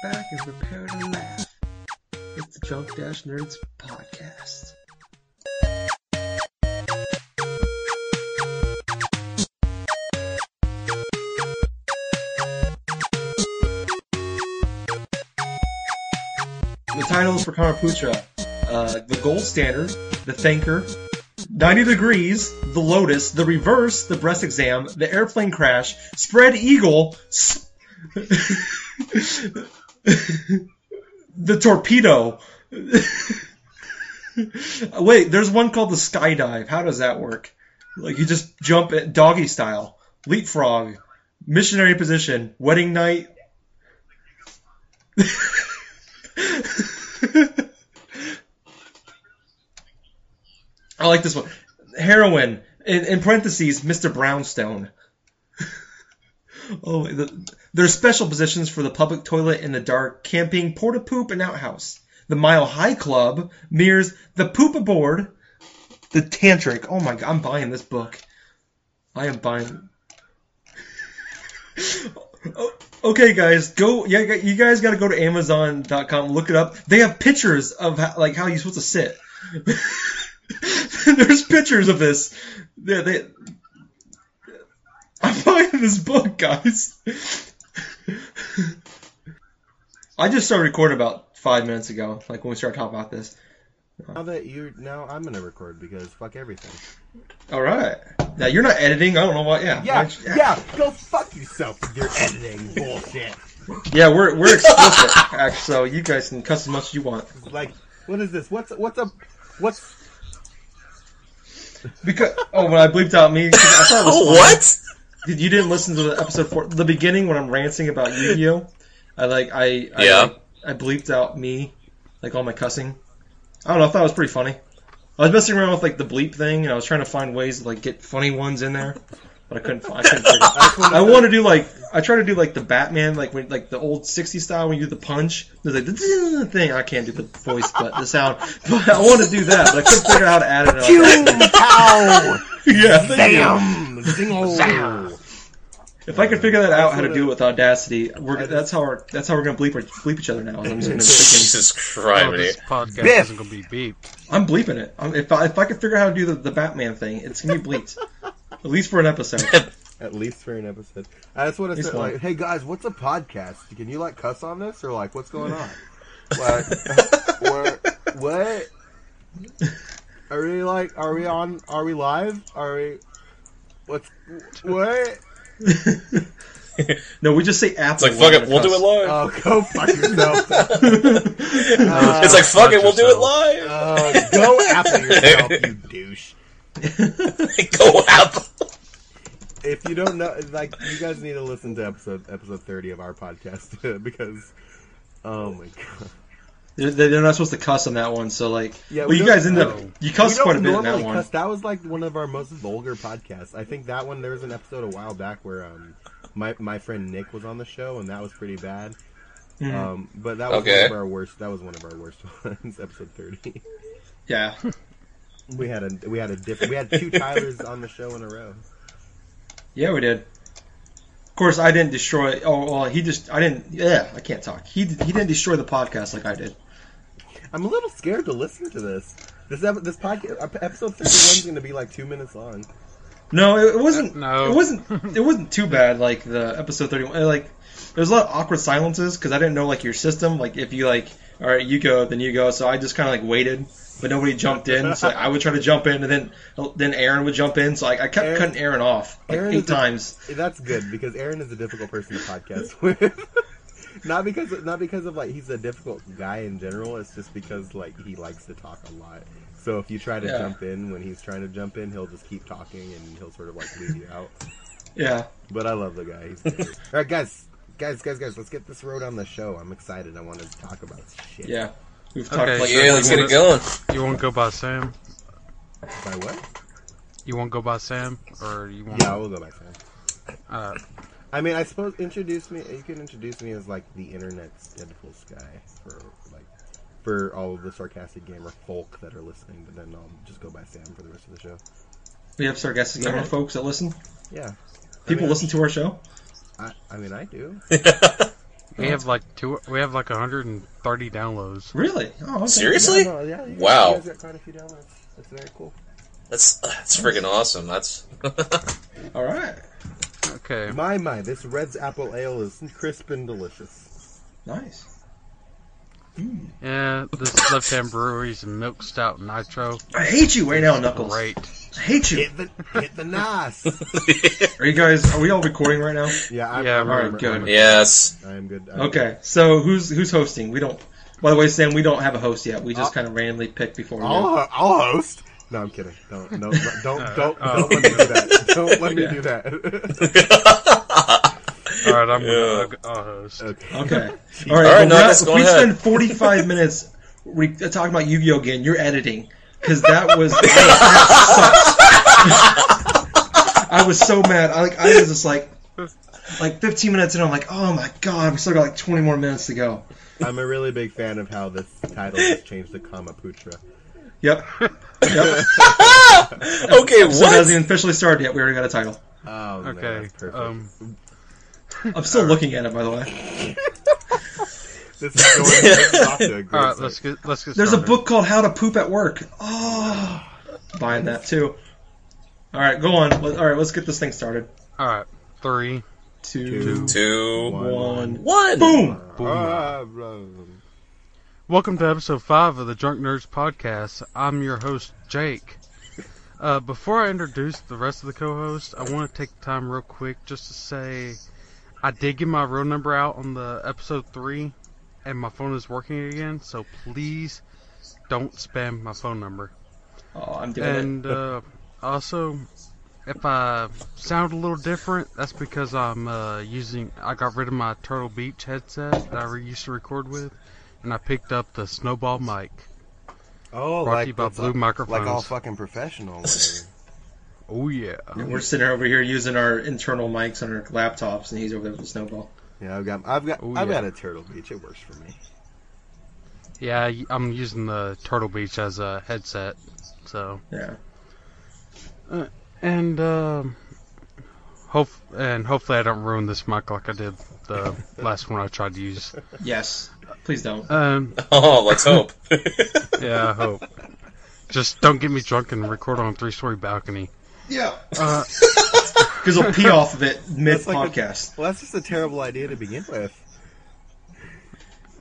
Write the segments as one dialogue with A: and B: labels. A: prepare to laugh. It's the Junk Dash Nerds podcast. The titles for Karaputra uh, The Gold Standard, The Thanker, 90 Degrees, The Lotus, The Reverse, The Breast Exam, The Airplane Crash, Spread Eagle, s- The Torpedo. Wait, there's one called the Skydive. How does that work? Like you just jump at doggy style, leapfrog, missionary position, wedding night. I like this one. Heroin in, in parentheses, Mr. Brownstone. oh, the, there are special positions for the public toilet in the dark, camping, porta poop, and outhouse. The Mile High Club mirrors the poop aboard, the tantric. Oh my god, I'm buying this book. I am buying. Oh, okay, guys, go. Yeah, you guys got to go to Amazon.com, look it up. They have pictures of how, like how you're supposed to sit. There's pictures of this. Yeah, they, I'm buying this book, guys. I just started recording about five minutes ago, like when we started talking about this.
B: Now that you now I'm gonna record because fuck everything.
A: All right. Now you're not editing. I don't know what. Yeah.
B: Yeah,
A: Actually-
B: yeah, go fuck yourself with your editing bullshit.
A: Yeah. We're we're explicit, actually, so you guys can cuss as much as you want.
B: Like, what is this? What's what's a what's
A: Because oh, when I bleeped out me, 'cause I thought it was
C: Oh,
A: funny.
C: what?
A: Did- You didn't listen to the episode four, the beginning when I'm ranting about Yu-Gi-Oh. I like I, I
C: Yeah.
A: like, I bleeped out me, like all my cussing. I don't know. I thought it was pretty funny. I was messing around with like the bleep thing, and I was trying to find ways to like get funny ones in there, but I couldn't find. I, couldn't figure it. I want to do like I try to do like the Batman, like when like the old 60s style when you do the punch. There's like the thing. I can't do the voice, but the sound. But I want to do that, but I couldn't figure out how to add it.
B: Pew,
A: Up.
B: pow,
A: Yeah, thank you.
B: bam, zingo.
A: If I could figure that out, how to
B: what
A: do
B: I-
A: it with Audacity,
B: I
A: we're,
B: just-
A: that's how our, that's how we're gonna bleep, our, bleep each other now. is I'm just gonna freaking,
C: Jesus
D: Oh, this
C: Christ.
D: podcast
B: Biff.
D: isn't going to be beeped.
A: I'm bleeping it. I'm, if I if I could figure out how to do the, the Batman thing, it's gonna be bleeped, at least for an episode.
B: At least for an episode. I just want to
A: It's
B: say,
A: fine.
B: like, hey guys, what's a podcast? Can you like cuss on this or like what's going on? like, or, what? Are we like? Are we on? Are we live? Are we? What's what?
A: No, we just say
C: It's
A: Apple.
C: like, fuck
A: when
C: it,
A: we're
C: we'll do it
A: cussing.
B: Oh,
C: live.
B: go fuck yourself.
C: It's like, fuck it, we'll do it live.
B: Uh, go after yourself, you douche.
C: Go Apple.
B: If you don't know, like, you guys need to listen to episode episode thirty of our podcast because, oh my god,
A: They're, they're not supposed to cuss on that one, so like,
B: Yeah,
A: well,
B: we
A: you
B: don't-
A: guys end up
B: no.
A: you cuss
B: We
A: quite a
B: don't
A: bit in that
B: normally
A: one.
B: cuss. That was like one of our most vulgar podcasts. I think that one there was an episode a while back where um my my friend Nick was on the show and that was pretty bad.
A: Mm. Mm-hmm.
B: Um, but that was
C: Okay.
B: one of our worst. That was one of our worst ones. Episode thirty.
A: Yeah,
B: We had a we had a different. We had two Tylers on the show in a row.
A: yeah, we did. Of course, I didn't destroy. Oh, well, he just I didn't. Yeah, I can't talk. He he didn't destroy the podcast like I did.
B: I'm a little scared to listen to this. This ep- this podcast ep- episode 31 is going to be like two minutes long.
A: No, it, it wasn't.
D: No.
A: it wasn't. It wasn't too bad. Like the episode thirty-one. uh, Like there was a lot of awkward silences because I didn't know like your system. Like if you like, all right, you go, then you go. So I just kind of like waited, but nobody jumped in. So I would try to jump in, and then then Aaron would jump in. So like I kept
B: Aaron-
A: cutting Aaron off like
B: Aaron
A: eight
B: is a-
A: times.
B: That's good because Aaron is a difficult person to podcast with. not because not because of like he's a difficult guy in general. It's just because like he likes to talk a lot. So if you try to
A: Yeah.
B: jump in when he's trying to jump in, he'll just keep talking and he'll sort of like leave you out.
A: Yeah.
B: But I love the guy. He's great. All right, guys. Guys, guys, guys, let's get this road on the show. I'm excited. I want to talk about shit.
A: Yeah. We've talked
D: Okay,
A: like
C: Yeah, let's get it going.
D: You won't go by Sam.
B: By what?
D: You won't go by Sam, or you won't.
B: Yeah, we'll go back to him.
D: Uh,
B: I mean, I suppose introduce me. You can introduce me as like the internet's Deadpool guy for like for all of the sarcastic gamer folk that are listening. But then I'll just go by Sam for the rest of the show.
A: we have sarcastic gamer folks that listen.
B: Oh, Yeah,
A: People
B: mean-
A: listen to our show.
B: I, I mean I do.
D: We have like two. We have like 130 downloads.
A: Really? Oh, okay.
C: Seriously?
B: Yeah, no, yeah, you guys-
C: Wow.
B: you guys got quite a few downloads. That's very cool.
C: That's that's freaking awesome. That's
A: All right.
D: Okay.
B: My my, this Red's apple ale is crisp and delicious.
A: Nice.
D: Yeah. This left hand brewery's milk stout nitro.
A: I hate you right now, Knuckles.
D: Great.
A: I hate you.
B: Hit the hit the nas.
A: Are you guys? Are we all recording right now?
B: yeah, I'm,
D: Yeah,
B: I'm,
D: all
A: right,
B: I'm-
A: good.
C: yes.
B: I'm, I'm good. I'm
A: Okay. So who's who's hosting? We don't. By the way, Sam, we don't have a host yet. We just kind of randomly picked before we.
B: good.
A: knew.
B: I'll ho- I'll host. No, I'm kidding. Don't no, don't don't don't,
A: oh.
D: Uh,
B: let me do that. Don't let me do that.
D: All right. I'm
C: Yeah.
D: gonna uh, I'll host.
B: okay.
A: Okay. All right.
C: All right,
A: but we're
C: Knuckles,
A: not-
C: go
A: we
C: ahead.
A: spend 45 minutes re- talking about Yu-Gi-Oh again. You're editing because that was. I was so mad. I like. I was just like, like 15 minutes in. I'm like, oh my god, we still got like 20 more minutes to go.
B: I'm a really big fan of how this title has changed to Kamaputra.
A: Yep. Yep.
C: Okay,
A: So it
C: what?
A: hasn't even officially started yet. We already got a title.
B: Oh, man,
D: Okay.
B: that's perfect.
D: Um.
A: I'm still looking at it, by the way.
B: this is going this is off to a great
D: All right.
B: start.
D: Let's get. Let's get.
A: There's a
D: started.
A: book called How to Poop at Work. Oh, buying that too. All right, go on. Let- All right, let's get this thing started.
D: All right. Three.
A: Two,
C: Two,
A: one,
C: one.
A: boom.
D: Boom.
B: Ah, blah, blah, blah.
D: Welcome to episode five of the Drunk Nerds podcast. I'm your host, Jake. Uh, before I introduce the rest of the co host, I want to take the time real quick just to say I did get my row number out on the episode three, and my phone is working again, so please don't spam my phone number.
A: Oh, I'm doing it.
D: And uh, also, if I sound a little different, that's because I'm uh, using. I got rid of my Turtle Beach headset that I re- used to record with, and I picked up the Snowball mic.
B: Oh,
D: Brought to
B: like
D: you by
B: it's
D: Blue
B: all-
D: Microphones.
B: Like all fucking professional. or whatever.
D: Oh yeah.
A: And we're sitting over here using our internal mics on our laptops, and he's over there with the snowball.
B: yeah, I've got, I've got,
D: Ooh,
B: I've
D: Oh, yeah.
B: got a Turtle Beach. It works for me.
D: Yeah, y- I'm using the Turtle Beach as a headset. So
A: Yeah.
D: and um, hope and hopefully I don't ruin this mic like I did the last one I tried to use.
A: Yes. Please don't.
D: Um,
C: Oh, let's hope.
D: yeah, I hope. Just don't get me drunk and record on a three-story balcony.
A: Yeah.
D: Uh,
A: Because he'll pee off of it mid
B: That's like a-
A: podcast.
B: Well, that's just a terrible idea to begin with.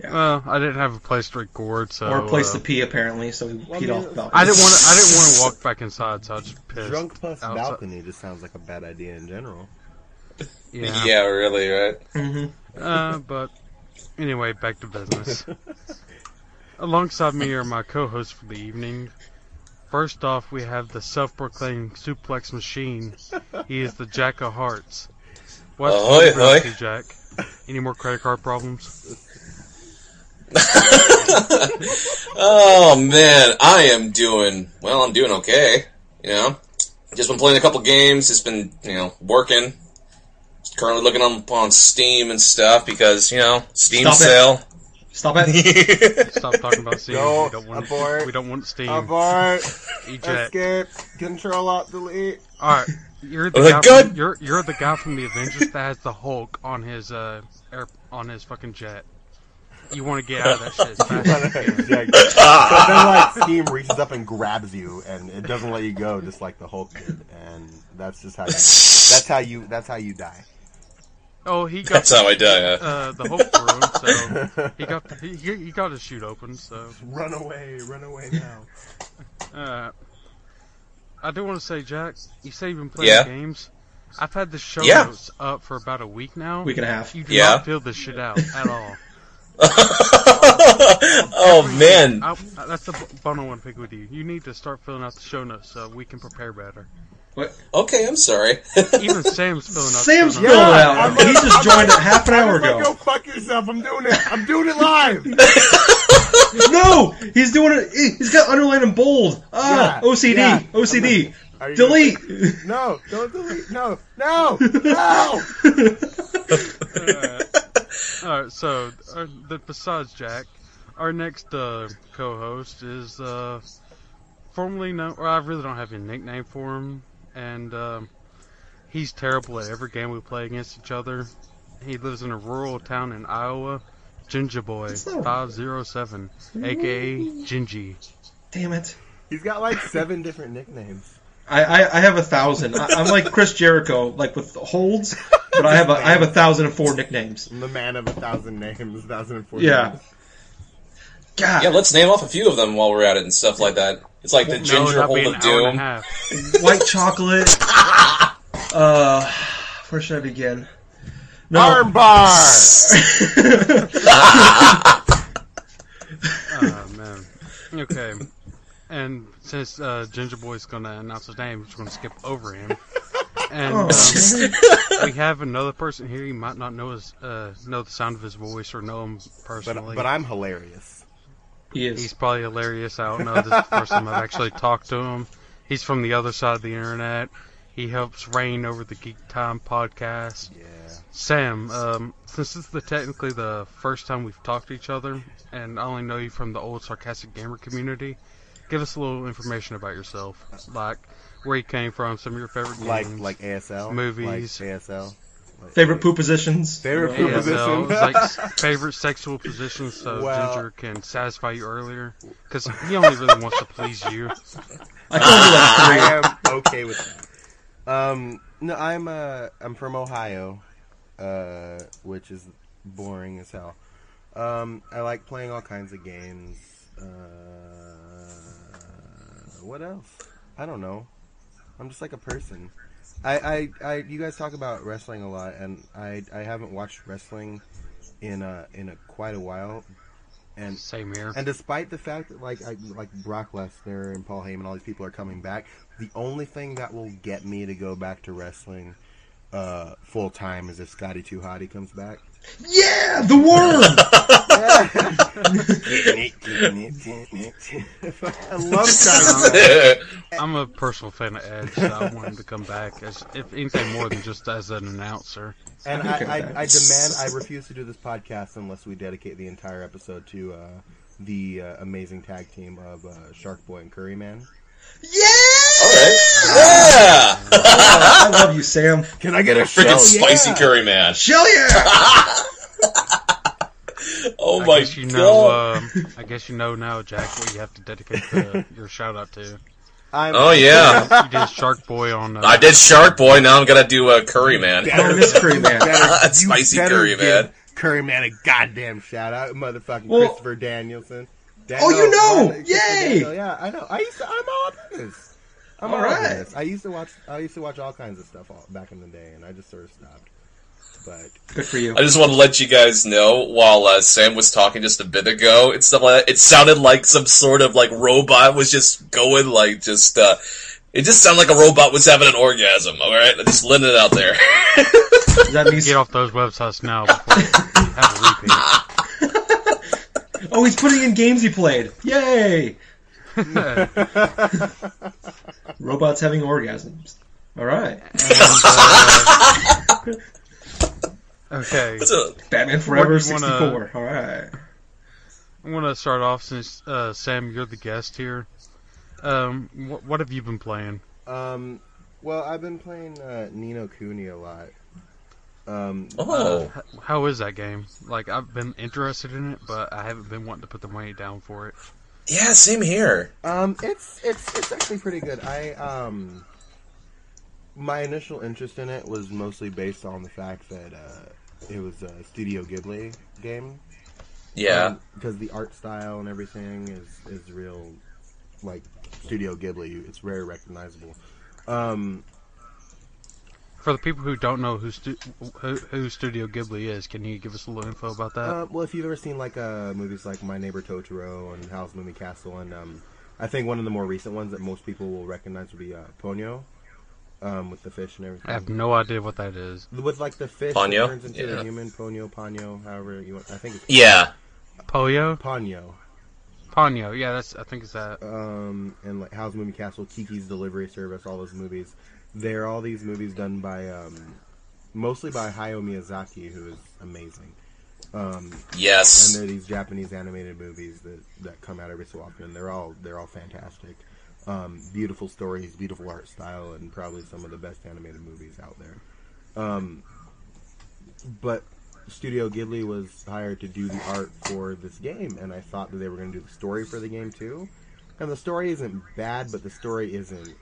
D: Well, I didn't have a place to record, so
A: or a place
D: uh,
A: to pee, apparently, so he
B: Well, I
A: peed
B: mean,
A: off the balcony.
D: I didn't want. I didn't want to walk back inside, so I just pissed.
B: Drunk plus
D: outside.
B: balcony just sounds like a bad idea in general.
D: Yeah.
C: yeah, really, right?
D: Uh, but anyway, back to business. Alongside me are my co-hosts for the evening. First off, we have the self-proclaimed suplex machine. He is the Jack of Hearts. What's
C: Ahoy,
D: the
C: ahoy.
D: to Jack? Any more credit card problems?
C: Oh man, I am doing well. I'm doing okay. You know, just been playing a couple games. Just been you know working. Currently looking on on Steam and stuff because you know Steam
A: Stop it.
C: sale.
A: Stop it.
D: Stop talking about Steam.
B: Go,
D: we don't want.
B: abort.
D: We don't want Steam.
B: Abort,
D: Eject.
B: escape, control, alt, delete.
D: All right, you're the
C: Oh,
D: guy.
C: good.
D: From, you're you're the guy from the Avengers that has the Hulk on his uh air, on his fucking jet. You want to get out of that shit as fast as you can.
B: Eject. so then, like, Steam reaches up and grabs you, and it doesn't let you go, just like the Hulk did. And that's just how you. That's how you. That's how you die.
D: Oh, he got
C: That's how I die. huh?
D: uh, the Hulk through him, so he got the, he, he he got his shoot open. So
B: Run away! Run away now!
D: uh, I do want to say, Jack, you say you've been playing
C: Yeah.
D: games. I've had the show
C: Yeah.
D: notes up for about a week now.
A: Week and a half.
D: You do
C: Yeah.
D: not feel this shit out at all. Uh,
C: oh man,
D: I, that's the b- bone I want to pick with you. You need to start filling out the show notes so we can prepare better.
A: What?
C: okay, I'm sorry.
D: Even Sam's filling up.
A: Sam's
D: filling
A: filled
D: up.
A: out. he just joined it half an hour
B: Like,
A: ago.
B: go fuck yourself! I'm doing it! I'm doing it live!
A: No, he's doing it. He's got underline and bold. Ah,
B: Yeah,
A: OCD,
B: yeah.
A: OCD.
B: Are you-
A: Delete.
B: No! Don't delete! No! No! No!
D: All right. So, uh, the, besides Jack, our next uh, co-host is uh, formerly known. Or I really don't have a nickname for him, and um, he's terrible at every game we play against each other. He lives in a rural town in Iowa. Ginger Boy
A: It's not-
D: 507, aka Gingy.
A: Damn it.
B: He's got like seven different nicknames.
A: I, I, I have a thousand. I, I'm like Chris Jericho, like with holds, but I have a I have a thousand and four nicknames.
B: I'm the man of a thousand names, thousand and four.
A: Yeah.
B: names.
A: God,
C: Yeah, let's name off a few of them while we're at it and stuff like that. It's like the ginger
D: no, that'd be
C: hole
D: an
C: of
D: hour and a
C: doom.
D: half.
A: white chocolate. Uh, where should I begin? No.
B: Armbar.
D: Oh, man. Okay. And since uh, Ginger Boy's going to announce his name, we're just going to skip over him. And
A: Oh,
D: um,
A: man.
D: we have another person here. You might not know his, uh, know the sound of his voice or know him personally.
B: But, but I'm hilarious.
A: he
D: He's
A: is.
D: probably hilarious. I don't know. This is the first time I've actually talked to him. He's from the other side of the internet. He helps reign over the Geek Time podcast.
B: Yeah.
D: Sam, um, since this is the, technically the first time we've talked to each other, and I only know you from the old sarcastic gamer community, give us a little information about yourself, like where you came from, some of your favorite
B: Like
D: games,
B: like ASL
D: Movies.
B: like ASL. Like-
A: Favorite poo positions.
B: Favorite poo
A: Yeah.
B: position.
D: ASL, like s- favorite sexual positions, so
B: Well-
D: Ginger can satisfy you earlier, because he only really wants to please you.
A: I can only like three.
B: I am okay with that. Um, no, I'm uh, I'm from Ohio, uh, which is boring as hell. Um, I like playing all kinds of games. Uh, what else? I don't know. I'm just like a person. I, I, I, you guys talk about wrestling a lot, and I, I haven't watched wrestling in a, in a quite a while, and
D: Same here.
B: and despite the fact that like I, like Brock Lesnar and Paul Heyman, all these people are coming back, the only thing that will get me to go back to wrestling uh, full time is if Scotty Too Hotty comes back.
A: Yeah, the worm.
B: I love Scotty.
D: I'm a personal fan of Edge. So I want him to come back as if anything more than just as an announcer.
B: And I, I, I demand, I refuse to do this podcast unless we dedicate the entire episode to uh, the uh, amazing tag team of uh, Shark Boy and Curry Man.
A: Yeah.
C: Alright. Yeah!
A: I love you, Sam.
B: Can I get a
C: Freaking spicy curry man.
A: Shell yeah.
C: Oh
D: I
C: my
D: guess you
C: god.
D: know. Um, I guess you know now, Jack, what you have to dedicate the, your shout out to.
B: I'm,
C: oh yeah.
D: You did Shark Boy on. Uh,
C: I did Shark Boy, now I'm gonna do a curry man.
A: I miss Curry Man.
B: better- you
C: Spicy
B: better
C: curry,
B: give
C: man.
B: Curry man, a goddamn shout out, motherfucking
A: Well-
B: Christopher Danielson. Dan-
A: Oh, you know!
B: Dan- Christopher
A: Yay!
B: Daniel, yeah, I know. I used to. I'm all up in this. I'm all,
A: All
B: up in
A: right.
B: this. I used to watch. I used to watch all kinds of stuff all, back in the day, and I just sort of stopped. But
A: Good for you.
C: I just want to let you guys know while uh, Sam was talking just a bit ago and stuff like that, it sounded like some sort of like robot was just going like just uh it just sounded like a robot was having an orgasm, alright? Just letting it out there.
A: Does that mean?
D: Get off those websites now. Before you have a repeat.
A: Oh, he's putting in games he played. Yay! Robots having orgasms. All right.
D: And, uh, okay,
C: It's a-
A: Batman Forever
D: What do you wanna-
A: 64. All right.
D: I want to start off since uh, Sam, you're the guest here. Um, wh- what have you been playing?
B: um, well, I've been playing uh, Nino Cooney a lot. Um,
C: oh.
D: H- How is that game? Like, I've been interested in it, but I haven't been wanting to put the money down for it.
C: Yeah, same here.
B: Um, it's it's it's actually pretty good. I um, my initial interest in it was mostly based on the fact that uh, it was a Studio Ghibli game.
C: Yeah.
B: because Um, the art style and everything is is real, like Studio Ghibli. It's very recognizable. Um,
D: For the people who don't know who, stu- who, who Studio Ghibli is, can you give us a little info about that?
B: uh, well, if you've ever seen like uh, movies like My Neighbor Totoro and Howl's Moving Castle, and um, I think one of the more recent ones that most people will recognize would be uh, Ponyo, um, with the fish and everything.
D: I have no idea what that is.
B: with like the fish
C: Ponyo?
B: that turns into
C: Yeah.
B: a human ponyo ponyo however you want i think it's
C: Yeah.
D: Poyo?
B: ponyo
D: Ponyo. Yeah, that's. I think it's that.
B: um and like house movie castle kiki's delivery service all those movies they're all these movies done by um mostly by hayao miyazaki who is amazing um and
C: Yes.
B: they're these japanese animated movies that that come out every so often and they're all they're all fantastic um beautiful stories beautiful art style and probably some of the best animated movies out there um but Studio Ghibli was hired to do the art for this game, and I thought that they were going to do the story for the game too. And the story isn't bad, but the story isn't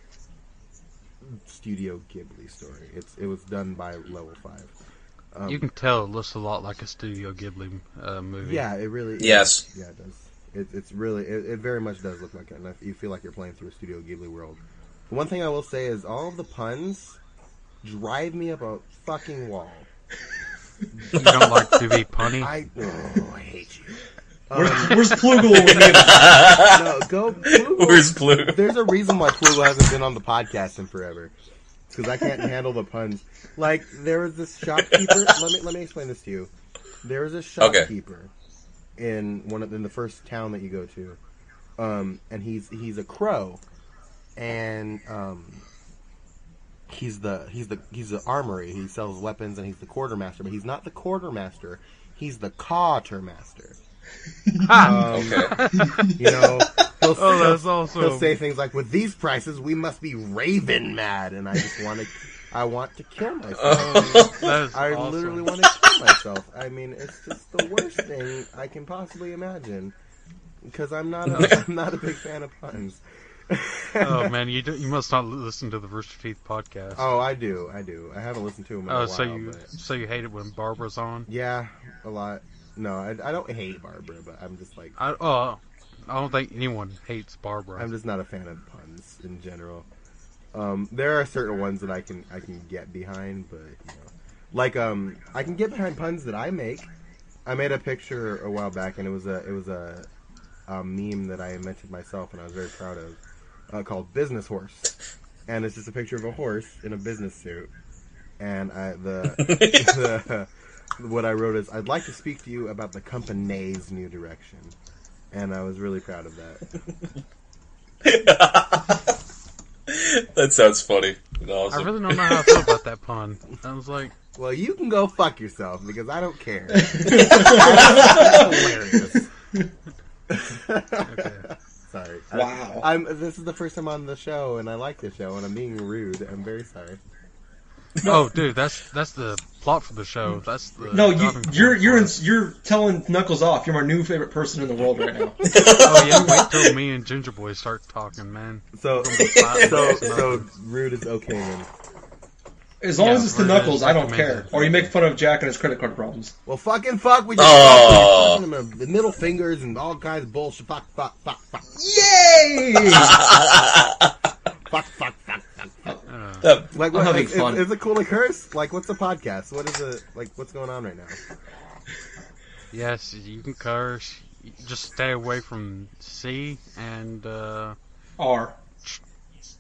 B: Studio Ghibli story. It's it was done by Level Five. Um,
D: You can tell it looks a lot like a Studio Ghibli uh, movie.
B: yeah, it really.
C: Yes.
B: Yeah, it does. It, it's really. It, it very much does look like it, and I, you feel like you're playing through a Studio Ghibli world. The one thing I will say is all of the puns drive me up a fucking wall.
D: You don't like to be punny.
B: I, oh, I hate you.
A: Where,
B: Um,
A: where's Plugel when we need him?
B: no, go. Google-
C: Where's Blue?
B: There's a reason why Pluto hasn't been on the podcast in forever. Because I can't handle the puns. Like there was this shopkeeper. let me let me explain this to you. There was a shopkeeper in one of in the first town that you go to, um, and he's he's a crow, and um, he's the he's the he's the armory. He sells weapons and he's the quartermaster, but he's not the quartermaster. He's the quartermaster. um,
C: Okay.
B: You know, he'll,
D: Oh, that's
B: He'll
D: also
B: say things like, "With these prices, we must be raving mad," and I just want to, I want to kill myself.
D: that is
B: I
D: Uh, awesome.
B: literally want to kill myself. I mean, it's just the worst thing I can possibly imagine because I'm not, a, I'm not a big fan of puns.
D: Oh man, you do, you must not listen to the Rooster Teeth podcast. Oh,
B: Oh, I do, I do. I haven't listened to them in a while.
D: so you
B: but-
D: so you hate it when Barbara's on?
B: yeah, a lot. No, I, I don't hate Barbara, but I'm just like,
D: I oh, I don't think anyone hates Barbara.
B: I'm just not a fan of puns in general. Um, there are certain ones that I can I can get behind, but you know, like um, I can get behind puns that I make. I made a picture a while back, and it was a it was a, a meme that I invented myself, and I was very proud of, uh, called Business Horse, and it's just a picture of a horse in a business suit, and I the, the what I wrote is I'd like to speak to you about the company's new direction, and I was really proud of that.
C: that sounds funny. and Awesome.
D: I really don't know how I feel about that pun. I was like,
B: Well, you can go fuck yourself because I don't care. Hilarious.
D: okay.
B: Sorry.
A: Wow.
B: I, am This is the first time on the show, and I like the show, and I'm being rude. I'm very sorry.
D: oh dude, that's that's the plot for the show. That's the
A: No, you,
D: driving
A: you're
D: force
A: you're
D: for
A: in,
D: it.
A: you're telling Knuckles off. You're my new favorite person in the world right now.
D: Oh yeah, wait till me and Ginger Boy start talking, man.
B: So,
D: Fine.
B: Oh. so, so rude is okay then.
A: As long
D: Yeah,
A: as it's to
D: we're
A: Knuckles,
D: just
A: I don't care.
D: recommended.
A: Or you make fun of Jack and his credit card problems.
B: Well, fucking fuck. We just
C: Oh.
B: fucking fucking him, the middle fingers and all kinds of bullshit. Fuck, fuck, fuck, fuck,
A: Yay!
B: fuck, fuck, fuck, fuck. fuck.
C: That-
B: Like,
A: I'm
B: what,
A: having
B: is,
A: fun.
B: Is, is it cool to curse? Like, what's the podcast? What is it? Like, what's going on right now?
D: Yes, you can curse. You Just stay away from C and uh
A: R.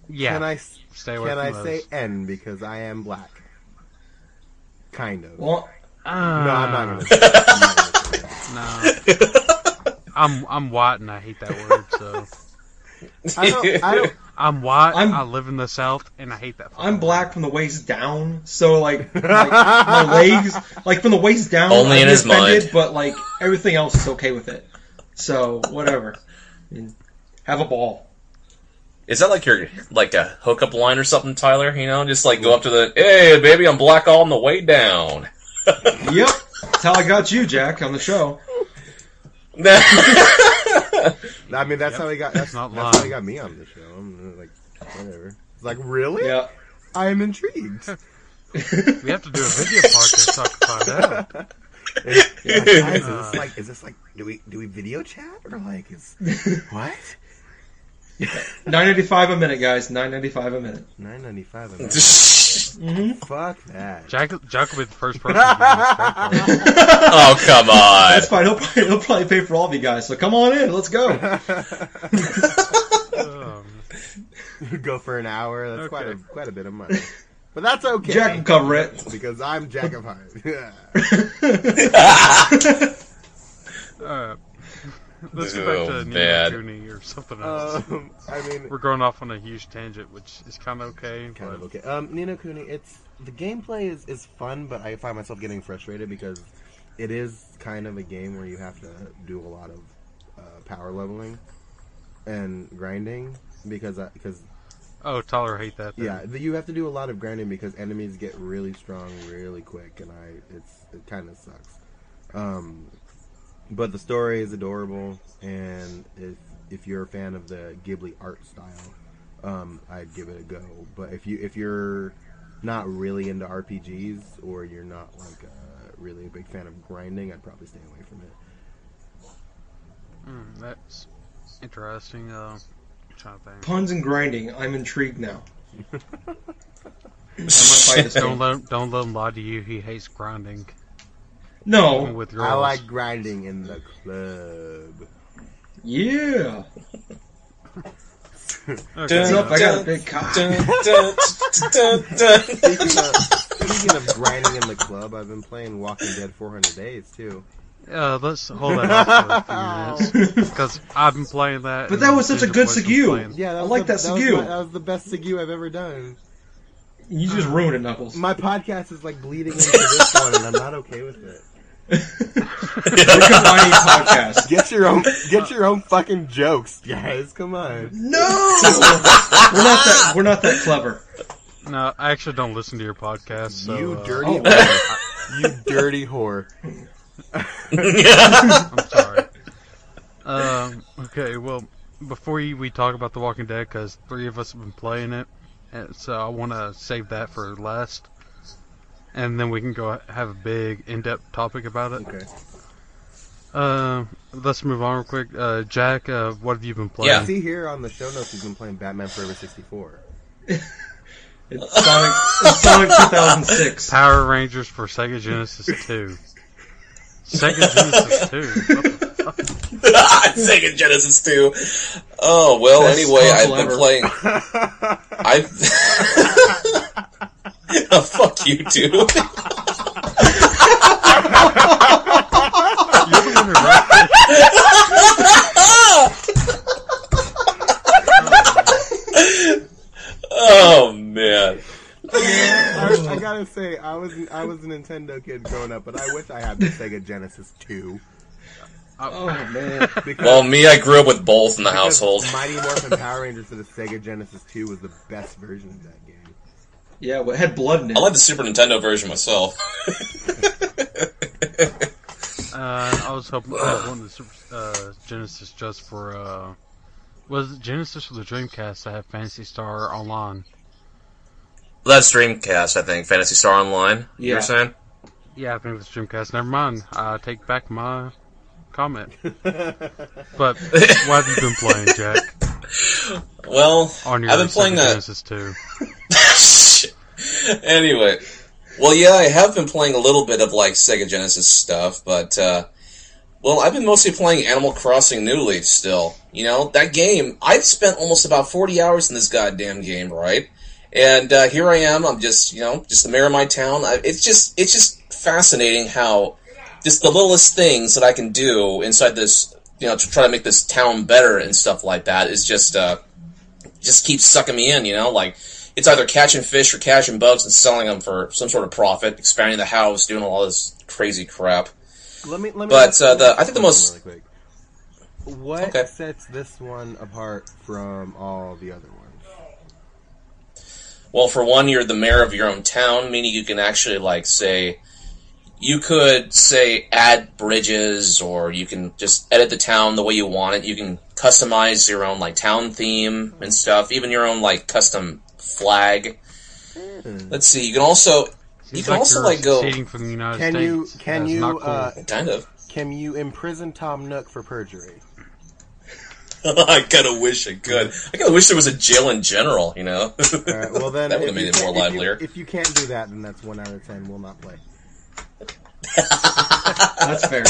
D: yeah.
B: Can I s-
D: stay away
B: Can
D: from
B: I
D: those.
B: say N because I am black? Kind of.
A: Well,
D: Ah,
B: no, I'm not gonna say that. I'm not gonna say that.
D: No. I'm I'm white and I hate that word. So
B: I don't. I don't.
D: I'm white. i
A: I'm-
D: live in the south and I hate that.
A: I'm black from the waist down, so like, like my legs, like from the waist down,
C: Only
A: I'm
C: in his
A: offended,
C: mind.
A: But like everything else is okay with it. So whatever. I mean, have a ball.
C: Is that like your like a hookup line or something, Tyler? You know, just like go up to the hey baby, I'm black all on the way down.
A: Yep. That's how I got you, Jack, on the show.
B: I mean, that's how he got. That's,
D: not
B: that's how he got
D: lying.
B: me on the show. I'm uh, like, whatever. It's like, really?
A: Yeah.
B: I am intrigued.
D: We have to do a video podcast so I can find out.
B: Like, guys, is
D: Uh.
B: this like? Is this like? Do we do we video chat or like is what?
A: Nine ninety five a minute, guys. Nine ninety five a minute.
B: Nine ninety five.
A: Mm-hmm.
B: Fuck that.
D: Jack, Jack will be the first person. To do this. Jack will.
C: oh come on!
A: That's fine. He'll probably, he'll probably pay for all of you guys. So come on in. Let's go.
D: Um,
B: Go for an hour. That's quite a
D: Okay.
B: quite a bit of money. But that's okay.
A: Jack can cover it.
B: because I'm Jack of Heart.
D: uh, let's go
C: Oh,
D: back to Nino
C: man.
D: Cooney or something else.
B: um, I mean,
D: We're going off on a huge tangent, which is kind of okay.
B: kind of
D: but
B: okay. Um, Nino Cooney, it's the gameplay is, is fun, but I find myself getting frustrated because it is kind of a game where you have to do a lot of uh, power leveling and grinding because because
D: Oh, tolerate that. Then.
B: Yeah, but you have to do a lot of grinding because enemies get really strong really quick, and I it's it kind of sucks. Um, but the story is adorable, and if if you're a fan of the Ghibli art style, um, I'd give it a go. But if you if you're not really into RPGs or you're not like uh really a big fan of grinding, I'd probably stay away from it.
D: Mm, that's interesting. Uh, I'm trying to think.
A: Puns and grinding. I'm intrigued now. I might buy this
D: Don't
A: game.
D: let him, don't let him lie to you. He hates grinding even
A: No.
D: with girls.
B: I like grinding in the club.
A: Yeah.
D: Okay.
A: What's up? I got a
C: Dun,
A: big cock.
C: Dun, dun, dun, dun, dun.
B: Speaking of, speaking of grinding in the club, I've been playing Walking Dead 400 Days too.
D: Uh, let's hold that off for a few minutes because I've been playing that.
A: But
D: and
A: that was such a
D: Ninja
A: good
D: Boys was
A: Segue.
D: playing.
B: Yeah,
A: I
B: was
A: like
B: the,
A: that
B: was
A: Segu.
B: my- that was the best Segu I've ever done.
A: You just ruined it, Knuckles.
B: Um, My podcast is like bleeding into this one, and I'm not okay with it.
A: We're combining podcasts.
B: Get your own, get your own fucking jokes, guys. Uh, Come on.
A: No, we're not that. We're not that clever.
D: No, I actually don't listen to your podcast. So,
B: you
D: uh,
B: dirty,
A: oh.
B: whore. you dirty whore.
D: I'm sorry. um, okay, well, before you, we talk about The Walking Dead, because three of us have been playing it, and so I want to save that for last, and then we can go have a big in-depth topic about it.
B: Okay.
D: Uh, let's move on real quick. Uh, Jack, uh, what have you been
C: Yeah.
D: playing?
B: See here on the show notes, you've been playing Batman Forever 64.
A: It's Sonic. It's Sonic 2006.
D: Power Rangers for Sega Genesis 2. Sega Genesis 2. What the-
C: Sega Genesis 2. Oh, well,
A: Best
C: anyway, I've
A: console
C: been
A: ever.
C: playing. I. oh, fuck you, dude.
D: You're the one who wrote this.
C: Oh, man.
B: I, I gotta say, I was I was a Nintendo kid growing up, but I wish I had the Sega Genesis 2
A: Oh man,
B: because
C: Well, me, I grew up with both in the
B: because
C: household.
B: Mighty Morphin Power Rangers for the Sega Genesis 2 was the best version of that game.
A: yeah, well, it had blood in it.
C: I like the Super Nintendo version myself.
D: Uh, I was hoping I was wanting the Super- uh, Genesis just for uh, was it Genesis or the Dreamcast that had Fantasy Star online?
C: That's Dreamcast, I think. Fantasy Star Online. You
A: Yeah.
C: were saying?
D: Yeah, I think it was Dreamcast. Never mind. I take back my comment. but what have you been playing, Jack?
C: Well,
D: On your
C: I've been
D: Sega
C: playing uh, that.
D: Genesis too.
C: anyway, well, yeah, I have been playing a little bit of like Sega Genesis stuff, but uh, well, I've been mostly playing Animal Crossing New Leaf still. You know that game. I've spent almost about forty hours in this goddamn game, right? And uh, here I am. I'm just you know just the mayor of my town. I, it's just it's just fascinating how just the littlest things that I can do inside this you know to try to make this town better and stuff like that is just uh, just keeps sucking me in. You know, like it's either catching fish or catching bugs and selling them for some sort of profit, expanding the house, doing all this crazy crap.
B: Let me, let me.
C: But,
B: ask
C: uh,
B: you
C: the-
B: a
C: I think
B: question
C: the most-
B: Really quick. What
C: Okay.
B: sets this one apart from all the other ones?
C: Well, for one, you're the mayor of your own town, meaning you can actually, like, say, you could, say, add bridges, or you can just edit the town the way you want it. You can customize your own, like, town theme and stuff, even your own, like, custom flag. Let's see, you can also, you
D: Seems
C: can also,
D: you're
C: like, go,
D: seceding from the United
B: Can you-
D: States.
B: can
D: That's
B: you,
D: Not cool.
B: uh,
C: kind of.
B: Can you imprison Tom Nook for perjury?
C: I kind of wish I could. I kind of wish there was a jail in general, you know?
B: All right, well then,
C: That
B: if
C: would've made
B: you
C: it
B: can't-
C: more
B: if you-
C: livelier.
B: If you can't do that, then that's one out of ten. We'll not play.
A: That's fair.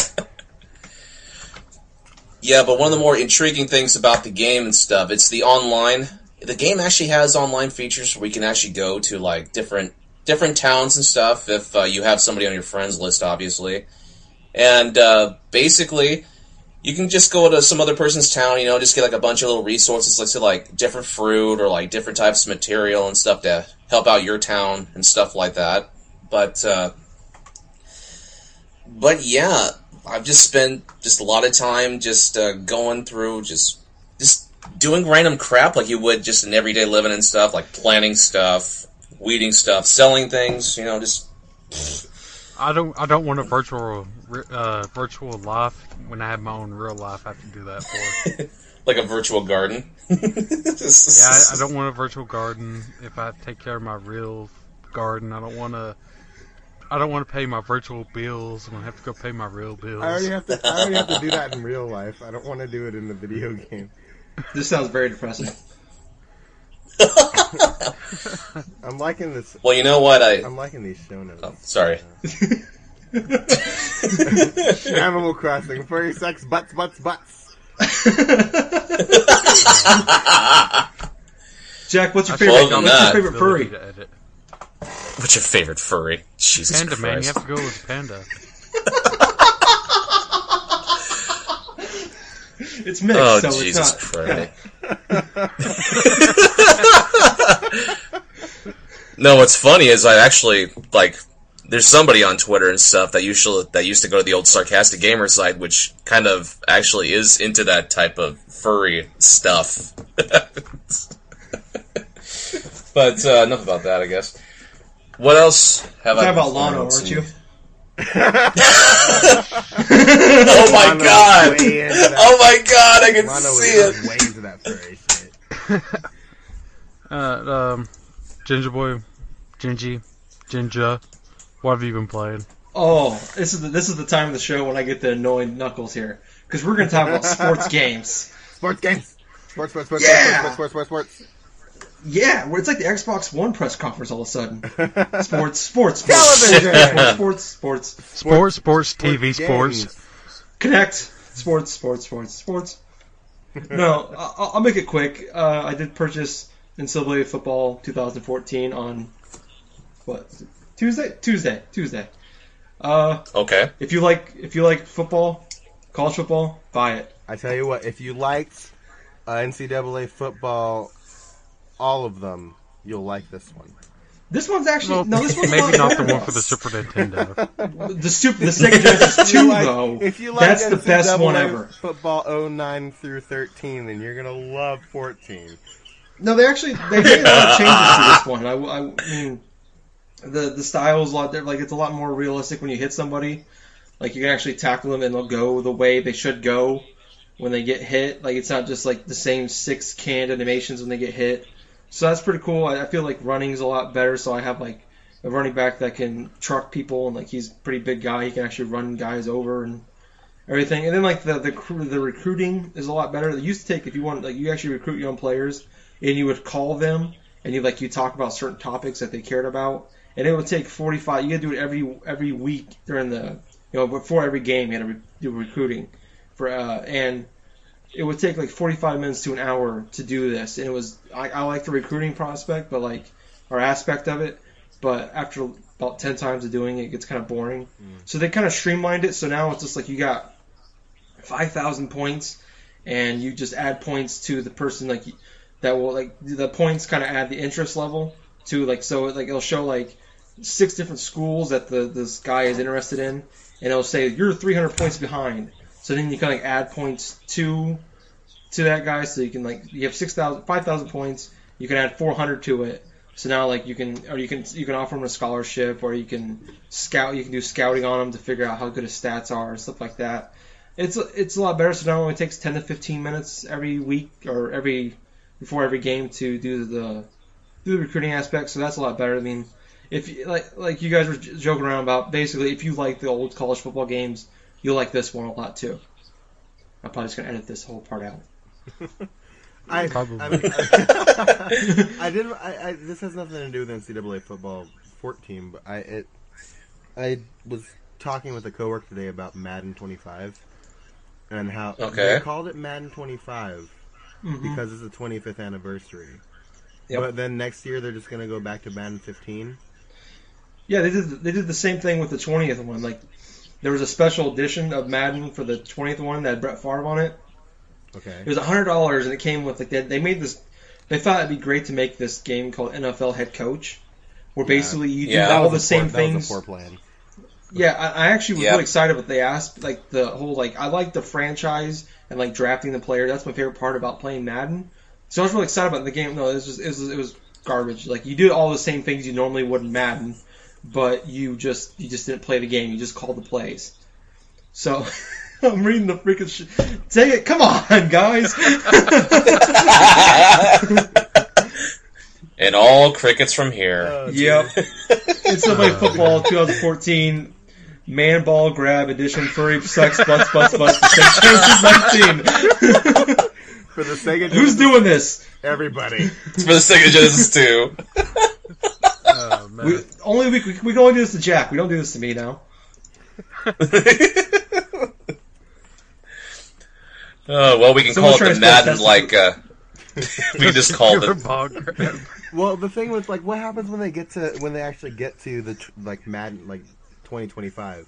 C: Yeah, but one of the more intriguing things about the game and stuff, it's the online. The game actually has online features where you can actually go to like different different towns and stuff if uh, you have somebody on your friends list, obviously. And uh, basically, you can just go to some other person's town, you know, just get like a bunch of little resources, like say like different fruit or like different types of material and stuff to help out your town and stuff like that. But uh, but yeah, I've just spent just a lot of time just uh, going through just just doing random crap like you would just in everyday living and stuff, like planning stuff, weeding stuff, selling things. You know, just
D: I don't. I don't want a virtual, uh, virtual life when I have my own real life. I have to do that for.
C: like a virtual garden. yeah,
D: yeah, I, I don't want a virtual garden. If I take care of my real garden, I don't want to. I don't want to pay my virtual bills. I'm gonna have to go pay my real bills.
B: I already have to. I already have to do that in real life. I don't want to do it in the video game.
A: This sounds very depressing.
B: I'm liking this.
C: Well, you know what? I
B: I'm liking these show notes.
C: oh, sorry.
B: Animal Crossing, furry sex, butts, butts, butts.
A: Jack, what's your
C: I
A: favorite?
C: follow them
A: What's your
C: that.
A: favorite
D: Ability
A: furry?
D: to edit.
C: What's your favorite furry? Jesus
D: Panda man, you
C: Christ!
D: have to go with the panda.
A: It's mixed,
C: Oh
A: so
C: Jesus
A: it's not.
C: Christ! no, what's funny is I actually like. There's somebody on Twitter and stuff that usually that used to go to the old sarcastic gamer side, which kind of actually is into that type of furry stuff. but uh, enough about that, I guess. What else have I?
A: Talking about Lana,
C: let's
A: aren't
C: see.
A: you?
C: Oh my
B: Lana
C: god!
B: was way into that.
C: Oh my god! I can
B: Lana
C: see
B: was
C: it.
B: way into that furry shit.
D: Uh, um, Ginger Boy, Gingy, Ginger, what have you been playing?
A: Oh, this is the, this is the time of the show when I get the annoying knuckles here because we're going to talk about sports games.
B: Sports games. Sports, sports, sports,
A: Yeah!
B: sports, sports, sports, sports, sports.
A: Yeah, well, it's like the Xbox One press conference all of a sudden. Sports, sports, sports,
B: Television!
A: sports, sports, sports.
D: Sports, sports, TV, sports.
B: games.
A: Connect. Sports, sports, sports, sports. No, I- I'll I'll make it quick. Uh, I did purchase NCAA Football 2014 on what Tuesday? Tuesday, Tuesday. Uh,
C: Okay.
A: if you like, if you like football, college football, buy it.
B: I tell you what, if you liked uh, NCAA football, all of them, you'll like this one.
A: This one's actually
D: Well,
A: no. This one's
D: maybe not the
A: bad.
D: one for the Super Nintendo.
A: The Super the Sega Genesis
B: If
A: Two
B: you like-
A: though.
B: if you like
A: that's the best one
B: NCAA
A: ever.
B: Football 09 through 13, then you're gonna love 14.
A: No, they actually they made a lot of changes to this one. I, I mean, the the style's a lot different. Like it's a lot more realistic when you hit somebody. Like you can actually tackle them and they'll go the way they should go when they get hit. Like it's not just like the same six canned animations when they get hit. So that's pretty cool. I, I feel like running's a lot better. So I have like a running back that can truck people and like he's a pretty big guy. He can actually run guys over and everything. And then like the the cr- the recruiting is a lot better. It used to take if you want like you actually recruit your own players and you would call them and you like you talk about certain topics that they cared about and it would take 45 you had to do it every every week during the you know before every game you had to re- do recruiting for uh, and it would take like 45 minutes to an hour to do this and it was I, I like the recruiting prospect but like or aspect of it but after about 10 times of doing it it gets kind of boring so they kind of streamlined it so now it's just like you got 5000 points and you just add points to the person like that will like the points kind of add the interest level to like so it, like it'll show like six different schools that the this guy is interested in and it'll say you're 300 points behind so then you kind of add points to to that guy so you can like you have 6000 5000 points you can add 400 to it so now like you can or you can you can offer him a scholarship or you can scout you can do scouting on him to figure out how good his stats are and stuff like that it's it's a lot better so now it only takes 10 to 15 minutes every week or every before every game to do the do the recruiting aspect, so that's a lot better. I mean, if you- like like you guys were j- joking around about, basically, if you like the old college football games, you'll like this one a lot too. I'm probably just gonna edit this whole part out.
B: I, I,
D: Probably.
B: I, I did. I, I, this has nothing to do with NCAA football 14, but I it, I was talking with a coworker today about Madden 25 and how
C: Okay.
B: they called it Madden 25
A: Mm-hmm.
B: because it's the 25th anniversary.
A: Yep.
B: But then next year they're just gonna go back to Madden 15.
A: Yeah, they did they did the same thing with the 20th one. Like there was a special edition of Madden for the 20th one that had Brett Favre on it.
B: Okay.
A: It was hundred dollars, and it came with like they, they made this. They thought it'd be great to make this game called NFL Head Coach, where basically you do
C: Yeah, that
A: all
B: That was
A: the
B: a
A: same
B: poor,
A: things.
B: That was a poor plan.
A: Yeah, I, I actually was
C: Yeah.
A: really excited, but they asked like the whole like I like the franchise and like drafting the player. That's my favorite part about playing Madden. So I was really excited about the game. No, this was, it was it was garbage. Like you did all the same things you normally would in Madden, but you just you just didn't play the game. You just called the plays. So I'm reading the freaking sh- Dang it! Come on, guys.
C: and all crickets from
A: Oh.
C: here.
B: Uh,
A: yep. It's somebody football 2014 man ball grab edition furry sex butts butts butts distinction 19.
B: for the sake of
A: Who's
B: justice,
A: doing this?
B: everybody.
C: It's for the sake of Genesis 2.
D: Oh, man.
A: We, only we, we can only do this to Jack. We don't do this to me now.
C: Oh, well, we can
A: Someone
C: call
A: try
C: it
A: to
C: the
A: spell
C: Madden,
A: test.
C: like, uh, we can just call
D: Your
C: it.
D: ball grab.
B: Well, the thing was like, what happens when they get to when they actually get to the tr- like Madden like 2025?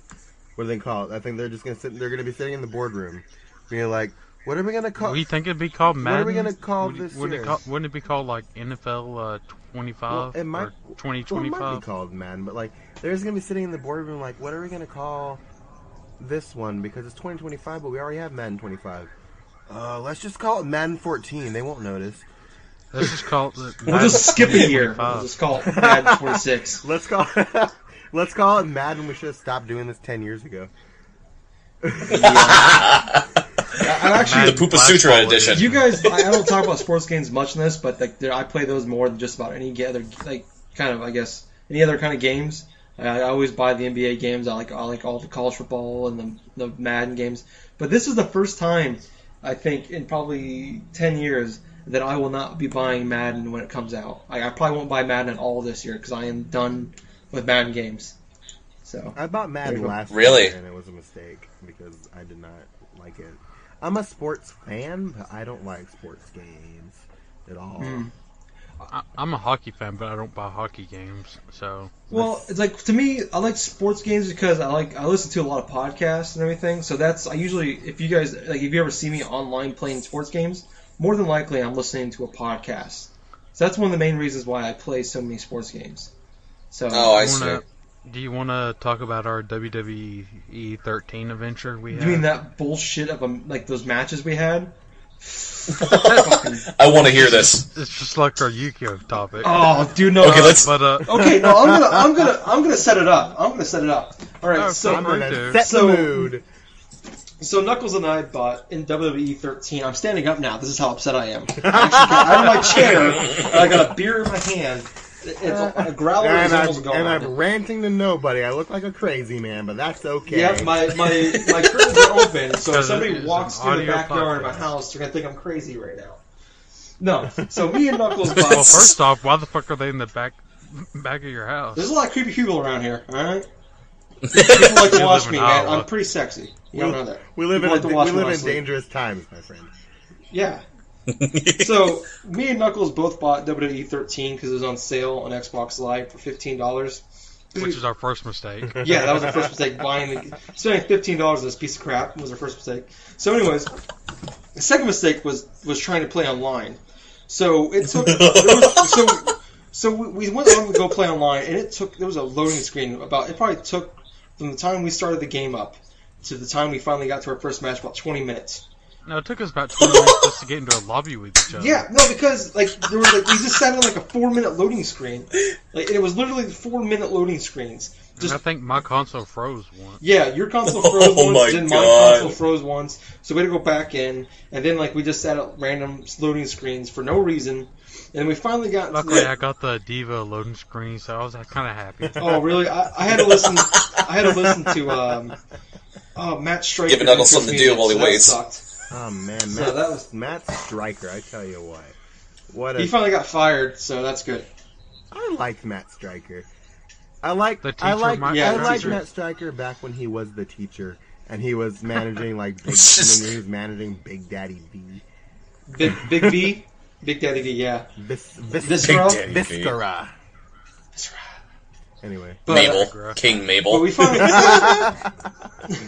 B: What do they call it? I think they're just gonna sit. They're gonna be sitting in the boardroom, being like, "What are we gonna call?"
D: We think it'd be called Madden.
B: are we gonna call
D: Would-
B: this
D: Wouldn't it,
B: series?
D: call, wouldn't it be called like NFL uh, 25
B: Well, it might- well,
D: or
B: it might be
D: 2025?
B: called Madden, but like, they're just gonna be sitting in the boardroom like, "What are we gonna call this one?" Because it's 2025, but we already have Madden 25. Uh, let's just call it Madden 14. They won't notice.
D: Let's just call it. the
A: We'll just skip a year.
D: 25.
A: We'll just call it Madden 26.
B: Let's call. Let's call it Madden. We should have stopped doing this ten years ago.
A: I, I
C: The
A: actually,
C: Pupa
D: Black
C: Sutra
D: Ball
C: edition.
A: you guys, I, I don't talk about sports games much in this, but like there- I play those more than just about any other like kind of I guess any other kind of games. I I always buy the NBA games. I like I like all the college football and the the Madden games. But this is the first time I think in probably ten years that I will not be buying Madden when it comes out. I, I probably won't buy Madden at all this year because I am done with Madden games. So
B: I bought Madden
A: There you go.
B: last
C: Really?
B: year, and it was a mistake because I did not like it. I'm a sports fan, but I don't like sports games at all.
A: Hmm.
D: I, I'm a hockey fan, but I don't buy hockey games. So
A: Well, it's like to me, I like sports games because I like I listen to a lot of podcasts and everything. So that's I usually if you guys like if you ever see me online playing sports games, more than likely I'm listening to a podcast. So that's one of the main reasons why I play so many sports games. So
C: Oh, I
D: you
C: see.
D: wanna- do you want to talk about our WWE 13 adventure we had?
A: you mean that bullshit of um like those matches we had?
C: I want to hear this.
D: It's just like our Yukio topic.
A: Oh, dude, no.
C: Okay, let's-
D: But uh,
A: Okay, no, I'm gonna, I'm gonna, I'm gonna set it up. I'm gonna set it up. All right,
D: Oh,
A: so
D: fine.
B: I'm gonna
D: dude.
B: set
A: So-
B: the mood.
A: So Knuckles and I bought in WWE 13. I'm standing up now. This is how upset I am. I actually got out of my chair. and I got a beer in my hand. It's a, a growler oh, is
B: And I'm,
A: almost gone.
B: and I'm ranting to nobody. I look like a crazy man, but that's okay.
A: yeah, my, my, my curtains are open, so if
D: Because it
A: somebody
D: is
A: walks
D: an
A: through the
D: audio
A: backyard of my
D: podcast.
A: house, they're gonna think I'm crazy right now. No, so me and Knuckles
D: well,
A: bought.
D: first off, why the fuck are they in the back back of your house?
A: There's a lot of creepy people around here. All right, people like to
D: You
A: watch
D: live in
A: me, man.
D: Iowa.
A: I'm pretty sexy. You don't know that.
B: we live in
A: People
B: a,
A: like to
B: we
A: watch me
B: live
A: when I
B: in
A: sleep.
B: dangerous times, my friend.
A: Yeah. so me and Knuckles both bought WWE 13 because it was on sale on Xbox Live for fifteen dollars.
D: Which is our first mistake.
A: Yeah, that was our first mistake. Buying the, spending fifteen dollars on this piece of crap was our first mistake. So, anyways, the second mistake was was trying to play online. So it took there was, so so we we went on to go play online, and it took there was a loading screen about it probably took from the time we started the game up to the time we finally got to our first match about twenty minutes.
D: Now it took us about 20 minutes just to get into a lobby with each other.
A: Yeah, no, because like there was like we just sat on like a four minute loading screen. Like it was literally four minute loading screens.
D: And I
A: Just
D: think my console froze once.
A: yeah, your console froze
C: Oh my
A: once, then my
C: God.
A: console froze once. So we had to go back in, and then like we just sat at random loading screens for no reason, and we finally got. to
D: Luckily,
A: the-
D: I got the Diva loading screen, so I was kind of happy.
A: oh really? I, I had to listen. I had to listen to um, oh, Matt Striker.
C: Giving Knuckles something to do while he
A: so that
C: waits.
A: sucked.
B: Oh man, Matt,
A: So that was-
B: Matt Striker. I tell you what, what a
A: He finally got fired, so that's good.
B: I liked Matt Stryker. I like
D: The teacher,
B: I like
D: Matt
B: I
A: Stryker?
B: like
A: Teacher.
B: Matt Stryker back when he was the teacher and he was managing like big,
C: Just-
B: when he was managing Big Daddy V.
A: Big Big V, Big Daddy V, yeah.
B: Vis, vis,
A: Viscera?
C: Big Daddy V.
B: Viscera. Anyway,
A: But, uh,
C: Mabel. King
A: But
C: Mabel.
A: we finally.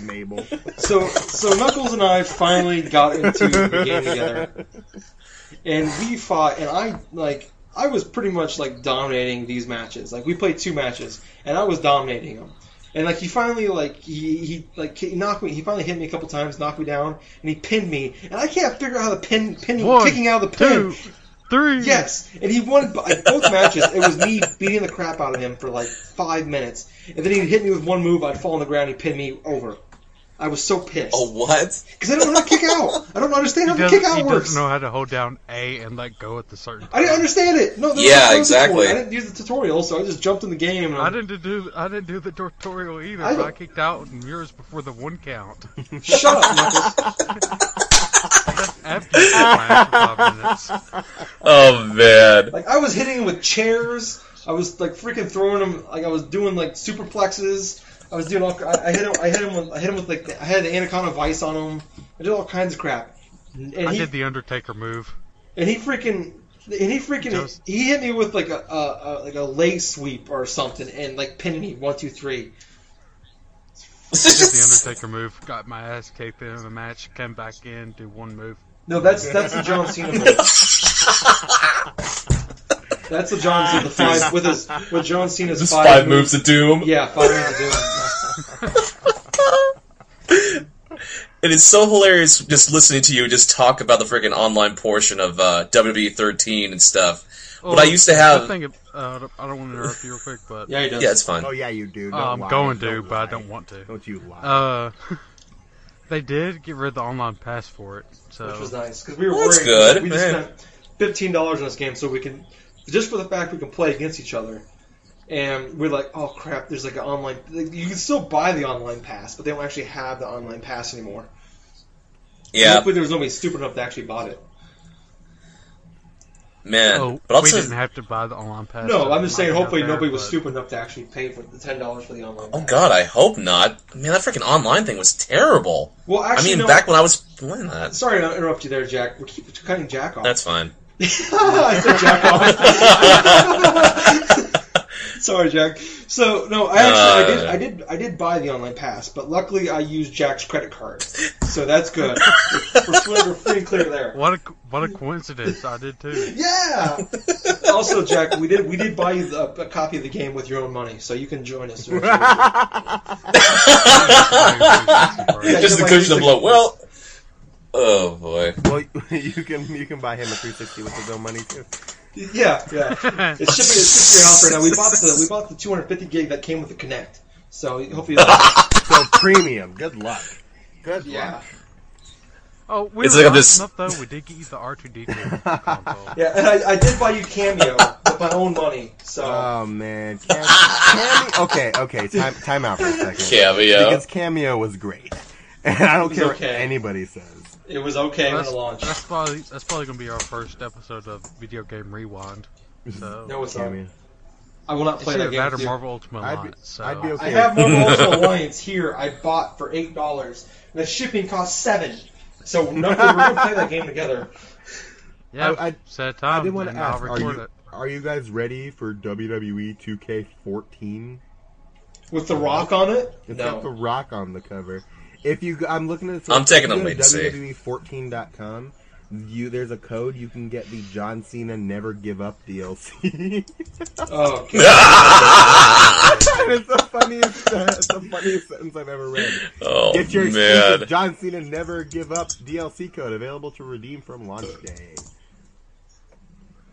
B: Mabel.
A: So, so Knuckles and I finally got into the game together, and we fought. And I like, I was pretty much like dominating these matches. Like, we played two matches, and I was dominating them. And like he finally like he, he like he knocked me. He finally hit me a couple times, knocked me down, and he pinned me. And I can't figure out how the pin pinning
D: One,
A: kicking out of the pin.
D: Two, three.
A: Yes, and he won b- both matches. It was me beating the crap out of him for like five minutes, and then he'd hit me with one move. I'd fall on the ground. He'd pin me over. I was so pissed
C: Oh, what?
A: because I don't know how to kick out. I don't understand how the
D: He doesn't,
A: kick
D: he
A: out works.
D: doesn't know how to hold down A and let go at the certain.
A: I didn't understand it. No, there was
C: Yeah,
A: no
C: exactly.
A: Tutorial. I didn't use the tutorial, so I just jumped in the game. And
D: I didn't do I didn't do the tutorial either.
A: I
D: but I
A: don't-
D: kicked out in yours before the one count.
A: Shut up, Knuckles.
D: After you smash for five minutes.
C: Oh man.
A: Like I was hitting him with chairs. I was like freaking throwing him. Like I was doing like superplexes. I was doing all. I, I hit him. I hit him. With, I hit him with like. the- I had the anaconda vice on him. I did all kinds of crap. And
D: I
A: he,
D: did the Undertaker move.
A: and he freaking. And he freaking
D: Just-
A: he hit me with like a, a, a like a leg sweep or something and like pinned me one two three.
D: I did the Undertaker move. Got my ass kicked in the match. Came back in. Do one move.
A: No, that's that's the John Cena move. that's the John Cena the five with his with John Cena's
C: Just
A: five,
C: five moves of doom.
A: Yeah, five moves. to do it.
C: It is so hilarious just listening to you just talk about the freaking online portion of uh, WWE 13 and stuff.
D: Well,
C: I used to
D: Oh, the
C: have-
D: thing, uh, I don't want to interrupt you real quick, but
A: Yeah, he does.
C: Yeah, it's fine.
B: Oh yeah, you do. Don't
D: Uh, I'm
B: lie.
D: going to,
B: Don't
D: but I
B: lie.
D: don't want to.
B: Don't you lie?
D: Uh, they did get rid of the online pass for it, so
A: which was nice because we were
C: That's
A: worried.
C: good,
A: We just
C: man.
A: spent fifteen dollars on this game, so we can just for the fact we can play against each other. And we're like, oh crap! There's like an online. Like, you can still buy the online pass, but they don't actually have the online pass anymore.
C: Yeah,
A: Hopefully, there was nobody stupid enough to actually bought it.
C: man.
D: oh,
C: but
D: we
C: also,
D: didn't have to buy the online pass.
A: No,
D: so
A: I'm
D: it
A: just
D: might
A: saying.
D: be out
A: Hopefully,
D: there,
A: nobody was
D: but-
A: stupid enough to actually pay for the ten dollars for the online.
C: oh
A: pass.
C: god, I hope not. Man, that freaking online thing was terrible.
A: Well,
C: I
A: actually,
C: mean,
A: no,
C: back when I was playing that.
A: Sorry to interrupt you there, Jack. We keep cutting Jack off.
C: That's fine.
A: I said Jack off. Sorry, Jack. So no, I actually I did I did I did buy the online pass, but luckily I used Jack's credit card, so that's good. we're, free, we're free and clear there.
D: What a co- what a coincidence! I did too.
A: Yeah. Also, Jack, we did we did buy you the, a copy of the game with your own money, so you can join us. yeah,
D: Uh, I
C: just the
A: like,
C: cushion to
A: it's-
C: blow. Well, oh boy.
B: well, you can you can buy him a 360 with his own money too.
A: yeah. It's shipping it's shipping to your house right now. We bought the we bought the 250 gig that came with the Connect, so hopefully.
B: So premium. Good luck. Good
A: Yeah.
B: luck.
D: oh, we
C: It's
D: were
C: like I'm
D: nice
C: just-
D: enough though. We did get you the R2D2 console.
A: Yeah, and I, I did buy you Cameo with my own money. So
D: Uh,
B: Oh man, Cam- Cameo. Okay, okay. Time time out for a second.
C: Cameo.
B: Because Cameo was great, and I don't
A: was
B: care what
A: okay.
B: anybody says.
A: it was okay when
D: That's,
A: it launched.
D: that's probably that's probably gonna be our first episode of Video Game Rewind. So
A: No, it's not.
B: Cameo.
A: I will not play
D: it's
A: that
D: either
A: game.
D: that or
A: with you.
D: Marvel Ultimate
B: I'd be-
D: Alliance. So
B: I'd be okay.
A: I have Marvel Ultimate Alliance here. I bought for eight dollars. The shipping cost seven. So no, we're gonna play that game together.
D: yeah,
B: I- I-
D: set a
B: I
D: time
B: did want to
D: and I'll
B: ask: Are
D: record
B: you
D: it.
B: are you guys ready for E WWE 2K14?
A: With The Rock on it?
B: It's got the
A: No.
B: Rock on the cover. If you, I'm looking at. This
C: I'm taking a wait and see.
B: E WWE14.com. You, there's a code you can get the John Cena Never Give Up DLC.
A: Oh, God.
B: it's the funniest, uh, it's the funniest sentence I've ever read.
C: oh
B: Get your
C: man.
B: exclusive John Cena Never Give Up DLC code available to redeem from launch day.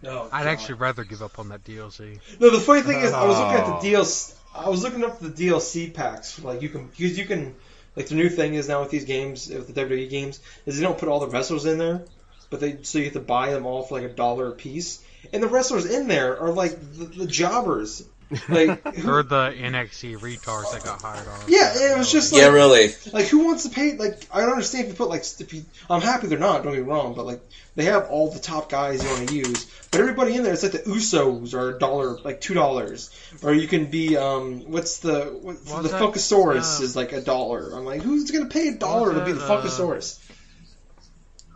A: no.
D: I'd
A: God.
D: actually rather give up on that DLC.
A: No, the funny thing is, I was looking
B: Oh.
A: at the DLC. I was looking up the DLC packs. Like you can, because you can, like the new thing is now with these games, with the WWE games, is they don't put all the wrestlers in there, but they so you have to buy them all for like a dollar a piece. And the wrestlers in there are like the, the jobbers. Like who,
D: Or the NXT retards that got hired on.
A: yeah, it was just like
C: Yeah, really.
A: like who wants to pay? Like I don't understand if you put like if you, I'm happy they're not. Don't get me wrong, but like they have all the top guys you want to use, but everybody in there it's like the Usos are a dollar, like two dollars, or you can be um what's the what's
D: What
A: the
D: was that?
A: Funkasaurus
D: Uh,
A: is like a dollar. I'm like who's gonna pay a dollar to
D: was
A: be the
D: that, uh,
A: Funkasaurus?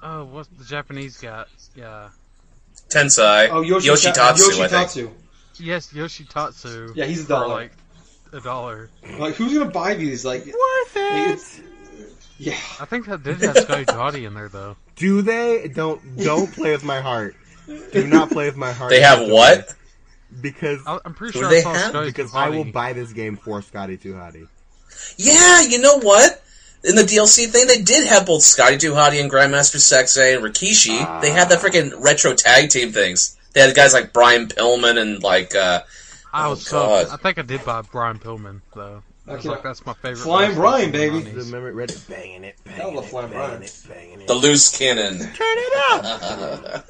D: Oh, what's the Japanese got? Yeah.
C: Tensai.
D: uh,
A: Oh Yoshita-
C: Yoshitatsu, I think.
A: Yoshitatsu.
D: Yes, Yoshitatsu.
A: Yeah, he's a
D: for,
A: dollar.
D: like a dollar.
A: Like who's gonna buy these? Like
B: Worth
A: it's- yeah.
D: I think that did have Scotty Toddy in there though.
B: Do they? Don't don't play with my heart. Do not play with my heart.
C: They have what?
B: because
D: I, I'm pretty
C: Do
D: sure I
C: they
D: saw
C: have-
D: Scotty
B: because
D: Too
B: I will
D: Hottie.
B: buy this game for Scotty Tuhati.
C: Yeah, you know what? In the DLC thing, they did have both Scotty Duhati and Grandmaster Sexay and Rikishi. they had that freaking retro tag team things. They had guys like Brian Pillman and like uh
D: I
C: Oh,
D: was
C: God.
D: so I think I did buy Brian Pillman though. I was
A: Okay.
D: like, that's my favorite.
A: Flying
D: wrestler
A: Brian,
D: from the
A: baby.
D: 90s.
B: Remember, read it, banging it,
A: That
B: banging
A: was a
B: it,
A: fly
B: banging
A: product.
B: it, banging it.
C: the Loose Cannon.
B: Turn it up.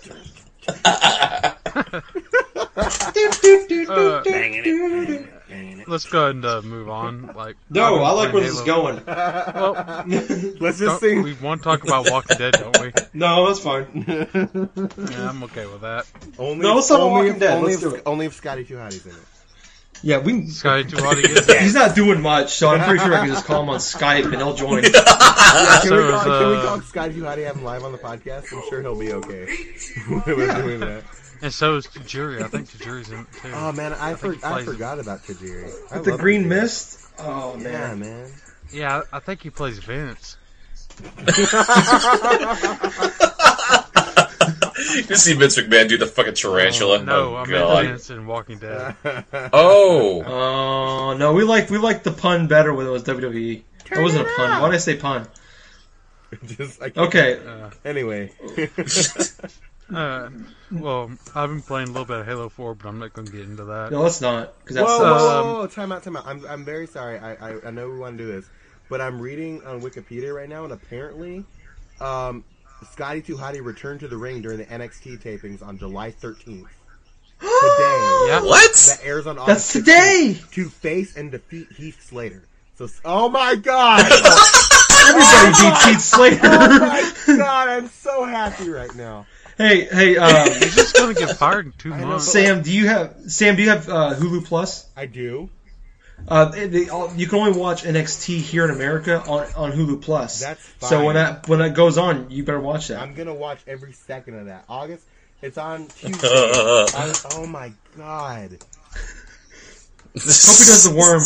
D: Uh,
B: Banging it, banging it, banging it.
D: Let's go ahead and uh, move on. Like I've
A: No,
D: been
A: I like where
D: playing
A: this is
D: Halo.
A: going.
D: Well,
B: Let's just
D: don't-
B: sing.
D: we want to talk about Walking Dead, don't we?
A: no, that's fine.
D: Yeah, I'm okay with that.
B: Only
A: No,
B: if-
A: let's talk about
B: only
A: Walking
B: if-
A: Dead.
B: only
A: Let's
B: if-
A: do it.
B: Only if Scotty Tuhati's in it.
A: Yeah, we. Can...
D: Scotty Too Hottie is dead.
A: He's not doing much, so I'm pretty sure I can just call him on Skype and he'll join.
B: Can,
D: So
B: we
D: is,
B: call, can we
D: uh,
B: call Scotty Tuhati have him live on the podcast? I'm sure he'll be okay. We're doing that.
D: And so is Tajiri. I think Tajiri's in it too.
B: Oh man, I, for,
D: he
B: I
D: plays-
B: forgot about Tajiri. I
A: With the
B: love
A: green
B: Tajiri.
A: mist. Oh
B: Yeah,
A: man.
B: man.
D: yeah, I I think he plays Vince.
C: You see Vince McMahon do the fucking tarantula.
D: No,
C: Oh,
D: I meant
C: God.
D: Vince in Walking Dead.
C: Oh,
A: Oh no, we liked we liked the pun better when it was WWE. That wasn't a pun. Why did I say pun?
B: Just
D: Oh,
B: like
A: Okay,
B: anyway.
D: Uh, well, I've been playing a little bit of Halo 4, but I'm not going to get into that.
A: no, let's not because
B: whoa,
A: that's
B: whoa,
A: uh,
B: whoa, whoa, time out, time out. I'm, I'm very sorry. I, I, I know we want to do this, but I'm reading on Wikipedia right now, and apparently, um, Scotty Tuhati returned to the ring during the NXT tapings on July 13th. Today,
D: Yeah.
C: what?
B: that airs on
A: that's
B: August
A: today.
B: 15th, to face and defeat Heath Slater. So, oh my god,
A: Everybody beat Pete
B: oh
A: Slater.
B: my god, I'm so happy right now.
A: hey, hey, um,
D: He's just going to get fired in two
B: know,
D: months.
A: Sam, do you have Sam? Do you have uh, Hulu Plus?
B: I do.
A: Uh, they- they, all, you can only watch NXT here in America on, on Hulu Plus.
B: That's
A: So
B: fine.
A: when that when that goes on, you better watch that.
B: I'm gonna watch every second of that. August, it's on Tuesday.
C: Uh,
B: I- oh my god.
A: Hope he does the worm.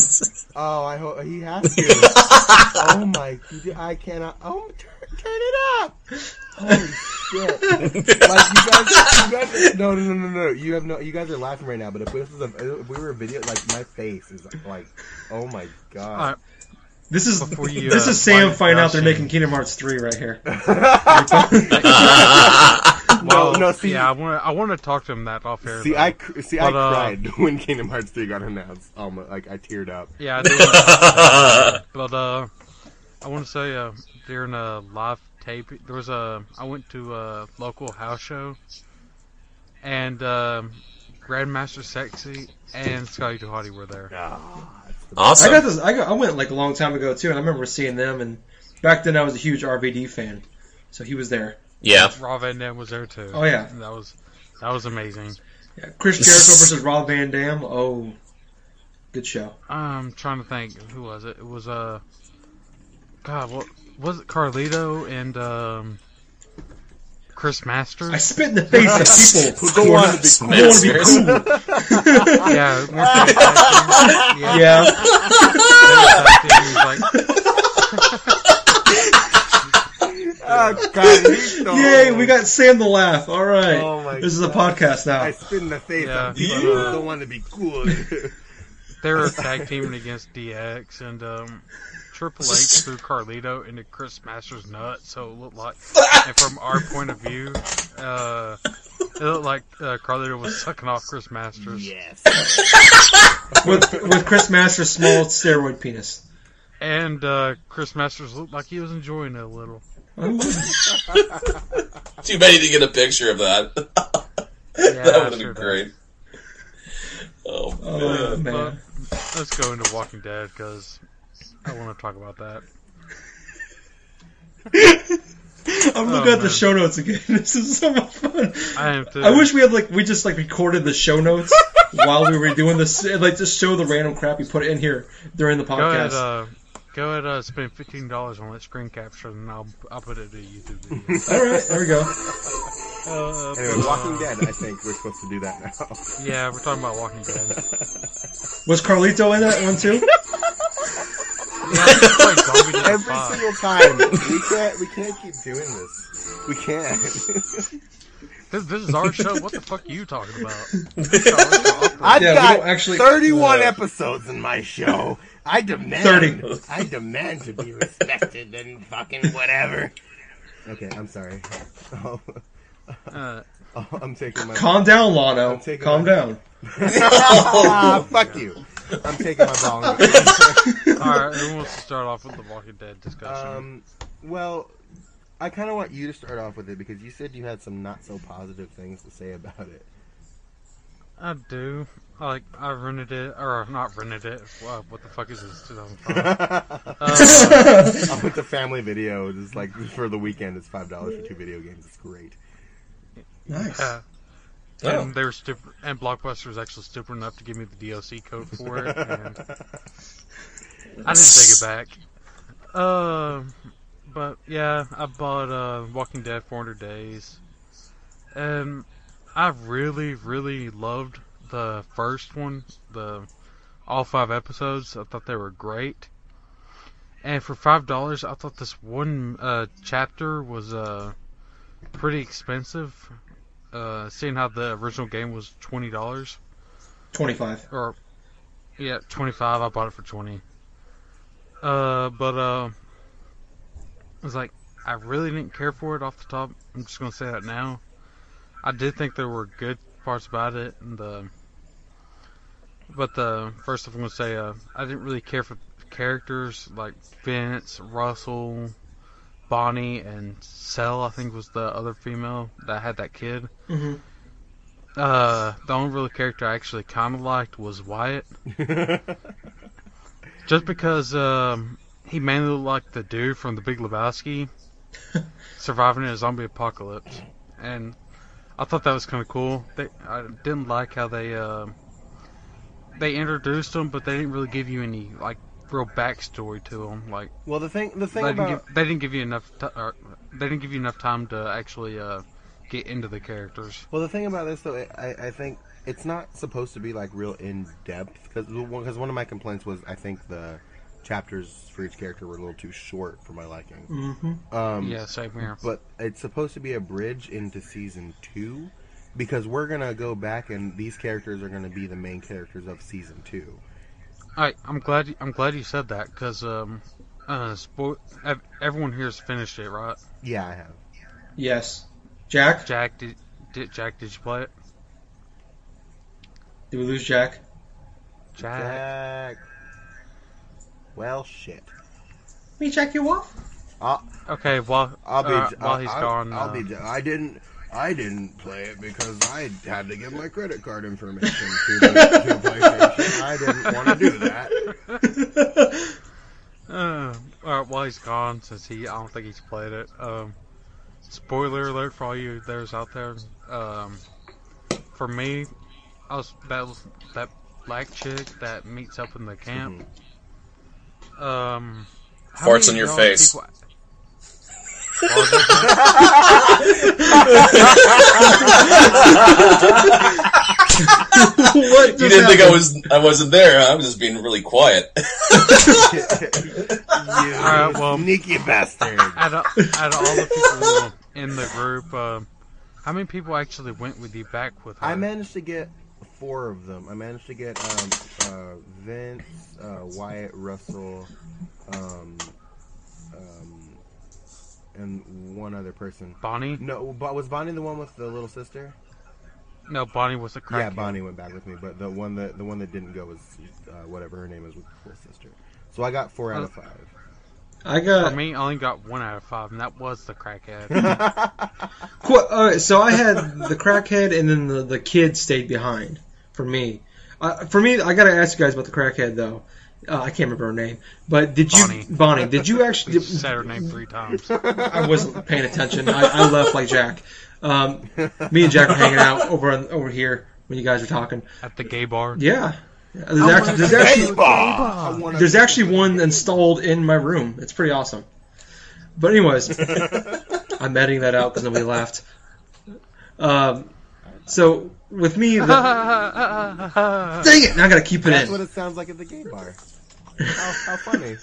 B: Oh, I hope he has to. oh my, I cannot. Oh, turn, turn it up! Holy shit! like you guys, you guys, no, no, no, no, no. You have no. You guys are laughing right now, but if this is a, if we were a video, like my face is like, oh my
D: All right,
B: god.
A: This is
D: Before you,
A: this
D: uh,
A: is Sam
D: find
A: finding out they're
D: Yoshi.
A: making Kingdom Hearts three right here.
D: well,
B: no, see-
D: yeah, I want to I want to talk to him that off air.
B: See,
D: though.
B: I cr- see,
D: But,
B: I
D: uh,
B: cried when Kingdom Hearts three got announced. Almost, like I teared up.
D: Yeah, I do wanna- but uh, I want to say uh, during a live tape, there was a I went to a local house show, and um, Grandmaster Sexy and Scotty Tuhati were there.
B: Ah, that's the
A: I got
C: awesome.
A: this. I got. I went like a long time ago too, and I remember seeing them. And back then, I was a huge RVD fan, so he was there.
C: Yeah.
D: Rob Van Dam was there too.
A: Oh, yeah.
D: And that was that was amazing.
A: Yeah, Chris Jericho versus Rob Van Dam. Oh, good show.
D: I'm trying to think who was it. It was uh, God, what was it? Carlito and um, Chris Masters.
A: I spit in the face of people
B: Who don't want to be cool.
A: who want to be
C: Masters.
A: cool.
D: yeah, it was Chris Masters. yeah.
A: Yeah,
B: Ah, Carlito.
A: yay! We got Sam to laugh. All right,
B: Oh, my
A: this is a
B: God.
A: podcast now.
B: I spit in the face.
D: Yeah. uh,
B: on people who don't want to be cool.
D: they were tag teaming against DX and um, Triple H threw Carlito into Chris Masters' nut, so it looked like, and from our point of view, uh, it looked like uh, Carlito was sucking off Chris Masters.
B: yes.
A: With with Chris Masters' small steroid penis.
D: And uh, Chris Masters looked like he was enjoying it a little.
A: Oh,
C: Too bad you didn't get a picture of that.
D: Yeah,
C: that would have
D: sure
C: been
D: did.
C: great. Oh, man.
A: Oh
D: But
A: man.
D: let's go into Walking Dead because I want to talk about that.
A: I'm looking
D: Oh,
A: at the
D: man.
A: show notes again. This is so much fun.
D: I am too.
A: I wish we had like we just like recorded the show notes while we were doing this, and, like just show the random crap you put in here during the
D: Go ahead,
A: podcast.
D: uh, go ahead, uh, spend fifteen dollars on that screen capture, and I'll I'll put it to YouTube video.
A: All right, there we go.
D: uh,
B: Anyway,
D: but,
B: Walking
D: uh,
B: Dead. I think we're supposed to do that now.
D: Yeah, we're talking about Walking Dead.
A: Was Carlito in that one too?
D: It's like Zombie Dead
B: Every
D: Five.
B: single time. We can't. We can't keep doing this. We can't.
D: This, this is our show. What the fuck are you talking about?
B: I've
A: Yeah, we
B: got
A: don't actually-
B: 31
A: uh,
B: episodes in my show. I demand.
A: 30.
B: I demand to be respected and fucking whatever. Okay, I'm sorry. Oh,
D: Uh,
B: I'm taking my.
A: Calm down,
B: I'm
A: Lano.
B: taking
A: Calm
B: my-
A: down.
B: ah, fuck you. I'm taking my ball. and go.
D: all right, who wants to start off with the Walking Dead discussion?
B: Um, well, I kind of want you to start off with it because you said you had some not so positive things to say about it.
D: I do. Like I rented it, or not rented it. Wow, what the fuck is this? 2005. uh,
B: I'll put the family video. It's like for the weekend. It's five dollars for two video games. It's great.
A: Nice.
D: yeah.
C: Oh.
D: And they were stupid, and Blockbuster was actually stupid enough to give me the DLC code for it. And I didn't take it back. Um, but yeah, I bought uh, Walking Dead 400 Days, and I really, really loved the first one. The all five episodes, I thought they were great. And for five dollars, I thought this one uh, chapter was uh, pretty expensive. Uh, seeing how the original game was twenty dollars
A: Twenty-five.
D: or yeah, twenty five. I bought it for twenty. Uh, but uh, I was like, I really didn't care for it off the top. I'm just gonna say that now. I did think there were good parts about it, and the but the first off, I'm gonna say uh, I didn't really care for characters like Vince, Russell, Bonnie, and Cell. I think was the other female that had that kid.
A: Mhm.
D: Uh, the only real character I actually kind of liked was Wyatt. Just because um, he mainly looked like the dude from The Big Lebowski, surviving in a zombie apocalypse, and I thought that was kind of cool. They, I didn't like how they um they introduced him, but they didn't really give you any like real backstory to him. Like
B: Well, the thing, the thing
D: they
B: about
D: didn't, give, they didn't give you enough. T- or, they didn't give you enough time to actually uh, get into the characters.
B: Well, the thing about this though, I, I think it's not supposed to be like real in depth because because one of my complaints was I think the chapters for each character were a little too short for my liking.
A: Mm-hmm.
B: Um,
D: Yeah, same here.
B: but it's supposed to be a bridge into season two because we're gonna go back and these characters are gonna be the main characters of season two.
D: All right, I'm glad you, I'm glad you said that because um, uh, spo- ev- everyone here's finished it, right?
B: Yeah, I have.
A: Yes. Jack.
D: Jack did, did Jack did you play it?
A: Did we lose Jack?
D: Jack.
B: Jack. Well, shit.
A: Me, Jack, you off?
D: Okay, well
B: I'll be.
D: uh, while
B: I'll,
D: he's
B: I'll-
D: gone,
B: I'll
D: uh,
B: be. I didn't. I didn't play it because I had to give my credit card information to, the, to PlayStation. I didn't want to do that.
D: Uh, all right, while he's gone, since he, I don't think he's played it. Um, spoiler alert for all you there's out there. Um, for me, I was that was that black chick that meets up in the camp.
B: Mm-hmm.
D: Um, how
C: Farts
D: many
C: in your
D: y'all
C: face.
D: people- Farts in your face?
A: what?
C: You didn't think I was I wasn't there. Huh? I was just being really quiet.
B: You
D: All right, well-
B: sneaky bastard.
D: out of, out of all the people in the group, um, how many people actually went with you back with her?
B: I managed to get four of them. I managed to get um, uh, Vince, uh, Wyatt, Russell, um, um, and one other person.
D: Bonnie?
B: No, but was Bonnie the one with the little sister?
D: No, Bonnie was a crack.
B: Yeah, Bonnie went back with me, but the one that the one that didn't go was uh, whatever her name is with the little sister. So I got four out of five.
A: I
D: For
A: got.
D: me, I only got one out of five, and that was the crackhead.
A: Qu- all right, so I had the crackhead, and then the, the kid stayed behind for me. Uh, for me, I gotta ask you guys about the crackhead though. Uh, I can't remember her name, but did you,
D: Bonnie.
A: Bonnie? Did you actually? did-
D: said her name three times.
A: I wasn't paying attention. I, I left like Jack. Um, me and Jack were hanging out over on, over here when you guys were talking.
D: At the gay bar.
A: Yeah, there's actually there's actually,
B: I wanna-
A: there's actually one installed in my room. It's pretty awesome. But anyways, I'm editing that out because nobody laughed. Um, so with me, the, dang it! Now I gotta keep it
B: That's
A: in.
B: what it sounds like at the gay bar. How, how funny.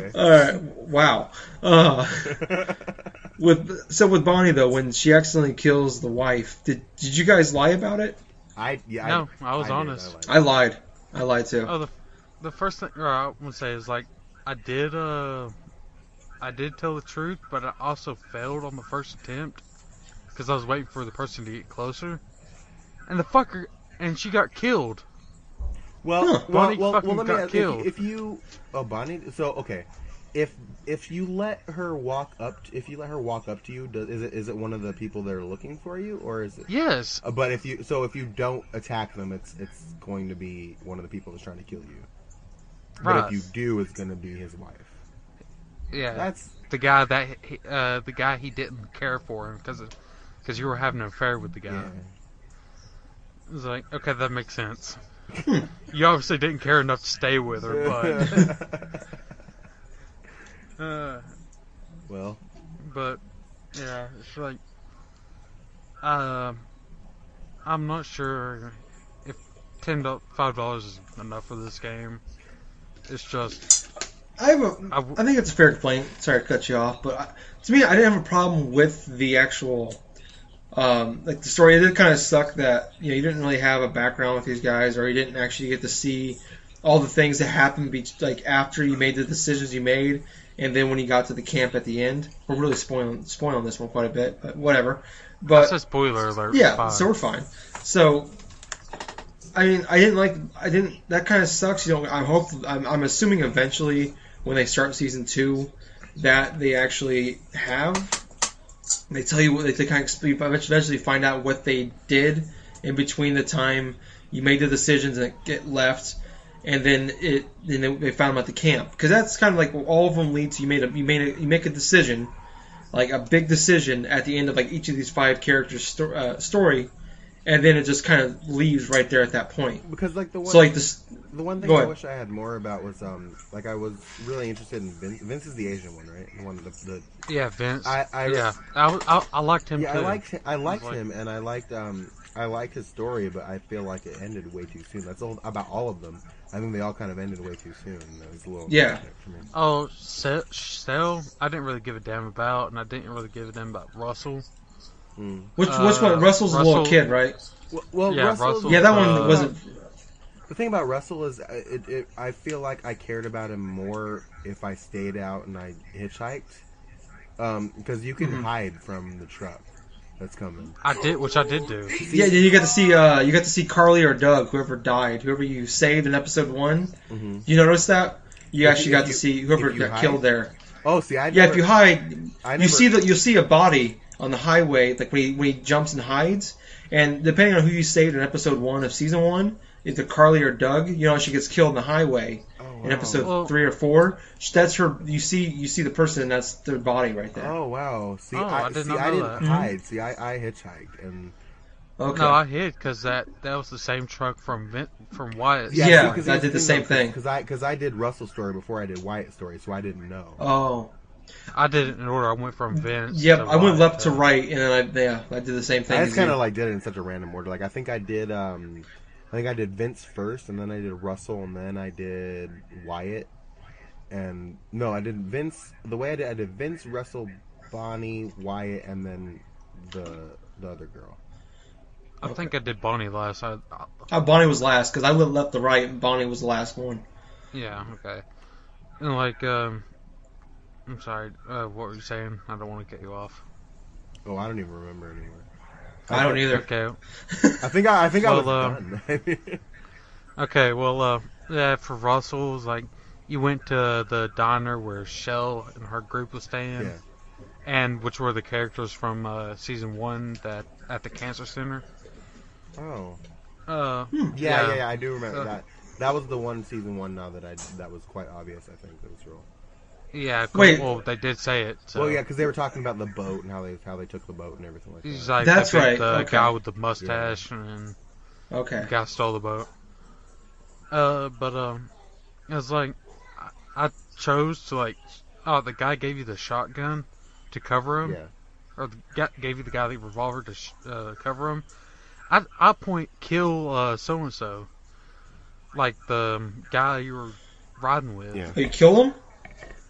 B: anyway,
A: All right. Wow. Uh, With so with Bonnie though, when she accidentally kills the wife, did did you guys lie about it?
B: I yeah.
D: No, I was
B: did,
D: honest.
B: lied.
A: I lied. I lied too.
D: Oh, the the first thing or I would say is like I did uh I did tell the truth, but I also failed on the first attempt because I was waiting for the person to get closer, and the fucker and she got killed.
B: Well,
A: Huh.
B: well,
D: Bonnie
B: well,
D: fucking
B: well, let me
D: got
B: ask you,
D: killed.
B: if you oh Bonnie, so okay, if if you let her walk up, t- if you let her walk up to you, does, is it is it one of the people that are looking for you, or is it?
D: Yes,
B: Uh, But if you so if you don't attack them, it's it's going to be one of the people that's trying to kill you. But
D: right.
B: if you do, it's going to be his wife.
D: yeah,
B: That's
D: the guy that he, uh the guy he didn't care for because because you were having an affair with the guy.
B: yeah.
D: It was like okay, that makes sense. you obviously didn't care enough to stay with her, but. Uh,
B: well,
D: But yeah, it's like um, I'm not sure if ten five dollars is enough for this game. It's just
A: I have a.
D: I w-
A: I think it's a fair complaint. Sorry to cut you off, but I, to me, I didn't have a problem with the actual, um, like the story. It did kind of suck that you know you didn't really have a background with these guys, or you didn't actually get to see all the things that happened, be, like after you made the decisions you made, and then when you got to the camp at the end. We're really spoiling spoiling this one quite a bit, but whatever. But
D: it's a spoiler alert.
A: yeah,
D: five.
A: so we're fine. So, I mean, I didn't like, I didn't. That kind of sucks. You know, I hope, I'm, I'm assuming eventually when they start season two, that they actually have. They tell you what they, they kind of you eventually find out what they did in between the time you made the decisions and it get left, and then it then they, they found them at the camp because that's kind of like well, all of them lead to you made a you made a, you make a decision like a big decision at the end of like each of these five characters' sto- uh, story, and then it just kind of leaves right there at that point.
B: because like the one
A: So like this,
B: the one thing
A: go
B: I
A: ahead.
B: wish I had more about was um like I was really interested in Vince. Vince is the Asian one, right? The one the, the
D: yeah, Vince.
B: I- I-
D: yeah, I, was- I, I liked him
B: yeah,
D: too.
B: I liked hi- I liked
D: like-
B: him, and I liked um I liked his story, but I feel like it ended way too soon. That's all about all of them. I think they all kind of ended way too soon. and It was a little
A: Yeah.
B: unfortunate for me.
D: Oh, Se- Sel, I didn't really give a damn about, and I didn't really give a damn about Russell.
B: Hmm.
A: which which
D: Uh,
A: one? Russell's a little
D: Russell-
A: kid, right?
B: Well, well
D: Yeah,
B: Russell,
D: Russell-
A: Yeah, that one
D: Uh,
A: wasn't.
B: The thing about Russell is, uh, it, it, I feel like I cared about him more if I stayed out and I hitchhiked, because you
A: Mm-hmm.
B: can hide from the truck that's coming.
D: I did, which I did do.
A: Yeah, you got to see uh, you got to see Carly or Doug, whoever died, whoever you saved in episode one.
B: Mhm.
A: You notice that you
B: If
A: actually
B: you-
A: got
B: if
A: to
B: you-
A: see whoever
B: if you
A: got
B: hide?
A: killed there.
B: Oh, see, I
A: Yeah, if
B: never-
A: you hide,
B: I
A: you
B: never-
A: see that you see a body on the highway, like when he when he jumps and hides. And depending on who you saved in episode one of season one, either Carly or Doug, you know she gets killed on the highway
B: Oh,
A: in
B: wow.
A: episode
D: Well-
A: three or four. sh- That's her. You see you see the person, and that's their body right there.
B: Oh wow! See,
D: Oh,
B: I,
D: I did
B: see,
D: not
B: I
D: know
B: didn't
D: that.
B: hide. See, I, I hitchhiked, and Oh.
A: okay.
D: No, I hid because that that was the same truck from Vin, from Wyatt.
A: Yeah, I did the same thing.
B: because I because I did Russell's story before I did Wyatt's story, so I didn't know.
A: oh,
D: I did it in order. I went from Vince.
A: yep.
D: to
A: I went
D: Wyatt,
A: left to
D: uh,
A: right, and then I yeah, I did the same thing.
B: I
A: as
B: just kind
A: you.
B: of like did it in such a random order. Like I think I did, um, I think I did Vince first, and then I did Russell, and then I did Wyatt, and no, I did Vince. The way I did, I did Vince, Russell, Bonnie, Wyatt, and then the the other girl.
D: I think I did Bonnie last. I, I,
A: Uh, Bonnie was last because I went left to right, and Bonnie was the last one.
D: yeah, okay. And like, um, I'm sorry. Uh, what were you saying? I don't want to cut you off.
B: Oh, I don't even remember anymore.
A: I don't either.
D: Okay.
B: I think I, I think
D: Well, uh,
B: I was done.
D: Okay. Well, uh, yeah. For Russell, it was like you went to the diner where Shell and her group was staying,
B: Yeah.
D: and which were the characters from uh, season one that at the cancer center.
B: oh.
D: Uh,
B: Yeah, yeah,
D: Yeah.
B: yeah, I do remember
D: So-
B: that. That was the one season one. Now that I that was quite obvious. I think that was real.
D: yeah.
A: Wait.
D: Well, they did say it. So.
B: well, yeah, because they were talking about the boat and how they how they took the boat and everything like
D: He's
B: that.
D: like,
A: That's
D: I
A: right,
D: think The
A: okay.
D: guy with the mustache and
A: Okay.
D: The guy stole the boat. Uh, but um, it was like I, I chose to like. Oh, the guy gave you the shotgun to cover him,
B: Yeah,
D: or the guy gave you the guy the revolver to sh- uh, cover him. I I point kill uh so and so, like the um, guy you were riding with.
B: Yeah.
A: Oh, you kill him?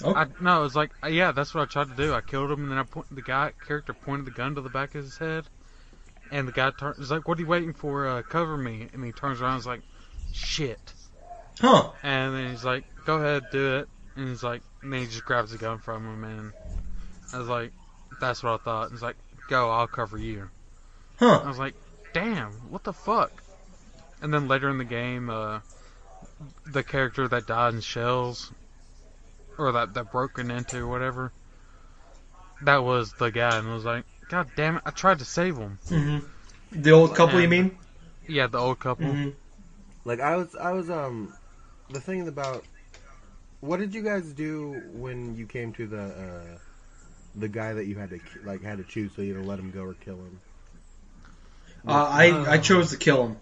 A: Oh.
D: I, no, it was like, uh, yeah, that's what I tried to do. I killed him, and then I point the guy character pointed the gun to the back of his head, and the guy turns he's like, "What are you waiting for? Uh, cover me!" And he turns around, and is like, "Shit!"
A: Huh.
D: And then he's like, "Go ahead, do it." And he's like, and then he just grabs the gun from him, and I was like, "That's what I thought." And he's like, "Go, I'll cover you." I
A: Huh.
D: was like, "Damn, what the fuck?" And then later in the game, uh, the character that died in shells, or that that broken into, or whatever, that was the guy, and I was like, "God damn it, I tried to save him."
A: hmm The old couple, you
D: And-
A: mean?
D: Yeah, the old couple.
A: hmm
B: Like I was, I was. Um, the thing about what did you guys do when you came to the uh, the guy that you had to ki- like had to choose, so you had to let him go or kill him?
A: Uh, I I chose to kill him.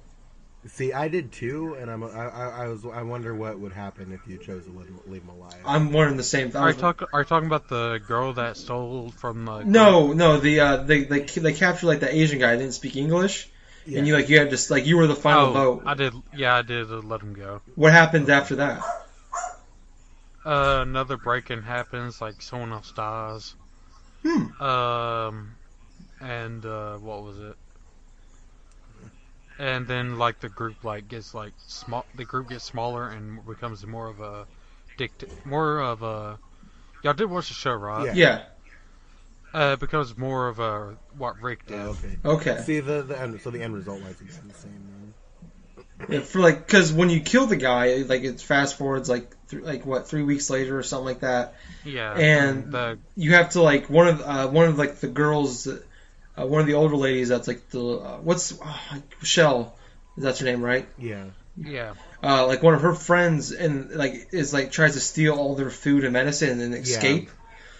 B: See, I did too, and I'm. I, I, I was. I wonder what would happen if you chose to let him, leave him alive.
A: I'm wondering the same thing.
D: Are you, talk, are you talking about the girl that stole from the?
A: No, no. The uh, they they they captured like the Asian guy. that didn't speak English,
B: Yeah.
A: and you like you had just like you were the final
D: Oh,
A: vote.
D: I did. Yeah, I did uh, let him go.
A: What happens after that?
D: Uh, another break-in happens. Like someone else dies.
A: Hmm.
D: Um, and uh, what was it? And then like the group like gets like small. The group gets smaller and becomes more of a dict. More of a. Y'all did watch the show,
B: Yeah.
D: right?
A: Yeah.
D: Uh, it becomes more of a what Rick did.
B: Yeah, Oh,
A: Oh.
B: okay.
A: Okay.
B: See the the end. So the end result was the same. Then.
A: Yeah, for like because when you kill the guy, like it fast forwards like th- like what three weeks later or something like that.
D: Yeah.
A: And-
D: the
A: You have to like one of uh, one of like the girls, uh, one of the older ladies that's like the uh, what's uh, Michelle, that's her name right?
B: Yeah.
D: yeah.
A: Uh, like one of her friends and like is like tries to steal all their food and medicine and escape.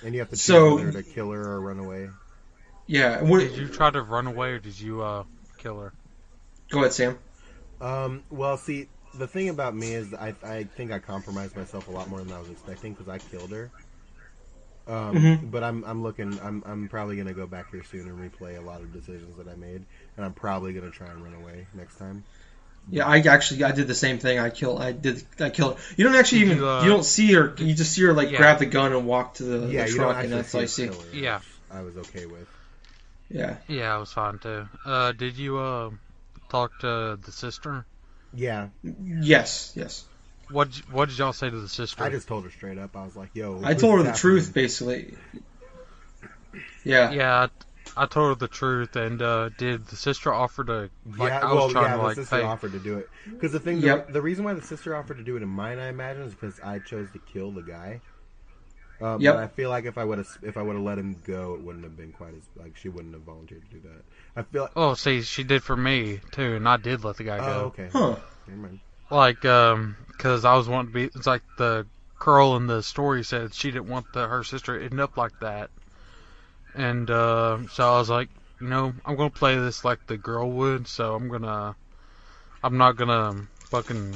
B: And you have to choose
A: So-
B: whether to kill her or run away.
A: Yeah. and what-
D: Did you try to run away or did you uh kill her?
A: Go ahead, Sam.
B: Um, well, see, the thing about me is I, I think I compromised myself a lot more than I was expecting because I killed her. Um,
A: Mhm.
B: But I'm, I'm looking, I'm, I'm probably going to go back here soon and replay a lot of decisions that I made. And I'm probably going to try and run away next time.
A: Yeah, I actually I did the same thing. I kill I did I killed her. You don't actually
D: Did
A: even
D: you,
A: you,
D: uh,
A: don't see her. You just see her like
D: Yeah.
A: grab the gun and walk to Uh, the,
B: yeah,
A: the
B: you don't
A: truck, and
B: actually
A: that's all I see.
B: her kill her,
D: Yeah.
B: which I was okay with.
A: Yeah.
D: Yeah, I was fine too. Uh, did you uh talk to the sister?
B: Yeah,
A: Yes. Yes.
D: What What did y'all say to the sister?
B: I just told her straight up. I was like, yo.
A: I
B: this
A: told her
B: is
A: the truth,
B: happening.
A: basically. Yeah.
D: yeah, I, I told her the truth, and uh, did the sister offer to? Like,
B: yeah,
D: I was
B: well,
D: trying
B: yeah,
D: to
B: the
D: like
B: sister
D: pay-
B: offered to do it. Because the thing,
A: Yep.
B: the, the reason why the sister offered to do it in mine, I imagine, is because I chose to kill the guy. Um,
A: Yep.
B: But I feel like if I would have if I would have let him go, it wouldn't have been quite as like she wouldn't have volunteered to do that. I feel. Like,
D: Oh, see, she did for me too, and I did let the
B: oh,
D: guy go.
B: okay.
A: Huh.
B: Never mind.
D: Like, um, because I was wanting to be. It's like the girl in the story said she didn't want the, her sister to end up like that, and uh, so I was like, you know, I'm gonna play this like the girl would. So I'm gonna, I'm not gonna um, fucking,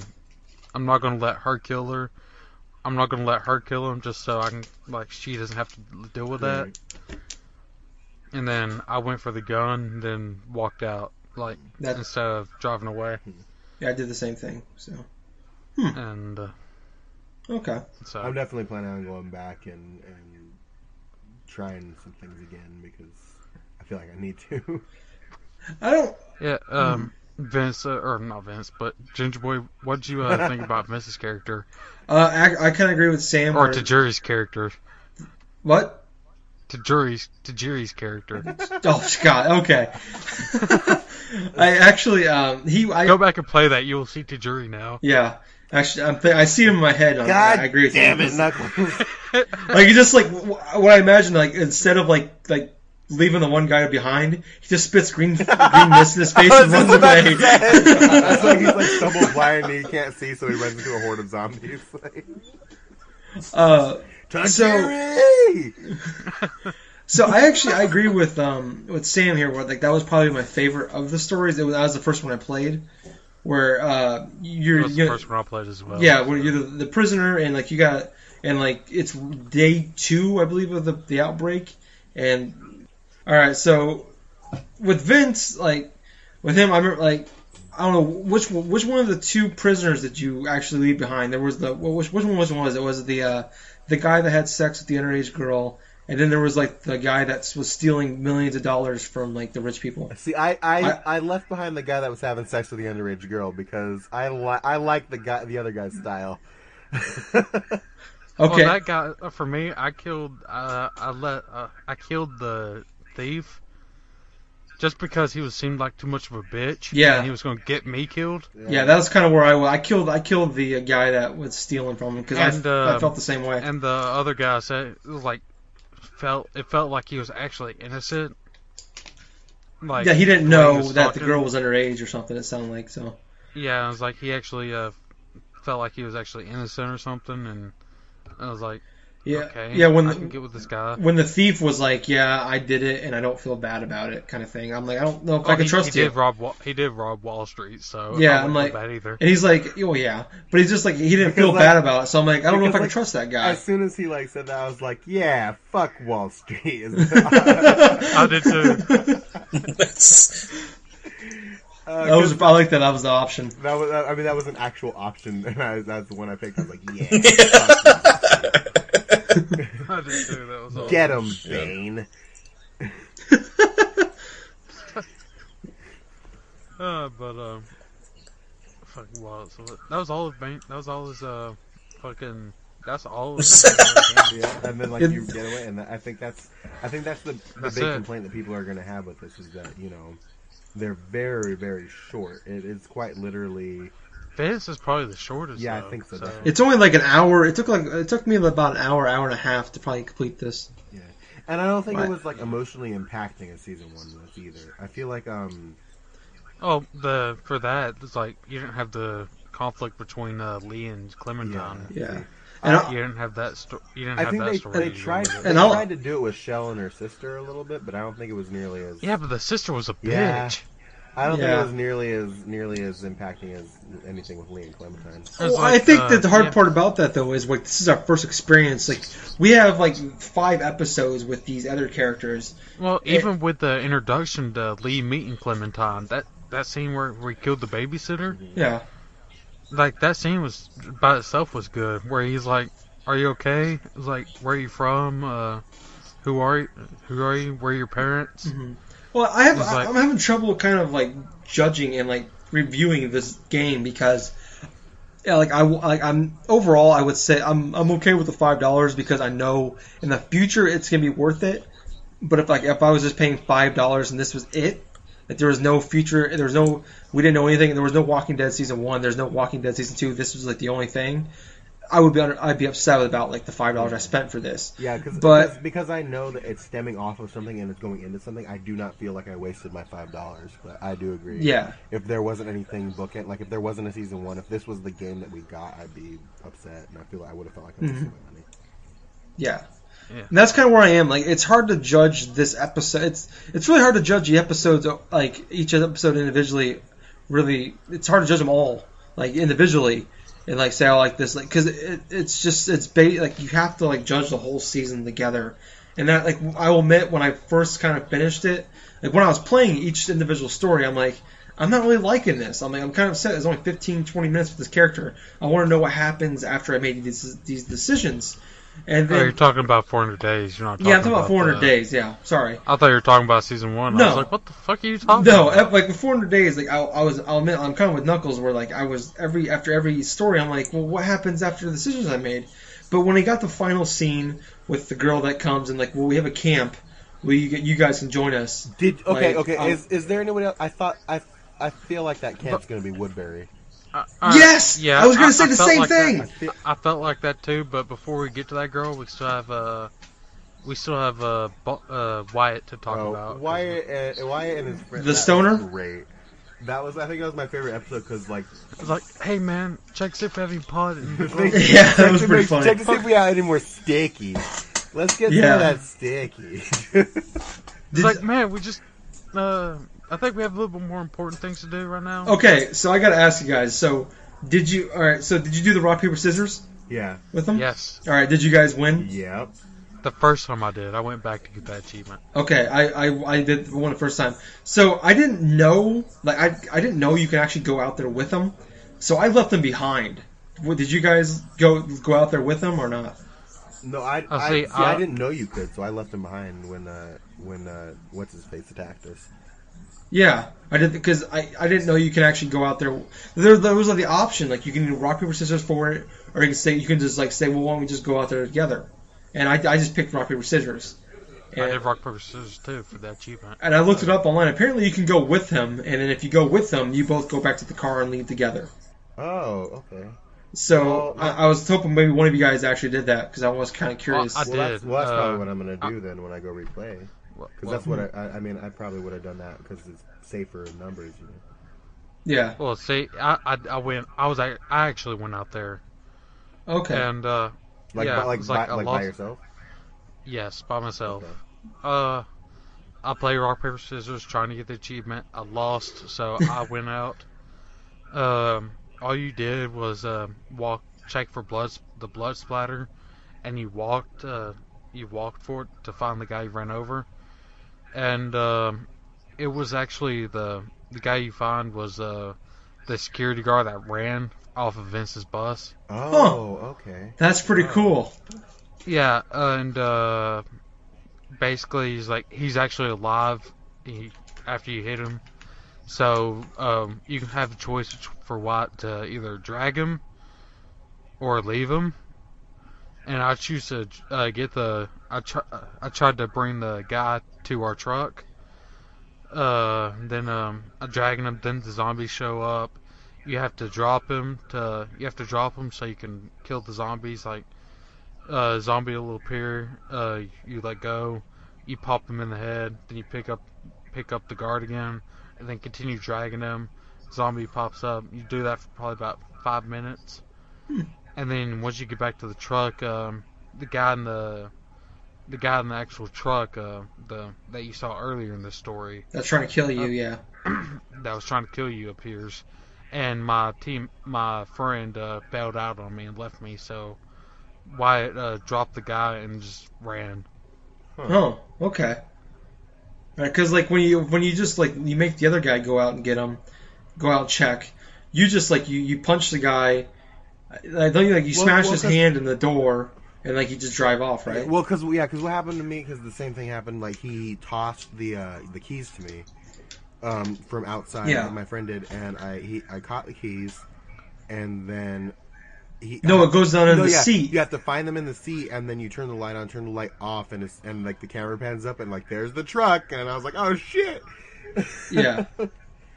D: I'm not gonna let her kill her. I'm not gonna let her kill him just so I can like she doesn't have to deal with that.
B: Right.
D: And then I went for the gun, then walked out like
A: That-
D: instead of driving away.
A: Yeah, I did the same thing. So
D: And uh,
A: okay.
D: so
B: I'm definitely planning on going back and and trying some things again because I feel like I need to.
A: I don't.
D: Yeah,
A: Mm-hmm.
D: um, Vince, uh, or not Vince, but Ginger Boy, what'd you uh, think about Vince's character?
A: Uh, I, I kind of agree with Sam.
D: Or
A: where-
D: Tajiri's character?
A: what?
D: Tajiri's, Tajiri's character.
A: Oh God. Okay. I actually um he I
D: Go back and play that, you'll see Tajiri now.
A: yeah actually I'm th- I see him in my head. I, I agree with you.
B: Knuckles.
A: Like it's just like w- what I imagine. Like instead of like like leaving the one guy behind, he just spits green green mist in his face and runs away.
B: That's why he's like stumble blind and he can't see, so he runs into a horde of zombies. Like,
A: Uh,
B: Tajiri!
A: So I actually I agree with um with Sam here. Where like that was probably my favorite of the stories. It was, that was the first one I played, where uh you're,
D: That was the
A: you
D: first one I played as well.
A: yeah where you're the, the prisoner and like you got and like it's day two I believe of the the outbreak and all right so with Vince like with him I remember like I don't know which one- which one of the two prisoners did you actually leave behind. There was the well, which which one was it was it was it the uh, the guy that had sex with the underage girl, and then there was like the guy that was stealing millions of dollars from like the rich people.
B: See, I, I,
A: I-
B: I left behind the guy that was having sex with the underage girl because I li- I like the guy the other guy's style.
A: Okay,
D: Well, that guy uh, for me, I killed. Uh, I let. Uh, I killed the thief just because he was seemed like too much of a bitch.
A: Yeah.
D: and he was gonna get me killed.
A: yeah, that was kind of where I was. I killed I killed the uh, guy that was stealing from him because
D: And,
A: I, I
D: um,
A: felt the same way.
D: And the other guy said, it was like, felt it felt like he was actually innocent. Like
A: yeah, he didn't
D: the way
A: know
D: was
A: that the
D: talking.
A: girl was underage or something. It sounded like so.
D: Yeah, I was like, he actually uh, felt like he was actually innocent or something, and I was like,
A: Yeah,
D: okay,
A: yeah. When
D: I
A: the-
D: can get with this guy.
A: when the thief was like, "Yeah, I did it, and I don't feel bad about it," kind of thing. I'm like, I don't know if I
D: Oh,
A: can
D: he,
A: trust
D: he
A: you.
D: Did rob, Wa- he did rob Wall Street, so
A: Yeah,
D: I
A: I'm like-
D: wouldn't feel bad either.
A: And he's like, "Oh yeah," but he's just like, he didn't
B: Because,
A: feel
B: like-
A: bad about it. So I'm like, I don't know if I
B: because,
A: can
B: like,
A: trust that guy.
B: As soon as he like said that, I was like, "Yeah, fuck Wall Street." Uh,
D: I did too.
C: That's
B: Uh,
A: That was, I like that. That was the option.
B: That was, I mean, that was an actual option, and I, that's the one I picked. I was like, yeah,
D: I did too. That was awesome.
B: get him, Bane.
D: Uh, but um, fucking wild. So that was all of Bane. That was all his uh, fucking. That's all. Of
B: Yeah, and then like
A: It-
B: you get away, and I think that's, I think that's the, the
D: That's
B: big
D: it.
B: complaint that people are going to have with this is that you know, they're very very short. It is quite literally,
D: Vince is probably the shortest.
B: Yeah, I
D: though,
B: think so,
D: so.
B: definitely.
A: It's only like an hour. It took like it took me about an hour, hour and a half to probably complete this.
B: and I don't think
A: Right.
B: it was like emotionally impacting as season one was either. I feel like um,
D: Oh, the for that it's like you didn't have the conflict between uh, Lee and Clementine.
A: Yeah, and
B: I,
A: I,
D: You didn't have that story. You didn't
B: I
D: have
B: think
D: that
B: they,
D: story.
B: they
D: to
B: tried
D: deal with.
B: they
A: And I'll-
B: tried to do it with Shell and her sister a little bit, but I don't think it was nearly as
D: Yeah, but the sister was a bitch.
B: Yeah. I don't think
A: Yeah.
B: it was nearly as nearly as impacting as anything with Lee and Clementine.
D: It was
A: Well, I
D: like,
A: think
D: uh,
A: that the hard
D: yeah.
A: part about that though is like this is our first experience. Like we have like five episodes with these other characters.
D: Well,
A: Yeah.
D: even with the introduction to Lee meeting Clementine, that that scene where we killed the babysitter,
A: Yeah,
D: like that scene was by itself was good. Where he's like, "Are you okay?" It was like, "Where are you from? Uh, who are you? Who are you? Where are your parents?"
A: Mm-hmm. Well, I have
D: It's like-
A: I'm having trouble kind of like judging and like reviewing this game because yeah, like I like I'm overall I would say I'm I'm okay with the five dollars because I know in the future it's gonna be worth it. But if like if I was just paying five dollars and this was it, that there was no future, there was no we didn't know anything, there was no Walking Dead season one, there's no Walking Dead season two. This was like the only thing. I would be under, I'd be upset about like the five dollars I spent for this.
B: Yeah, cause,
A: But-
B: because because I know that it's stemming off of something and it's going into something. I do not feel like I wasted my five dollars, but I do agree.
A: Yeah.
B: if there wasn't anything bookend, like if there wasn't a season one, if this was the game that we got, I'd be upset, and I feel like I would have felt like I
A: Mm-hmm.
B: wasted my money.
A: Yeah.
D: Yeah.
A: And that's kind of where I am. Like, it's hard to judge this episode. It's it's really hard to judge the episodes, like each episode individually. Really, it's hard to judge them all, like individually, and like say I like this, like because it, it's just it's ba- like you have to like judge the whole season together. And that, like, I will admit, when I first kind of finished it, like when I was playing each individual story, I'm like, I'm not really liking this. I'm like, I'm kind of upset. It's only 15, 20 minutes with this character. I want to know what happens after I made these these decisions. And
D: Oh,
A: then,
D: you're talking about 400 days. You're not. Talking
A: yeah, I'm talking about 400
D: the-
A: days. Yeah, sorry.
D: I thought you were talking about season one. I
A: No.
D: was like, "What the fuck are you talking?"
A: No,
D: about?
A: at- like the 400 days, like I, I was, I'll admit, I'm kind of with Knuckles, where like I was every after every story, I'm like, well, what happens after the decisions I made? But when I got the final scene with the girl that comes and like, well, we have a camp, well, you you guys can join us.
B: Did okay,
A: Like,
B: okay.
A: um,
B: is is there anyone else? I thought I I feel like that camp's going to be Woodbury.
D: Uh, all right,
A: yes,
D: Yeah.
A: I was gonna say the
D: felt
A: same
D: like that.
A: thing.
B: I feel,
D: I felt like that too, but before we get to that girl, we still have uh, we still have uh, Bo- uh Wyatt to talk
B: Oh,
D: about.
B: Wyatt and, Wyatt and his friend.
A: The
B: that was
A: stoner?
B: Great. That was I think that was my favorite episode because like
D: It's like, hey man, check Zip Heavy Pod. And
A: Yeah, that was
B: Check to
A: pretty
B: make-
A: funny.
B: Check to see if we had any more sticky. Let's get
A: Yeah.
B: some of that sticky.
D: it's
A: Did-
D: like, man, we just uh, I think we have a little bit more important things to do right now.
A: Okay, so I gotta ask you guys. So did you? All right. So did you do the rock paper scissors
B: yeah.
A: with them?
D: Yes.
A: All right. Did you guys win?
B: Yep.
D: the first time I did. I went back to get that achievement.
A: Okay, I, I, I did one the first time. So I didn't know, like I, I didn't know you could actually go out there with them. So I left them behind. What, did you guys go go out there with them or not?
B: No, I
D: I
B: I,
D: see,
B: see, I
D: uh,
B: didn't know you could, so I left him behind when uh, when uh, what's his face attacked us.
A: Yeah, I did because I, I didn't know you can actually go out there. There those are the option. Like you can do rock paper scissors for it, or you can say you can just like say, well, why don't we just go out there together? And I, I just picked rock paper scissors.
D: I
A: And-
D: did rock paper scissors too for that achievement.
A: And I looked it up online. Apparently, you can go with him, and then if you go with him, you both go back to the car and leave together.
B: Oh, okay.
A: So
B: Well,
A: I, I was hoping maybe one of you guys actually did that because I was kind of curious.
D: I
B: Well, that's,
D: did,
B: well, that's
D: uh,
B: probably what I'm gonna do then when I go replay, because
D: Well, hmm.
B: that's what I, I, I mean. I probably would have done that because it's safer in numbers. You know?
A: yeah.
D: Well, see, I, I, I went. I was. I, I actually went out there,
A: Okay.
D: and uh,
B: Like
D: yeah,
B: by, like
D: it's
B: by,
D: like I
B: like by
D: lost-
B: yourself.
D: yes, by myself.
B: Okay.
D: Uh, I play rock paper scissors, trying to get the achievement. I lost, so I went out. Um, all you did was uh, walk, check for blood, s- the blood splatter, and you walked. Uh, you walked for it to find the guy you ran over, and um, it was actually the the guy you find was uh, the security guard that ran off of Vince's bus.
B: Oh, okay.
A: That's pretty cool.
D: Yeah, and uh, basically he's like he's actually alive he, after you hit him. So um, you can have a choice for Watt to either drag him or leave him. And I choose to uh, get the I tr- I tried to bring the guy to our truck. Uh, then um, I'm dragging him. Then the zombies show up. You have to drop him to you have to drop him so you can kill the zombies like uh, zombie will appear. Uh, you let go, you pop him in the head, then you pick up pick up the guard again, and then continue dragging him. Zombie pops up. You do that for probably about five minutes, and then once you get back to the truck, um, the guy in the the guy in the actual truck uh, the that you saw earlier in the story
A: That's trying to kill you. yeah.
D: that was trying to kill you appears, and my team, my friend, uh, bailed out on me and left me. So Wyatt uh, dropped the guy and just ran.
A: Oh. Okay. Because like when you when you just like you make the other guy go out and get him, go out and check. You just like you you punch the guy. I I don't you like you
B: Well,
A: smash
B: well,
A: his
B: 'cause-
A: hand in the door and like you just drive off, right?
B: Well, because yeah, because what happened to me? Because the same thing happened. Like he tossed the uh, the keys to me um, from outside.
A: Yeah.
B: my friend did, and I he I caught the keys, and then he
A: no, it goes down in
B: No,
A: the
B: yeah,
A: seat.
B: You have to find them in the seat, and then you turn the light on, turn the light off, and it's, and like the camera pans up, and like there's the truck, and I was like, oh shit.
A: yeah.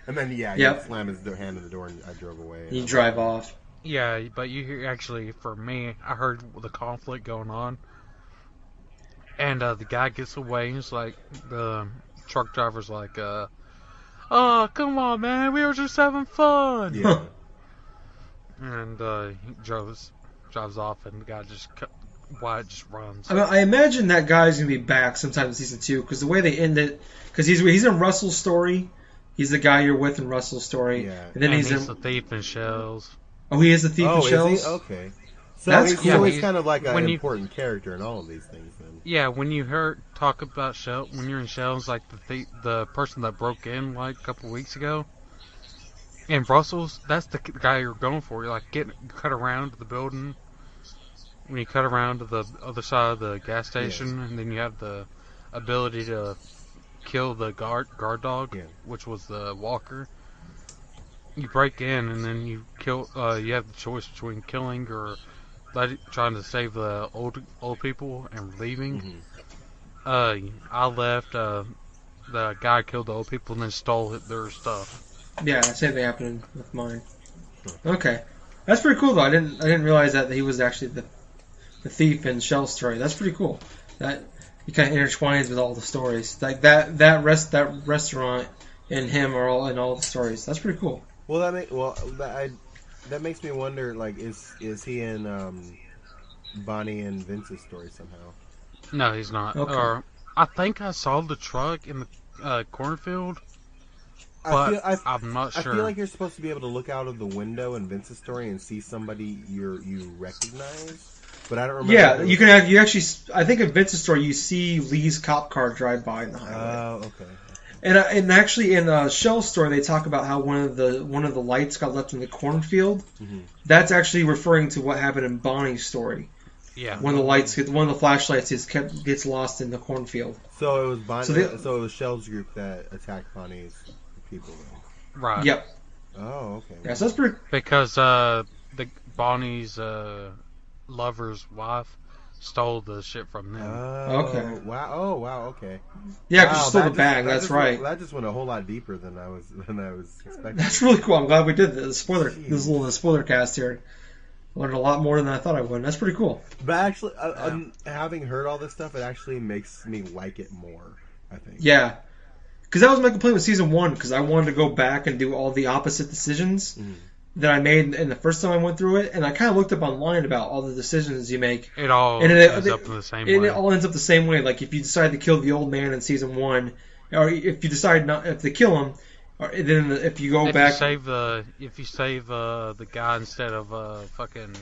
B: And then yeah,
A: Yep.
B: he slammed his do- hand in the door, and I drove away.
A: You drive off.
D: Yeah, but you hear actually for me, I heard the conflict going on, and uh, the guy gets away. and He's like the truck driver's like, uh, "Oh, come on, man, we were just having fun."
B: Yeah.
A: Oh,
D: And uh, he drives drives off, and the guy just cut, Wyatt just runs.
A: I, mean, I imagine that guy's gonna be back sometime in season two because the way they end it, because he's he's in Russell's story, he's the guy you're with in Russell's story,
B: Yeah.
A: and then
D: and
A: he's,
D: he's
A: in
D: a thief in shells.
A: oh he is the thief
B: oh,
A: of shells.
B: is he? Okay. So
A: That's
B: he's,
A: cool.
B: so he's
D: Yeah,
B: kind of like an
D: when you-
B: important character in all of these things. Then.
D: Yeah, when you heard talk about shell, when you're in shells, like the thi- the person that broke in like a couple weeks ago in Brussels, that's the c- guy you're going for. You're like getting cut around to the building. When you cut around to the other side of the gas station, and then you have the ability to kill the guard guard dog,
B: Yeah.
D: which was the walker. You break in, and then you kill. Uh, you have the choice between killing or let, trying to save the old old people and leaving.
A: Mm-hmm.
D: Uh, I left. Uh, the guy killed the old people and then stole their stuff.
A: Yeah, same thing happened with mine. Okay, that's pretty cool though. I didn't I didn't realize that he was actually the the thief in Shell's story. That's pretty cool. That he kind of intertwines with all the stories. Like that that rest that restaurant and him are all in all the stories. That's pretty cool.
B: Well, that make, well that I, that makes me wonder. Like, is is he in um, Bonnie and Vince's story somehow?
D: No, he's not.
A: Okay.
D: Or I think I saw the truck in the uh, cornfield,
B: I
D: but
B: feel, I,
D: am not
B: I
D: sure.
B: feel like you're supposed to be able to look out of the window in Vince's story and see somebody you you recognize, but I don't remember.
A: Yeah,
B: if it
A: you
B: was-
A: can have you actually. s- I think at Vince's store you see Lee's cop car drive by in the highway.
B: Oh, okay.
A: And, I- and actually, in uh, Shell's story, they talk about how one of the one of the lights got left in the cornfield.
B: Mhm.
A: That's actually referring to what happened in Bonnie's story.
B: Ah.
D: Yeah.
A: One of the lights, get- one of the flashlights, is kept gets lost in the cornfield.
B: So it was Bonnie,
A: So
B: so,
A: they-
B: it was Shell's group that attacked Bonnie's people. Ah.
D: Right.
A: Yep.
B: Then. Oh, okay.
A: Yeah, so that's pretty.
D: Because uh, the Bonnie's uh, lover's wife stole the shit from them.
A: Uh,
B: Oh,
A: Okay.
B: Wow. Oh, wow. Okay.
A: Yeah, because
B: Wow,
A: she stole
B: that
A: the
B: just-
A: bag.
B: that
A: That's
B: just
A: right.
B: went- that just went a whole lot deeper than I was than I was expecting.
A: That's really cool. I'm glad we did this spoiler.
B: Jeez.
A: This little spoiler cast here. Learned a lot more than I thought I would. That's pretty cool.
B: But actually, uh, um, having heard all this stuff, it actually makes me like it more. I think.
A: Yeah, because that was my complaint with season one. Because I wanted to go back and do all the opposite decisions
D: Mm-hmm.
B: Mhm.
A: that I made in the first time I went through it, and I kind of looked up online about all the decisions you make,
D: It all
A: And it-
D: ends
A: it-
D: up in the same
A: and
D: way.
A: it all ends up the same way. Like if you decide to kill the old man in season one, or if you decide not if to kill him, or then if you go
D: if
A: back,
D: you save the if you save uh, the guy instead of uh, fucking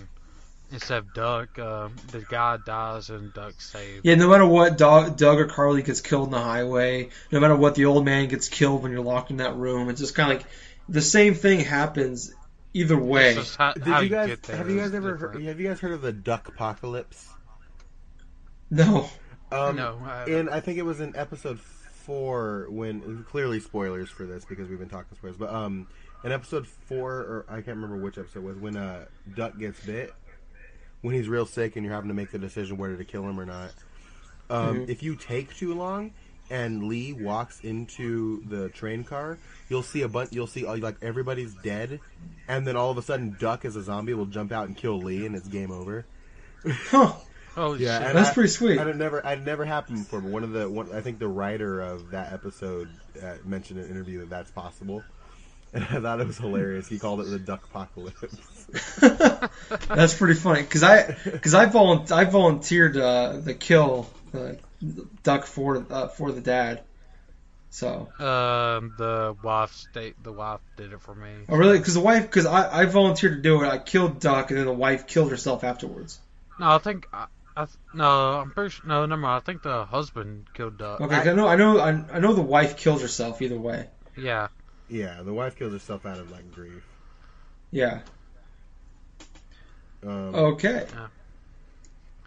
D: instead of Duck, uh, the guy dies and Duck saved.
A: Yeah, no matter what, Doug, Doug or Carly gets killed in the highway. No matter what, the old man gets killed when you're locked in that room. It's just kind of like the same thing happens either way.
D: It's just how,
B: Did
D: how
B: you guys
D: get there
B: have you
D: is
B: guys ever heard,
D: different.
B: have you guys heard of the duck apocalypse?
A: No,
B: Um,
D: no, I,
B: And I think it was in episode four when clearly spoilers for this because we've been talking spoilers, but um, in episode four or I can't remember which episode it was when uh duck gets bit when he's real sick and you're having to make the decision whether to kill him or not. Um, If you take too long and Lee walks into the train car, you'll see a bunch. You'll see all, like everybody's dead, and then all of a sudden, Duck as a zombie will jump out and kill Lee, and it's game over.
A: huh?
D: oh
B: Yeah,
D: shit.
B: and
A: That's
B: I-
A: pretty sweet.
B: And it never, it never happened before. But one of the, one, I think the writer of that episode uh, mentioned in an interview that that's possible. And I thought it was hilarious. He called it the duck apocalypse.
A: That's pretty funny because I because I volunteered I volunteered uh, the kill uh, Duck for uh, for the dad. So
D: Um, the wife state the wife did it for me.
A: oh really? Because the wife because I, I volunteered to do it. I killed Duck and then the wife killed herself afterwards.
D: No, I think I, I th- no, I'm pretty sure, no, never mind. I think the husband killed Duck.
A: Okay, 'cause I know I know I, I know the wife killed herself either way.
D: Yeah,
B: yeah, the wife kills herself out of like grief.
A: Yeah.
B: Um,
A: Okay.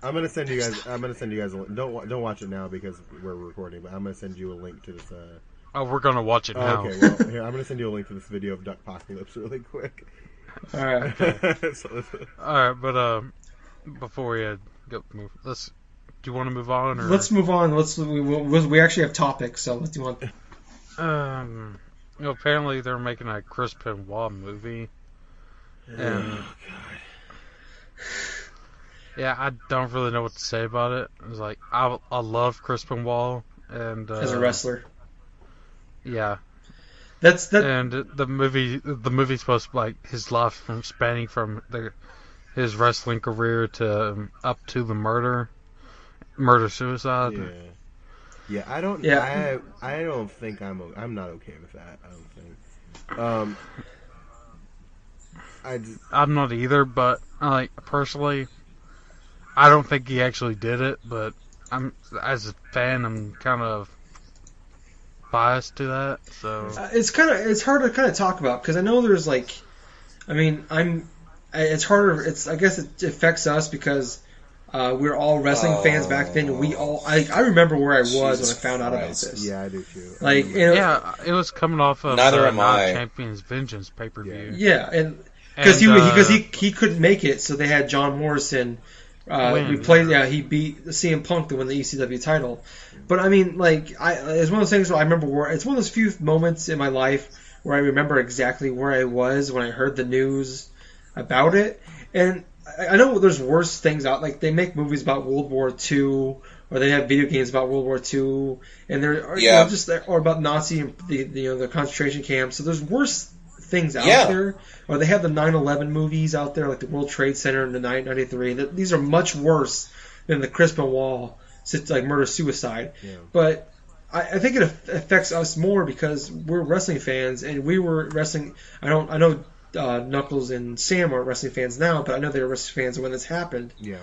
B: I'm gonna send you guys. I'm gonna send you guys. A, li- don't wa- don't watch it now because we're recording. But I'm gonna send you a link to this. Uh,
D: oh, we're gonna watch it
B: oh,
D: now.
B: Okay, well, here I'm gonna send you a link to this video of duck apocalypse really quick.
A: All right.
B: So-
D: All right, but um, before we uh, go move, let's. Do you want to move on or
A: Let's move on. Let's we, we we actually have topics, so let's do one.
D: Um, you know, apparently they're making a Chris Benoit movie, and yeah, I don't really know what to say about it. It's like I I love Chris Benoit and uh,
A: as a wrestler.
D: yeah,
A: That's that.
D: and the movie the movie's supposed to be like his life from spanning from the his wrestling career to um, up to the murder, murder suicide.
B: Yeah. Yeah, I don't.
A: Yeah.
B: I I don't think I'm. o- I'm not okay with that. I don't think. Um. I just,
D: I'm not either, but like personally, I don't think he actually did it. But I'm as a fan, I'm kind of biased to that. So
A: uh, it's kind of it's hard to kind of talk about because I know there's like, I mean, I'm. I- It's harder. It's I guess it affects us because uh, we're all wrestling fans back then. And we all. I, I remember where I was when I
C: Jesus
A: found out about
C: Christ.
A: this.
B: yeah, I do too. I
A: Like
B: mean,
A: you know, yeah,
D: yeah, it was coming off of
C: Neither
D: the
C: am I.
D: Night Champions Vengeance pay per view.
A: and because he
D: And, uh,
A: because he he couldn't make it, so they had John Morrison. Uh,
D: Win.
A: we played. Yeah, he beat CM Punk to win the ECW title. But I mean, like, I it's one of those things where I remember where it's one of those few moments in my life where I remember exactly where I was when I heard the news about it. And I I know there's worse things out. Like they make movies about World War II, or they have video games about World War II, and there are
C: Yeah.
A: you know, just there, or about Nazi and the, the you know the concentration camps. So there's worse things out
C: Yeah.
A: there. Or they have the 9/11 movies out there, like the World Trade Center and the 993. That these are much worse than the Crispin Wall, sit- like murder suicide.
B: Yeah.
A: But I, I think it aff- affects us more because we're wrestling fans, and we were wrestling. I don't. I know uh, Knuckles and Sam are wrestling fans now, but I know they were wrestling fans when this happened.
B: yeah,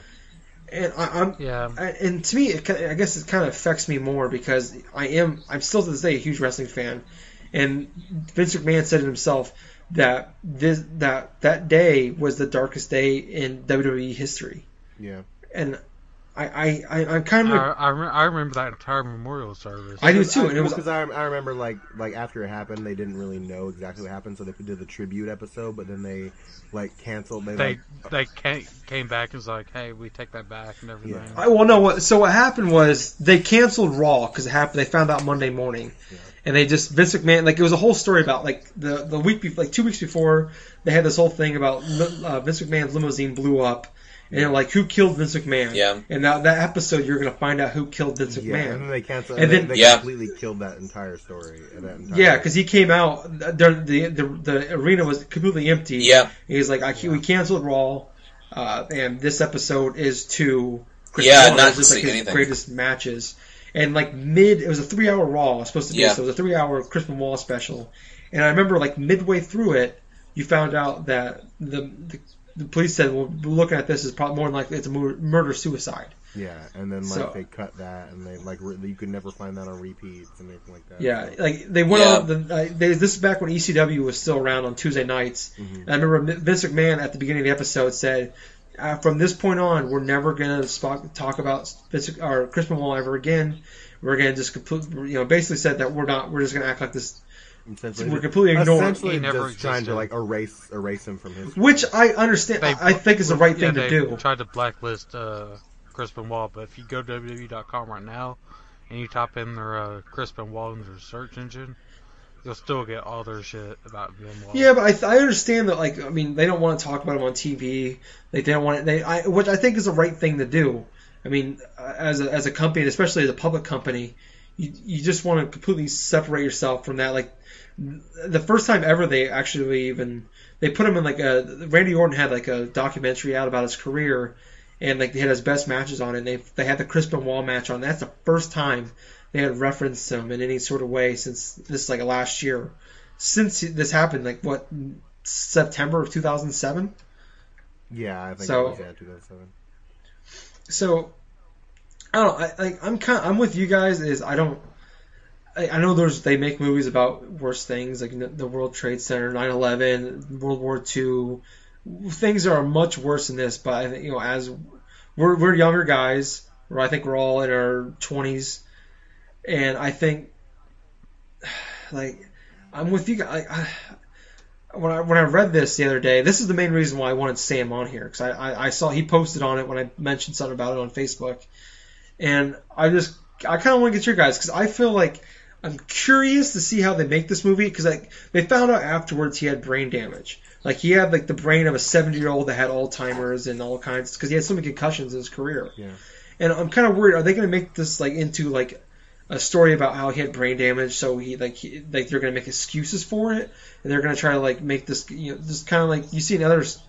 A: and I, I'm
D: Yeah.
A: I- and to me, it, ki- I guess it kind of affects me more because I am, I'm still to this day a huge wrestling fan, and Vince McMahon said it himself that this that that day was the darkest day in WWE history,
B: Yeah.
A: and I I, I I'm kind
D: I,
A: of
D: I, re- I remember that entire memorial service.
A: I do too, and it was
B: because I, I remember like like after it happened, they didn't really know exactly what happened, so they did the tribute episode, but then they like canceled. They,
D: they
B: like,
D: they came, came back and was like, hey, we take that back and everything.
B: Yeah.
A: I, well, no. What, so what happened was they canceled Raw because it happened. They found out Monday morning, and they just Vince McMahon like it was a whole story about like the the week before, like two weeks before they had this whole thing about li- uh, Vince McMahon's limousine blew up, and like who killed Vince McMahon?
C: Yeah.
A: And now that episode you're gonna find out who killed Vince
B: yeah, and then
A: McMahon.
B: they canceled.
A: And
B: And, then
A: then-
B: they
C: Yeah.
B: completely killed that entire story. and That entire
A: Yeah, because he came out. The, the the the arena was completely empty.
C: Yeah.
A: He's like, I, we canceled Raw, uh, and this episode is to Chris
C: Yeah,
A: Benoit,
C: not
A: which is,
C: seeing
A: his
C: anything.
A: greatest matches. And like mid, it was a three-hour Raw it was supposed to be.
C: Yeah.
A: So it was a three-hour Chris Benoit special. And I remember like midway through it, you found out that the the, the police said, "Well, we're looking at this is probably more than likely it's a murder suicide."
B: yeah, and then like
A: So-
B: they cut that, and they like re- you could never find that on repeats and anything like that.
A: Yeah,
B: So-
A: like they went
C: Yeah.
A: on. The, uh, they, this is back when ECW was still around on Tuesday nights.
D: Mm-hmm.
A: And I remember Vince McMahon at the beginning of the episode said, uh, "From this point on, we're never going to talk about Vince or Chris Benoit ever again. We're going to just complete, you know, basically said that we're not. We're just going to act like this."
B: essentially,
A: we're completely ignoring-
B: Essentially,
D: He never
B: just trying to
D: existed.
B: like erase erase him from his.
A: Which I understand.
D: They-
A: I I think is the right
D: yeah,
A: thing to
D: they
A: do.
D: tried to blacklist uh, Chris Benoit, but if you go to www.com right now and you type in their uh, Chris Benoit in their search engine, you'll still get all their shit about Benoit.
A: Yeah, but I, th- I understand that. Like, I mean, they don't want to talk about him on TV. Like, they don't want. They, I, which I think is the right thing to do. I mean, uh, as a, as a company, and especially as a public company, you you just want to completely separate yourself from that. Like, the first time ever they actually even they put him in like a Randy Orton had like a documentary out about his career, and like they had his best matches on it. And they they had the Chris Benoit match on. That's the first time they had referenced him in any sort of way since this like last year. Since this happened, like what September of 2007.
B: Yeah, I think
A: So-
B: it was yeah, 2007.
A: So I don't know, I, like I'm kind I'm with you guys. Is I don't. I I know there's they make movies about worse things like n- the World Trade Center, 9/11, World War II. Things that are much worse than this, but I think you know as we're we're younger guys, or I think we're all in our 20s, and I think like I'm with you guys. I, I, when I when I read this the other day, this is the main reason why I wanted Sam on here because I, I I saw he posted on it when I mentioned something about it on Facebook, and I just I kind of want to get your guys because I feel like I'm curious to see how they make this movie because like they found out afterwards he had brain damage. Like he had like the brain of a 70 year old that had Alzheimer's and all kinds because he had so many concussions in his career.
B: Yeah.
A: And I'm kind of worried. Are they going to make this like into like a story about how he had brain damage? So he like he, like they're going to make excuses for it, and they're going to try to like make this you know this kind of like you see in other s-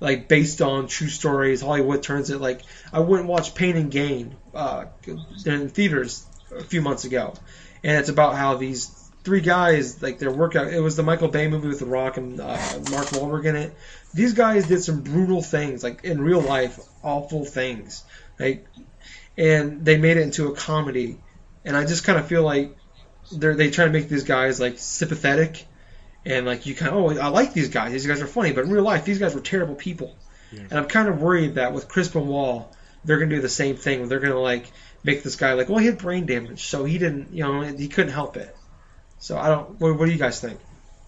A: like based on true stories. Hollywood turns it like I went and watched Pain and Gain uh, in theaters a few months ago, and it's about how these three guys like their workout. It was the Michael Bay movie with The Rock and uh, Mark Wahlberg in it. These guys did some brutal things, like in real life, awful things. Like, and they made it into a comedy. And I just kind of feel like they're they try to make these guys like sympathetic, and like you kind of oh I like these guys. These guys are funny, but in real life, these guys were terrible people. And I'm kind of worried that with Crispin Wall, they're gonna do the same thing. They're gonna like make this guy like well he had brain damage, so he didn't you know he couldn't help it. So I don't. What, what do you guys think?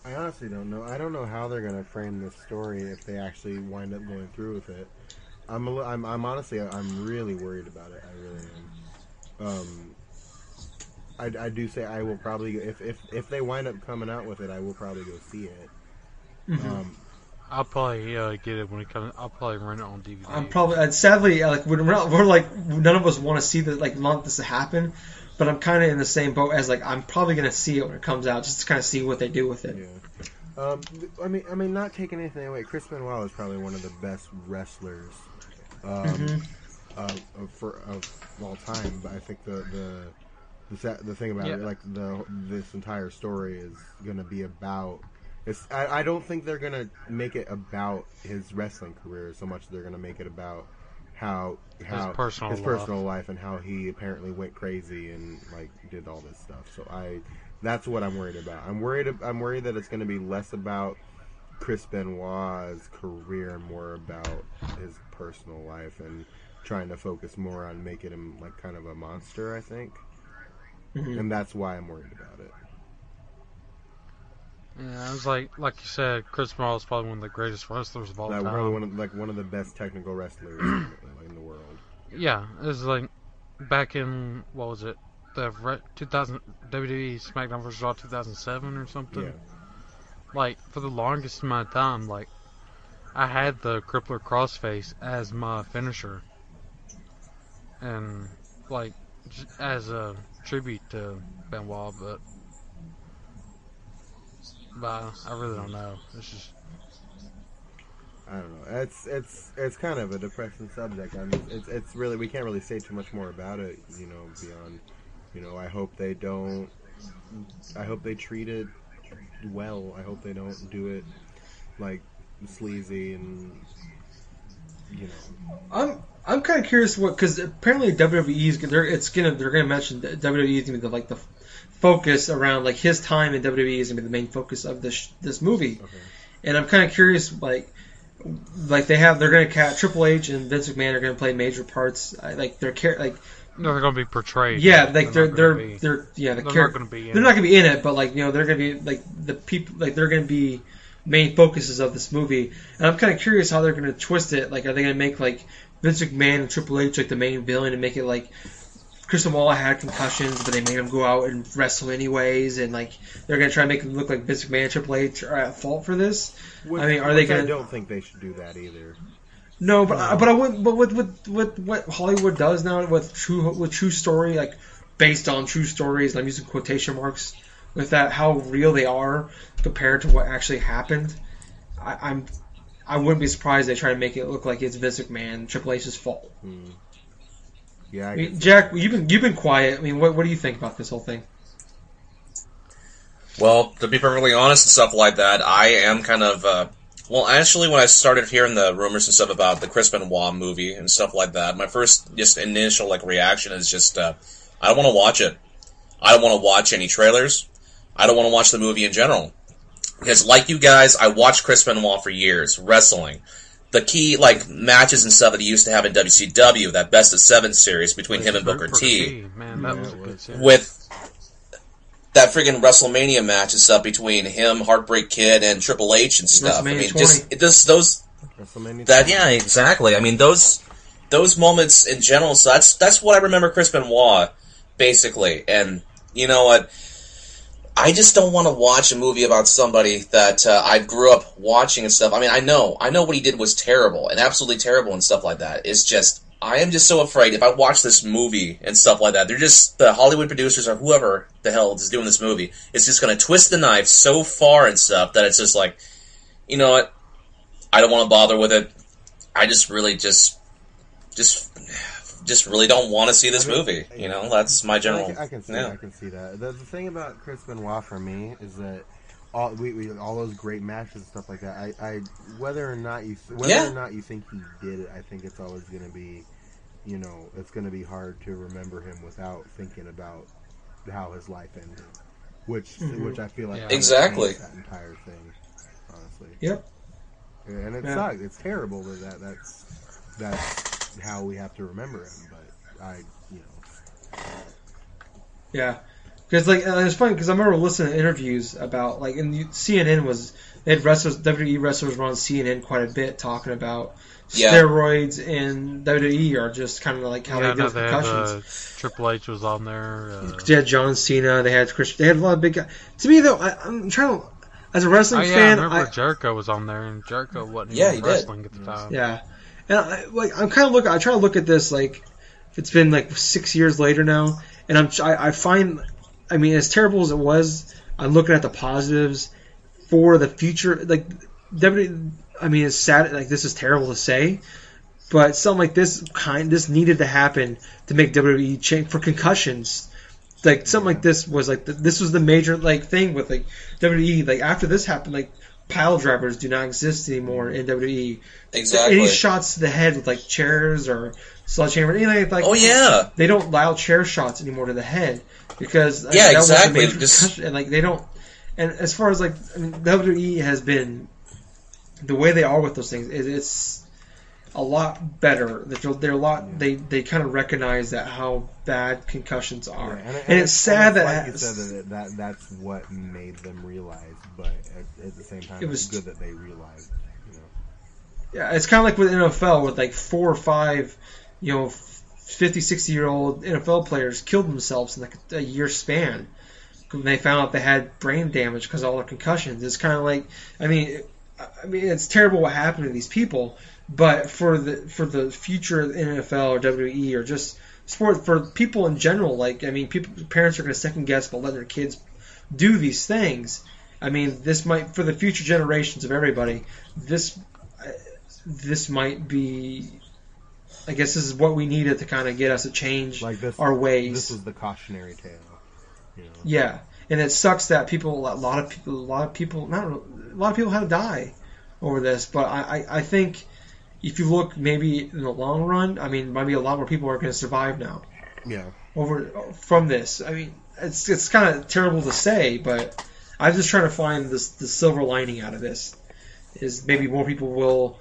B: I honestly don't know. I don't know how they're going to frame this story if they actually wind up going through with it. I'm, a li- I'm, I'm honestly, I'm really worried about it. I really am. Um, I, I do say I will probably if, if if they wind up coming out with it, I will probably go see it.
A: Mm-hmm.
B: Um,
D: I'll probably uh, get it when it comes. I'll probably rent it on DVD.
A: I'm probably and sadly uh, like we're, not- we're like none of us want to see that like want this to happen, but I'm kind of in the same boat as like I'm probably gonna see it when it comes out just to kind of see what they do with it.
B: yeah. Um, th- I mean, I mean, not taking anything away. Chris Benoit is probably one of the best wrestlers um, of, of, for, of all time. But I think the the the, sa- the thing about it,
D: Yeah.
B: like the this entire story is going to be about. It's, I, I don't think they're going to make it about his wrestling career so much. as They're going to make it about how how
D: personal
B: his
D: life.
B: personal life and how he apparently went crazy and like did all this stuff. So I that's what I'm worried about. I'm worried I'm worried that it's going to be less about Chris Benoit's career and more about his personal life and trying to focus more on making him like kind of a monster, I think.
A: Mhm.
B: And that's why I'm worried about it.
D: Yeah, I was like, like you said, Chris Benoit is probably one of the greatest wrestlers of all
B: Like
D: time.
B: probably one of like one of the best technical wrestlers in the world.
D: Yeah, it was like back in what was it, the re- 2000 WWE E SmackDown vs Raw 2007 or something.
B: Yeah.
D: Like for the longest of my time, like I had the Crippler Crossface as my finisher, and like j- as a tribute to Benoit, but but I really don't know. It's just
B: I don't know. It's it's it's kind of a depressing subject. I mean, it's it's really we can't really say too much more about it. You know, beyond you know. I hope they don't. I hope they treat it well. I hope they don't do it like sleazy and you know.
A: I'm I'm kind of curious what because apparently WWE is they're it's gonna they're gonna mention that WWE is gonna be the, like the f- focus around like his time in WWE is gonna be the main focus of this this movie,
B: Okay.
A: and I'm kind of curious like like they have they're gonna cat Triple H and Vince McMahon are gonna play major parts I- like they're char- like
D: they're going to be portrayed.
A: yeah like they're
D: not
A: they're
D: gonna be-
A: they're, yeah the
D: E. they're
A: char-
D: not going to be. in
A: they're
D: it.
A: not gonna be in it, but like you know, they're gonna be like the people, like they're gonna be main focuses of this movie. And I'm kind of curious how they're gonna twist it. Like, are they gonna make like Vince McMahon and Triple H like the main villain and make it like Chris Mala had concussions, but they made him go out and wrestle anyways, and like they're gonna try to make him look like Vince McMahon and Triple H are at fault for this.
B: Which,
A: mean, are they
B: which I
A: gonna-
B: don't think they should do that either.
A: No, but I but I would but with with with what Hollywood does now with true with true story like based on true stories. And I'm using quotation marks with that how real they are compared to what actually happened. I, I'm I wouldn't be surprised they try to make it look like it's Vince McMahon Triple H's fault.
B: Hmm. Yeah,
A: I
B: I
A: mean,
B: guess
A: Jack, you've been you've been quiet. I mean, what what do you think about this whole thing?
C: Well, to be perfectly honest and stuff like that, I am kind of uh, well. Actually, when I started hearing the rumors and stuff about the Chris Benoit movie and stuff like that, my first just initial like reaction is just uh, I don't want to watch it. I don't want to watch any trailers. I don't want to watch the movie in general because, like you guys, I watched Chris Benoit for years wrestling. The key like matches and stuff that he used to have in WCW, that best of seven series between him and Booker T
D: Man, that
B: Yeah,
D: was a
B: it
D: good
B: was.
D: series.
C: with that freaking WrestleMania match and stuff between him, Heartbreak Kid, and Triple H and stuff. I
A: WrestleMania 20.
C: mean, just it just those
B: WrestleMania.
C: that yeah, exactly. I mean those those moments in general. So that's that's what I remember Chris Benoit basically. And you know what? I just don't want to watch a movie about somebody that uh, I grew up watching and stuff. I mean, I know, I know what he did was terrible and absolutely terrible and stuff like that. It's just, I am just so afraid if I watch this movie and stuff like that, they're just the Hollywood producers or whoever the hell is doing this movie. It's just going to twist the knife so far and stuff that it's just like, you know what? I don't want to bother with it. I just really just, just, just really don't want to see this
B: I mean,
C: movie. You know,
B: yeah.
C: that's my general.
B: I can, I can see.
C: yeah.
B: I can see that. The, the thing about Chris Benoit for me is that all we, we all those great matches and stuff like that. I, I whether or not you whether
C: Yeah.
B: or not you think he did it, I think it's always going to be, you know, it's going to be hard to remember him without thinking about how his life ended, which
A: Mhm.
B: which I feel like
D: Yeah.
B: kind of
C: Exactly.
B: changed that entire thing, honestly.
A: Yep.
B: Yeah, and it
A: Yeah.
B: sucks. It's terrible that, that that's that's how we have to remember him. But I, you know.
A: Yeah, because like and it's funny because I remember listening to interviews about like and you, CNN was they had wrestlers WWE wrestlers were on CNN quite a bit talking about
C: Yeah.
A: steroids and WWE are just kind of like how
D: yeah, I
A: they deal
D: know
A: with
D: they had, uh,
A: concussions.
D: Triple H was on there. Uh,
A: They had John Cena, they had Chris, they had a lot of big guys. To me though, I, I'm trying to as a
D: oh
A: wrestling
D: yeah,
A: fan,
D: I remember
A: I,
D: Jericho was on there, and Jericho wasn't
C: Yeah,
D: even
C: he did.
D: wrestling at the time.
A: Yeah, and I, like I'm kind of look. I try to look at this like it's been like six years later now, and I'm I, I find, I mean, as terrible as it was, I'm looking at the positives for the future. Like, W. I mean, it's sad. Like this is terrible to say. But something like this kind this needed to happen to make WWE change for concussions. Like something like E, this was like the, this was the major like thing with like WWE. Like after this happened, like pile drivers do not exist anymore in E. WWE.
C: Exactly.
A: Any shots to the head with like chairs or sledgehammer, anything like
C: oh yeah.
A: they don't allow chair shots anymore to the head because I
C: Yeah,
A: that was a
C: exactly.
A: major
C: Just-
A: concussion, and like they don't. And as far as like I mean, WWE has been, the way they are with those things, it, it's a lot better. They're, they're a lot. They they kind of recognize that how bad concussions
B: Yeah,
A: are,
B: and,
A: and, it's sad that
B: like you said that, that that's what made them realize, but at, at the same time,
A: It
B: it
A: was-
B: was good that they realized. You know,
A: Yeah, it's kind of like with NFL with like four or five, you know, 50, 60 year old NFL players killed themselves in like a year span when they found out they had brain damage because of all their concussions. It's kind of like, I mean, it- I mean, it's terrible what happened to these people, but for the for the future of the NFL or WWE or just sport for people in general, like I mean, people parents are going to second guess about letting their kids do these things. I mean, this might for the future generations of everybody. This this might be. I guess this is what we needed to kind of get us to change
B: like this,
A: our ways.
B: This is the cautionary tale. You know,
A: Yeah, and it sucks that people, a lot of people, a lot of people, not a lot of people had to die over this. But I, I, I think if you look, maybe in the long run, I mean, maybe a lot more people are going to survive now
B: yeah.
A: over from this. I mean, it's it's kind of terrible to say, but I'm just trying to find this the silver lining out of this. Is maybe more people will,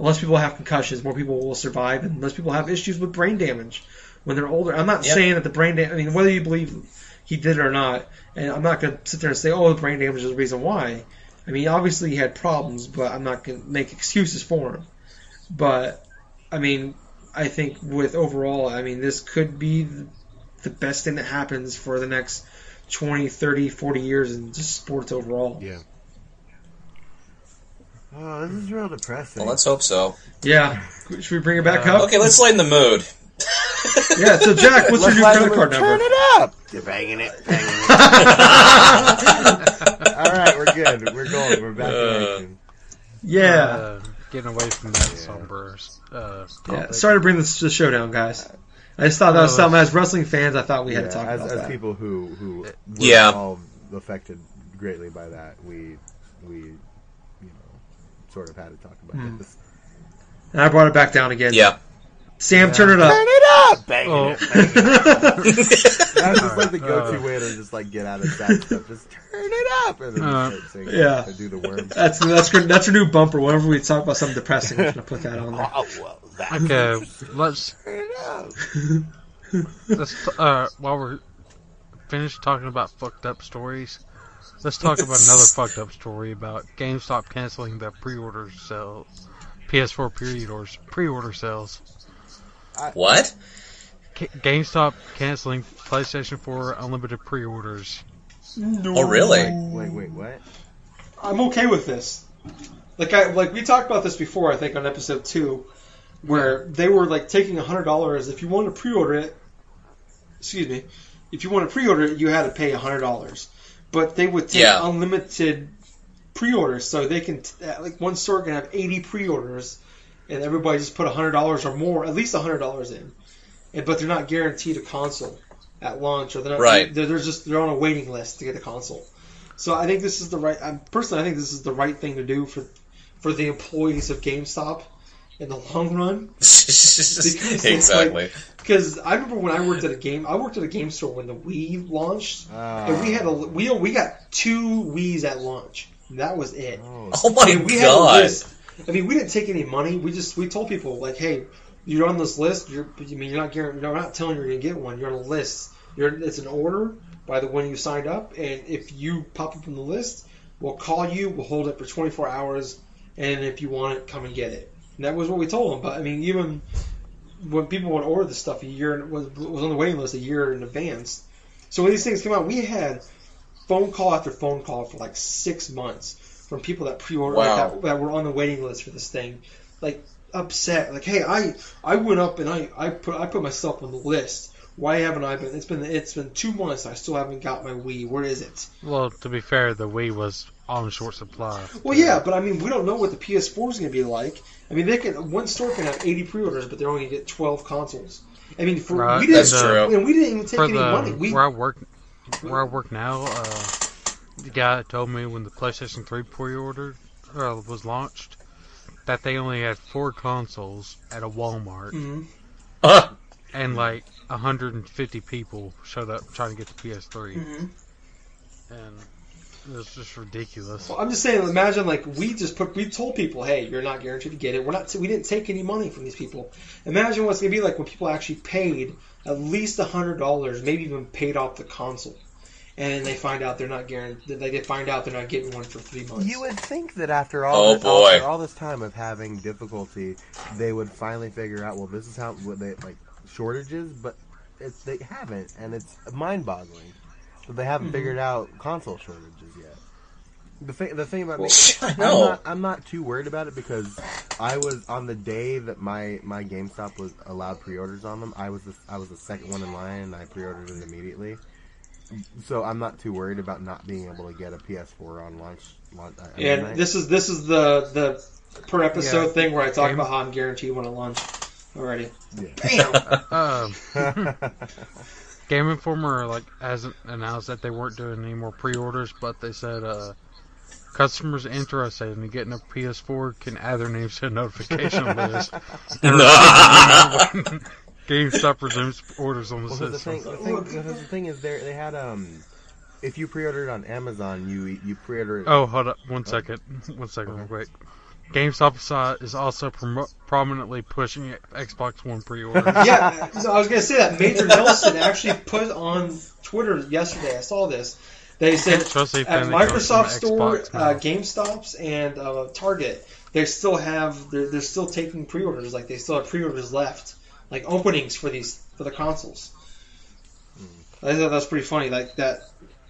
A: less people have concussions, more people will survive, and less people have issues with brain damage when they're older. I'm not
C: Yep.
A: saying that the brain damage. I mean, whether you believe he did it or not, and I'm not going to sit there and say, oh, the brain damage is the reason why. I mean, obviously he had problems, but I'm not going to make excuses for him. But I mean, I think with overall, I mean, this could be the the best thing that happens for the next 20, 30, 40 years in just sports overall.
B: Yeah. Oh, this is real depressing.
C: Well, let's hope so.
A: Yeah. Should we bring it back
B: Uh,
A: up?
C: Okay, let's lighten the mood.
A: Yeah, so Jack, what's your
B: Let's
A: new
B: light
A: credit
B: it-
A: card
B: Turn
A: number?
B: it up. You're banging it. Banging it. All right, we're good. We're going. We're back in
C: Uh,
B: action.
A: Yeah.
D: Uh, getting away from that somber uh, topic.
A: yeah. Sorry to bring this to the showdown, guys. I just thought that was
D: No,
A: something. As wrestling fans, I thought we had
B: Yeah,
A: to talk
B: as,
A: about
B: as
A: that.
B: people who who were
C: Yeah.
B: all affected greatly by that, we we you know sort of had to talk about
A: Mm.
B: this.
A: And I brought it back down again.
C: Yeah.
A: Sam,
D: Yeah.
A: turn it
B: Turn
A: up.
B: it up, banging
D: Oh.
B: it. Banging it. That's just like the
D: Uh,
B: go-to way to just like get out of that stuff. Just turn it up and then
D: Uh,
B: start singing.
A: yeah.
B: And do the worm.
A: that's that's your- that's your new bumper. Whenever we talk about something depressing, we're gonna put that on there.
B: Oh, well, that
D: okay, let's
B: turn it up.
D: let's uh, while we're finished talking about fucked up stories, let's talk about another fucked up story about GameStop canceling the pre-order sale, PS4 pre-orders pre-order sales.
C: What?
D: Ca GameStop canceling PlayStation 4 unlimited pre-orders.
C: Oh, really?
B: Wait, wait, what?
A: I'm okay with this. Like I like we talked about this before, I think on episode two, where they were like taking hundred dollars if you wanted to pre-order it. Excuse me, if you wanted to pre-order it, you had to pay hundred dollars, but they would take
C: Yeah.
A: unlimited pre-orders, so they can t- uh, like one store can have eighty pre-orders, and everybody just put hundred dollars or more, at least hundred dollars in, and, but they're not guaranteed a console at launch, or they're not,
C: Right.
A: They're, they're just they're on a waiting list to get a console. So I think this is the right. I'm, personally, I think this is the right thing to do for for the employees of GameStop in the long run. it's
C: exactly.
A: Because I remember when I worked at a game, I worked at a game store when the Wii launched,
B: Uh,
A: and we had a we we got two Wii's at launch. And that was it.
B: oh,
C: Oh my
A: And we had a
C: god.
A: list. I mean, we didn't take any money. We just we told people like, hey, you're on this list. You're I mean you're not guaranteed. You're not telling you're gonna get one. You're on a list. You're it's an order by the one you signed up, and if you pop up on the list, we'll call you. We'll hold it for 24 hours, and if you want it, come and get it. And that was what we told them. But I mean, even when people would order this stuff a year and was was on the waiting list a year in advance. So when these things came out, we had phone call after phone call for like six months from people that pre-ordered like,
C: Wow.
A: that, that were on the waiting list for this thing, like upset, like, "Hey, I I went up and I I put I put myself on the list. Why haven't I been? It's been it's been two months. I still haven't got my Wii. Where is it?
D: Well, to be fair, the Wii was on short supply.
A: Well, yeah, but I mean, we don't know what the PS4 is going to be like. I mean, they can one store can have 80 pre-orders, but they're only going to get 12 consoles. I mean, for,
D: Right,
A: we didn't,
C: that's true.
A: And we didn't even take
D: for
A: any
D: the
A: money. We
D: where I work where I work now, uh, the guy told me when the PlayStation 3 pre-order uh, was launched, that they only had four consoles at a Walmart,
A: Mm-hmm.
C: Ah,
D: and like 150 people showed up trying to get the PS3,
A: Mm-hmm.
D: and it was just ridiculous.
A: Well, I'm just saying. Imagine like we just put we told people, hey, you're not guaranteed to get it. We're not. We didn't take any money from these people. Imagine what's gonna be like when people actually paid at least a hundred dollars, maybe even paid off the console, and then they find out they're not guaranteed. They find out they're not getting one for three months.
B: You would think that after all,
C: Oh,
B: this,
C: boy.
B: after all this time of having difficulty, they would finally figure out. Well, this is how what they like shortages, but it's, they haven't, and it's mind-boggling that they haven't figured out console shortages yet. The thing, the thing about
C: well,
B: me,
C: I
B: I'm
C: know.
B: not, I'm not too worried about it because I was on the day that my my GameStop was allowed pre-orders on them. I was the, I was the second one in line, and I pre-ordered it immediately. So I'm not too worried about not being able to get a PS4 on launch. launch uh, I mean,
A: And
B: like-
A: this is this is the the per episode
D: Yeah.
A: thing where I talk
D: Game-
A: about how I'm guaranteed one at launch already.
D: Um, Game Informer like hasn't announced that they weren't doing any more pre-orders, but they said uh, customers interested in getting a PS4 can add their names to a notification list. GameStop resumes orders on the
B: Well, so the
D: system.
B: thing, the thing, the thing is, there they had um, if you pre-ordered on Amazon, you you pre-ordered.
D: Oh, hold up, one second, one second, real quick. GameStop si- is also promo prominently pushing Xbox One pre-orders.
A: yeah, so I was gonna say that Major Nelson actually put on Twitter yesterday. I saw this. They said
D: can't trust anything
A: at
D: that comes
A: Microsoft
D: from
A: Store,
D: Xbox now.
A: uh, GameStop's, and uh, Target, they still have they're, they're still taking pre-orders. Like they still have pre-orders left, like openings for these for the consoles.
D: Hmm.
A: I thought that's pretty funny. Like that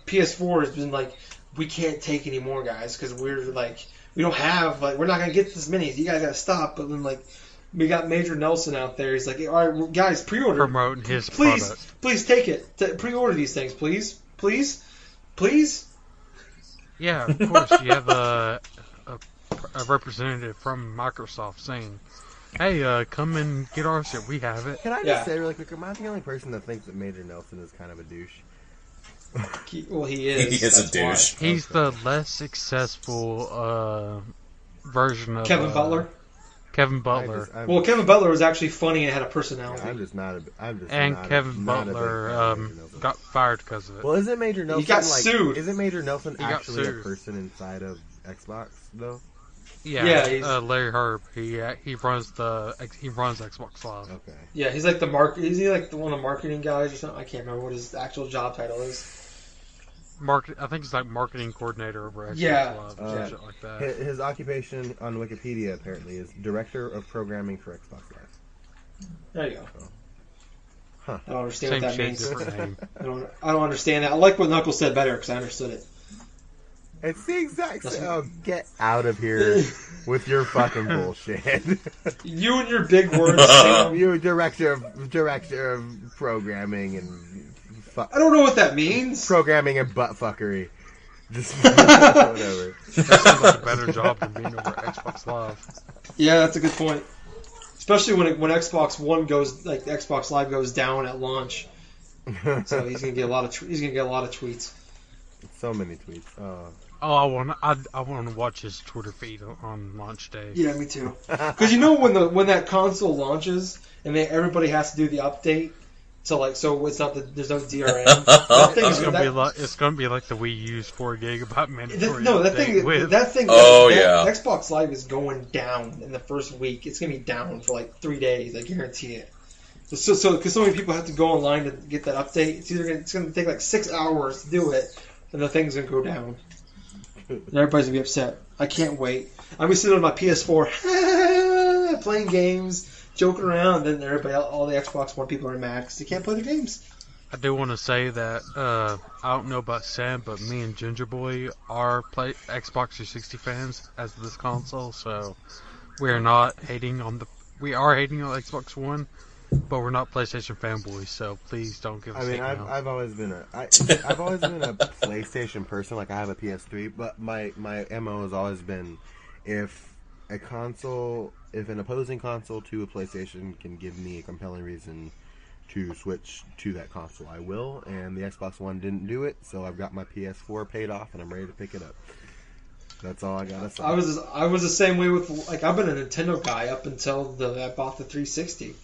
A: PS4 has been like, we can't take any more guys because we're like we don't have like we're not gonna get this many. You guys gotta stop. But then like we got Major Nelson out there. He's like, all right, well, guys, pre-order
D: promoting his
A: please,
D: product.
A: please take it. T- pre-order these things, please, please, please.
D: Yeah, of course. You have a, a, a representative from Microsoft saying, "Hey, uh, come and get our shit. We have it."
B: Can I just
A: Yeah.
B: say really quick? Am I the only person that thinks that Major Nelson is kind of a douche?
A: He- well, he
C: He
A: is.
C: is a
A: that's why.
C: douche.
D: He's the less successful uh, version of
A: Kevin
D: uh,
A: Butler.
D: Kevin
B: I
D: Butler
B: just- I'm-
A: Well, Kevin Butler was actually funny and had a
B: I'm
A: personality.
B: just not. A, I'm just
D: and
B: not a-
D: Kevin
B: not a big
D: Butler
B: fan of
D: um,
B: Major Nelson.
D: got fired because of it.
B: Well, isn't Major Nelson
A: got
B: like,
A: sued.
B: Isn't Major Nelson
D: got
B: actually a
D: sued.
B: person inside of Xbox though?
D: yeah,
A: yeah, he's-
D: uh, Larry Herb. He uh, he runs the he runs Xbox Live.
B: Okay.
A: Yeah, he's like the mark. Is he like the one of the marketing guys or something? I can't remember what his actual job title is.
D: Market, I think he's like marketing coordinator over Xbox
A: Yeah.
D: Live or
B: Uh,
D: shit like that.
B: His, his occupation on Wikipedia apparently is director of programming for Xbox Live.
A: There you go.
B: Huh.
A: I don't understand
D: Same
A: what that
D: shit,
A: means.
D: different name.
A: I don't. I don't understand that. I like what Knuckles said better because I understood it.
B: It's the exact
A: That's-
B: same. Oh, get out of here with your fucking bullshit.
A: You and your big words. Sam.
B: You're director of director of programming and fu-
A: I don't know what that means.
B: programming and butt fuckery. Just whatever.
D: Sounds like a better job than being over Xbox Live.
A: Yeah, that's a good point. Especially when it, when Xbox One goes like Xbox Live goes down at launch, so he's gonna get a lot of tw- he's gonna get a lot of tweets.
B: so many tweets. Oh.
D: Oh, I want I, I want to watch his Twitter feed on, on launch day.
A: Yeah, me too. Because you know when the when that console launches and they, everybody has to do the update, so like so it's not the, there's no DRM. that thing's
D: It's gonna be
A: that,
D: like it's gonna be like the Wii U's four gigabyte
A: that,
D: mandatory.
A: no that
D: update
A: thing
D: with
A: that thing
C: Oh,
A: that-
C: yeah.
A: Xbox Live is going down in the first week. It's gonna be down for like three days. I guarantee it. So, so because so many people have to go online to get that update, it's either gonna, it's going to take like six hours to do it, and the thing's going to go down. And everybody's going to be upset. I can't wait. I'm going to sit on my PS4 playing games, joking around, and then everybody, all the Xbox One people are mad because they can't play their games.
D: I do want to say that uh, I don't know about Sam, but me and Ginger Boy are play Xbox 360 fans as of this console, so we are not hating on the we are hating on Xbox One, but we're not PlayStation fanboys. So please don't give
B: I
D: us
B: mean,
D: hate
B: I've,
D: mail.
B: I've always been a I, I've always been a PlayStation person. Like I have a PS3, but my my mo has always been if a console, if an opposing console to a PlayStation can give me a compelling reason to switch to that console, I will. And the Xbox One didn't do it, so I've got my PS4 paid off, and I'm ready to pick it up. That's all I gotta say.
E: I was I was the same way with like I've been a Nintendo guy up until the I bought the 360.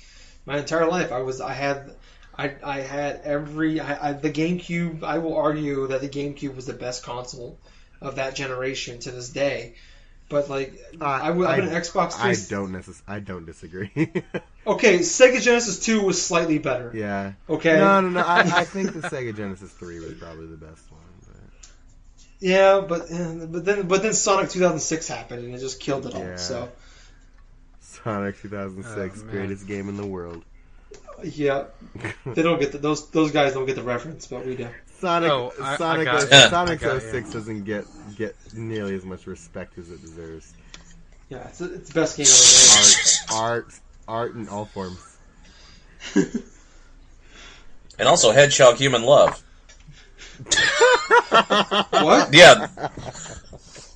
E: My entire life I was I had I, I had every I, I, the GameCube. I will argue that the GameCube was the best console of that generation to this day. But like I, I, have been an Xbox. 360.
B: I don't necess- I don't disagree.
E: Okay, Sega Genesis 2 was slightly better.
B: yeah.
E: Okay.
B: No, no, no. I, I think the Sega Genesis 3 was probably the best one. But
E: Yeah, but eh, but then but then Sonic 2006 happened and it just killed it
B: Yeah.
E: all. So
B: Sonic 2006,
D: Oh, man.
B: greatest game in the world.
E: yeah, they don't get the, those those guys don't get the reference, but we do.
B: Sonic,
D: Oh, I- I
B: Sonic,
D: got
C: it.
B: Sonic
D: I got it,
B: 06 doesn't get get nearly as much respect as it deserves.
E: Yeah, it's it's the best game ever made.
B: Art, art in all forms.
C: And also Hedgehog Human Love.
E: What?
C: Yeah,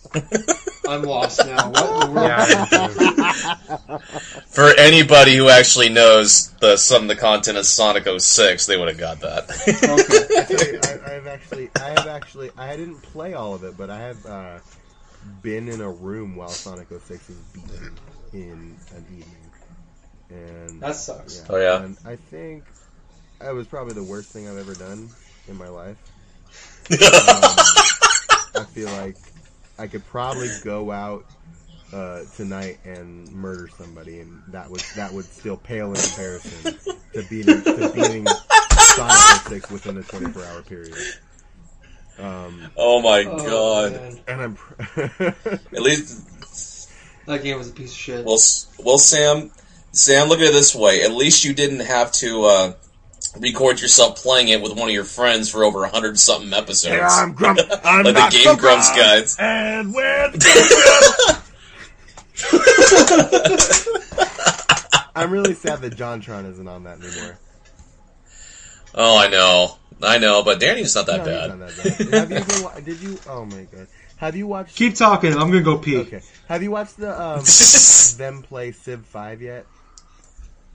E: I'm lost now. What in the world?
D: Yeah, I do.
C: for anybody who actually knows the some of the content of Sonic 06, they would have got that.
E: Okay.
B: Hey, I, I've actually, I have actually, I didn't play all of it, but I have uh, been in a room while Sonic 06 is beaten in an evening, and
E: That sucks.
B: yeah,
C: Oh, yeah.
B: and I think that was probably the worst thing I've ever done in my life. Um, I feel like I could probably go out uh, tonight and murder somebody, and that would that would still pale in comparison to beating to beating Sonic 06 within a 24 hour period. Um,
C: oh my
E: Oh,
C: god.
E: man.
B: and I'm pr-
C: At least
E: that game was a piece of shit.
C: well S- well Sam Sam look at it this way. At least you didn't have to uh, record yourself playing it with one of your friends for over a hundred something episodes.
B: Yeah, I'm grump. I'm
C: Like the
B: not
C: Game
B: so
C: Grumps
B: grump.
C: guys.
B: And we're the I'm really sad that JonTron isn't on that anymore.
C: Oh, I know, I know, but Danny's not
B: No,
C: that
B: he's not
C: bad.
B: that bad. Have you ever wa- did you? Oh my god! Have you watched?
E: Keep talking. I'm gonna go pee.
B: Okay. Have you watched the um, them play Civ Five yet?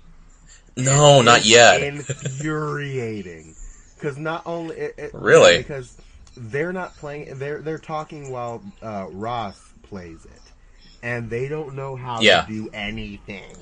C: no, not yet.
B: Infuriating. Because not only it, it-
C: Really?
B: because they're not playing. They're they're talking while uh, Ross plays it, and they don't know how
C: Yeah.
B: to do anything.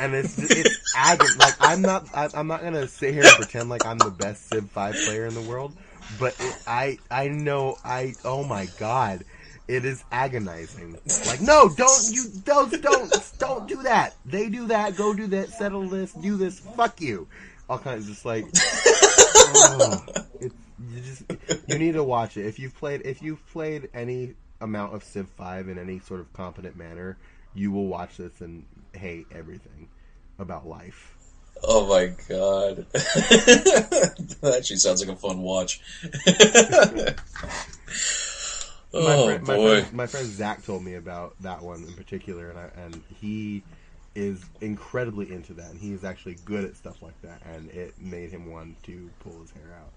B: And it's it's agony. Like I'm not I, I'm not gonna sit here and pretend like I'm the best Civ Five player in the world, but it, I I know I oh my god. It is agonizing. Like, no, don't you don't don't don't do that. They do that. Go do that. Settle this. Do this. Fuck you. All kinds. Just like, oh, it, you just you need to watch it. If you've played if you've played any amount of Civ Five in any sort of competent manner, you will watch this and hate everything about life.
C: Oh my god. that actually sounds like a fun watch. oh
B: my friend, my
C: boy.
B: friend, my friend Zach told me about that one in particular, and I, and he is incredibly into that, and he is actually good at stuff like that, and it made him want to pull his hair out.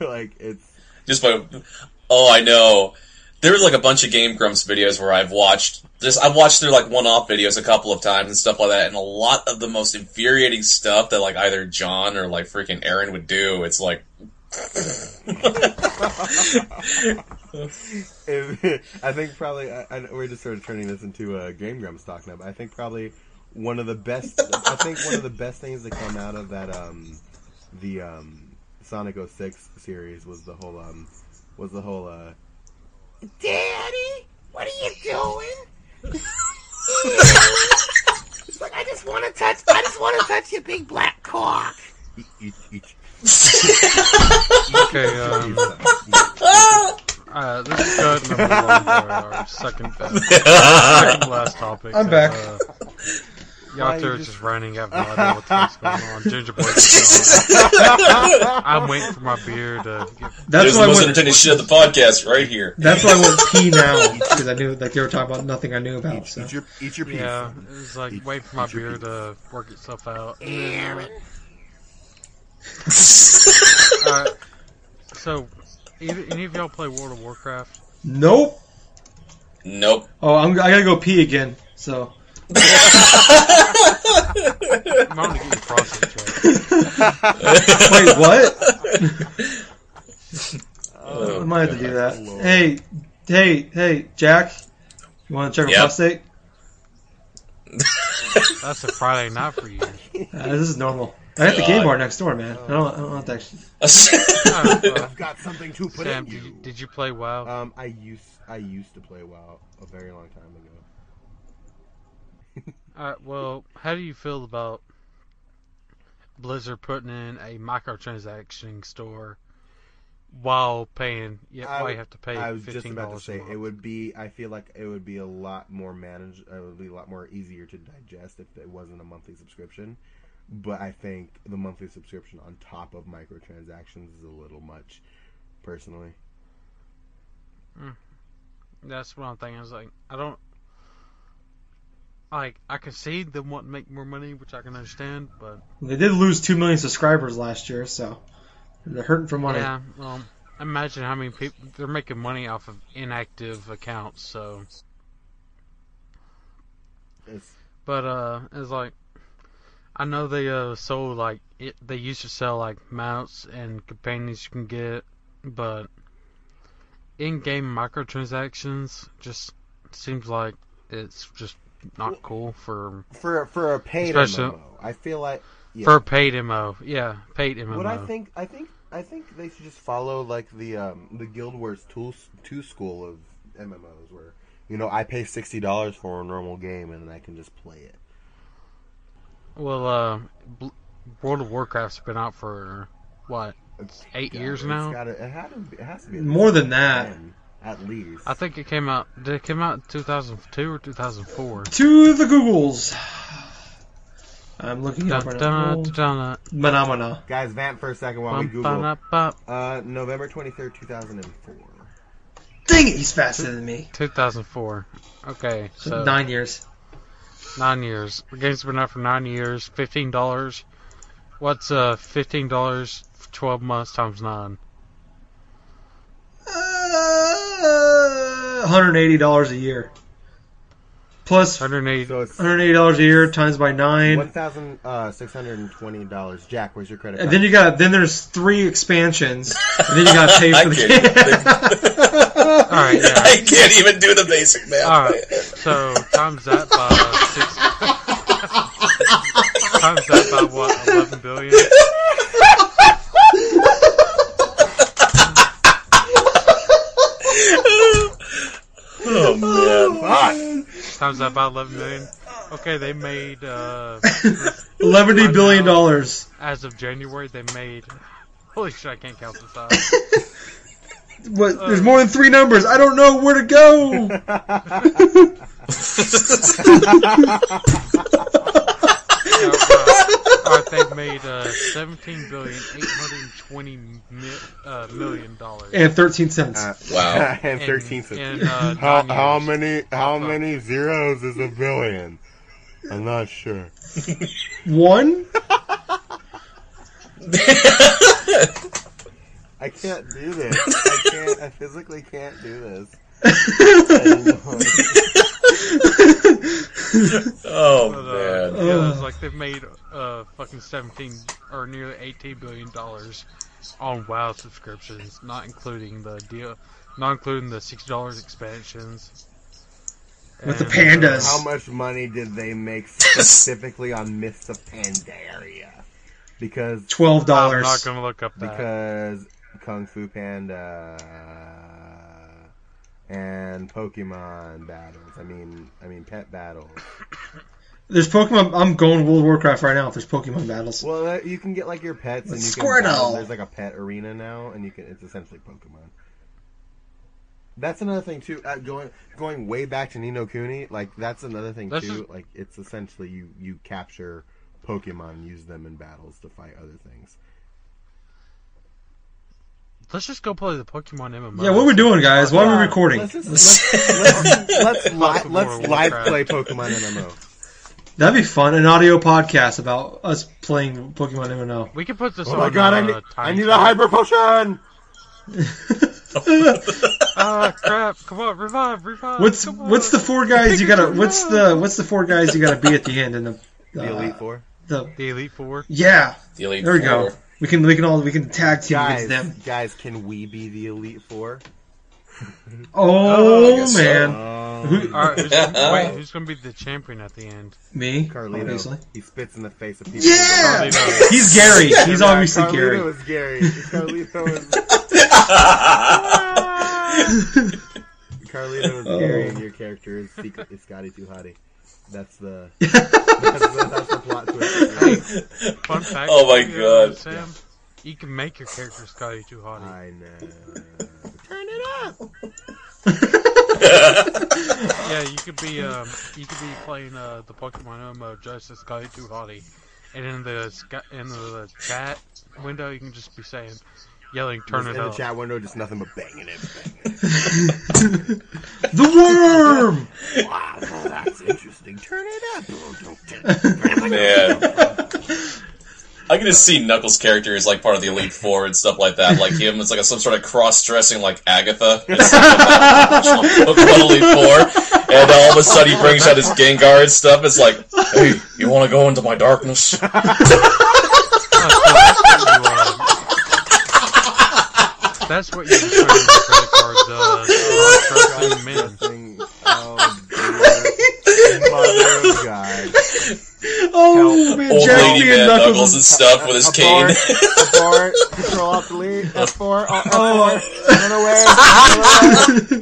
B: like it's
C: Just by Oh, I know. There's like a bunch of Game Grumps videos where I've watched just I've watched their like one-off videos a couple of times and stuff like that, and a lot of the most infuriating stuff that like either John or like freaking Aaron would do. It's like
B: if, I think probably I, I, we're just sort of turning this into a Game Grumps talk now, but I think probably one of the best. I think one of the best things that come out of that um, the um, Sonic 06 series was the whole um, was the whole uh, Daddy, what are you doing? it's like I just want to touch. I just want to touch your big black cock. Eat, eat, eat.
D: Okay, um, uh, this is good number one, our second best. second last topic.
A: I'm back.
D: Uh,
B: Why
D: y'all
B: you
D: out there
B: just-
D: just running. I have no idea what the heck's going on. Gingerbread. is gone. I'm waiting for my beer to get.
A: That's
C: there's
A: why
C: the
A: I
C: most
A: went.
C: entertaining shit of the podcast right here.
A: That's why I went pee now because I knew like they were talking about nothing I knew about. So.
B: Eat your, eat your piece.
D: Yeah, it was like waiting for my beer to work itself out. Alright, so, either, any of y'all play World of Warcraft?
A: Nope.
C: Nope.
A: Oh, I'm, I gotta go pee again. So
D: I'm going to get you frosted, Jake.
A: wait, what?
C: Oh,
D: Oh,
A: I might have to do that. Hey, hey, hey, Jack, you want to check a
C: Yep.
A: puff state?
D: That's a Friday night for you.
A: Uh, this is normal. I got the game
C: God.
A: bar next door, man. I don't, I don't want that. shit.
D: Oh, well,
B: I've got something to put
D: Sam,
B: in
D: did you,
B: you.
D: did you play WoW?
B: Um, I used I used to play WoW a very long time ago.
D: All right, well, how do you feel about Blizzard putting in a microtransaction store while paying? Yeah,
B: I
D: why
B: w-
D: you have to pay?
B: I was just
D: $15
B: about to
D: a
B: say
D: month?
B: it would be. I feel like it would be a lot more manage. It would be a lot more easier to digest if it wasn't a monthly subscription. But I think the monthly subscription on top of microtransactions is a little much, personally.
D: That's what I'm thinking. I was like, I don't. Like, I can see them wanting to make more money, which I can understand, but
A: They did lose two million subscribers last year, so they're hurting for money.
D: yeah, well, imagine how many people they're making money off of inactive accounts. So,
B: It's
D: but uh, it's like, I know they uh sold like it, they used to sell like mounts and companions you can get, but in-game microtransactions just seems like it's just not cool for
B: for for a paid
D: Especially-
B: MMO. I feel like yeah.
D: For paid MMO, yeah, paid MMO.
B: What I think, I think, I think they should just follow like the um, the Guild Wars two two school of MMOs, where you know I pay sixty dollars for a normal game and then I can just play it.
D: Well, uh, Bl- World of Warcraft's been out for what?
B: It's
D: Eight
B: got-
D: years
B: it's
D: now?
B: gotta- it, had to be- it has to be at
A: More
B: least
A: than that.
B: 10, at least.
D: I think it came out. Did it come out in 2002 or 2004?
A: To the Googles. I'm looking up right now.
D: Dun-dun-dun-dun-dun.
A: Phenomena.
B: Guys, vamp for a second while we Google.
D: Bum-ba-da-ba.
B: Uh, November twenty third, two thousand and four.
A: Dang it, he's faster than me.
D: 2004. Okay, so nine.
A: Nine years.
D: years. The game's been out for nine years. Fifteen dollars. What's uh fifteen dollars for twelve months times nine?
A: Uh, $180 a year. Plus
D: Hundred eighty.
B: So it's
A: $180 a year times by nine.
B: one thousand uh, six hundred and twenty dollars. Jack, where's your credit
A: And
B: card?
A: then you got then there's three expansions. And then you got to pay for
C: I
A: the
C: can't. even-
D: All right, yeah.
C: I can't even do the basic math.
D: All right. So times that by six. times that by what? Eleven billion.
C: Oh man!
B: Fuck!
D: Times that by eleven million. Okay, they made uh,
A: Eleventy billion dollars.
D: as of January they made. Holy shit! I can't count this out.
A: What?
B: Uh,
A: There's more than three numbers. I don't know where to go.
D: All right, they made uh, seventeen billion eight hundred twenty mi- uh, million dollars.
A: and thirteen cents.
B: Uh,
C: Wow.
B: and
D: in-
B: thirteen cents.
D: in, uh,
B: How,
D: nine
B: how
D: years.
B: many how
D: fuck.
B: many zeros is a billion? I'm not sure.
A: One.
B: I can't do this. I can't. I physically can't do this.
C: Oh man!
D: uh, Yeah, it's like they've made uh fucking seventeen or nearly eighteen billion dollars on WoW subscriptions, not including the deal, not including the sixty dollars expansions.
A: With the
D: And, uh,
A: pandas.
B: How much money did they make specifically on Myths of Pandaria? Because
A: Twelve
D: uh, I'm not
A: dollars.
D: gonna look up that.
B: because Kung Fu Panda and Pokemon battles. I mean, I mean pet battles.
A: There's Pokemon. I'm going World of Warcraft right now. If there's Pokemon battles,
B: Well, uh, you can get like your pets and you can
A: Squirtle.
B: battle. There's like a pet arena now, and you can. It's essentially Pokemon. That's another thing too. Uh, going going way back to Nino Cooney, like that's another thing
D: That's
B: too.
D: just-
B: Like it's essentially you you capture Pokemon, use them in battles to fight other things.
D: Let's just go play the Pokemon MMO.
A: yeah. What are we doing, guys? Why are we recording?
B: uh, Let's just, let's let's, let's, li- let's
D: Warcraft.
B: live play Pokemon MMO.
A: That'd be fun. An audio podcast about us playing Pokemon MMO.
D: We can put this
B: Oh
D: on.
B: my god!
D: uh,
B: I need, I
D: time
B: need a
D: travel.
B: hyper
A: Uh,
B: potion.
D: Ah, crap! Come on, revive, revive.
A: What's
D: come on.
A: what's the four guys you gotta? What's the what's the four guys you gotta be at the end in the
B: The Elite
A: uh,
B: Four
A: the
D: the Elite Four?
A: yeah?
C: The Elite
A: There we go.
C: Four.
A: We can we can all we can tag team against
B: guys.
A: them.
B: Guys, can we be the Elite Four?
A: Oh,
C: I guess so.
A: man,
B: Um,
A: Who-
D: All right, who's gonna,
C: Yeah.
D: wait, who's gonna be the champion at the end?
A: me,
B: Carlito.
A: obviously.
B: He spits in the face of people.
A: Yeah,
D: Carlito.
A: he's Gary. He's
B: Yeah,
A: obviously
B: Carlito
A: Gary.
B: is Gary. Carlito is Carlito is
A: Oh.
B: Gary, and your character is secretly Scotty Too Hottie. That's the that's the, that's the plot twist.
D: Fun fact.
C: Oh my
D: you know,
C: God.
D: Sam, you can make your character Scotty too hot.
B: I know.
D: Yeah, you could be um, you could be playing uh, the Pokemon MMO just as Scotty Too Hottie, and in the sc- in the chat window you can just be saying, yelling, "Turn
B: in
D: it
B: the
D: up!"
B: chat window, just nothing but banging it.
A: The worm.
B: Wow, well, that's interesting. Turn it up. Oh, don't turn it up.
C: Man. I can just see Knuckles' character as like part of the Elite Four and stuff like that. Like him, it's like some sort of cross-dressing like Agatha. It's like a Pokemon Elite Four, and all of a sudden he brings out his Gengar and stuff. It's like, hey, you want to go into my darkness?
D: That's um, what you turn your credit uh, card does. Trusting men.
B: Nothing. Oh, dear. Mother of God.
A: Oh man,
C: Old
A: Jack
C: lady
A: and
C: man
A: Knuckles.
C: Knuckles and stuff with his cane.
B: Abort, abort, control off delete, F4, oh, F4, run away,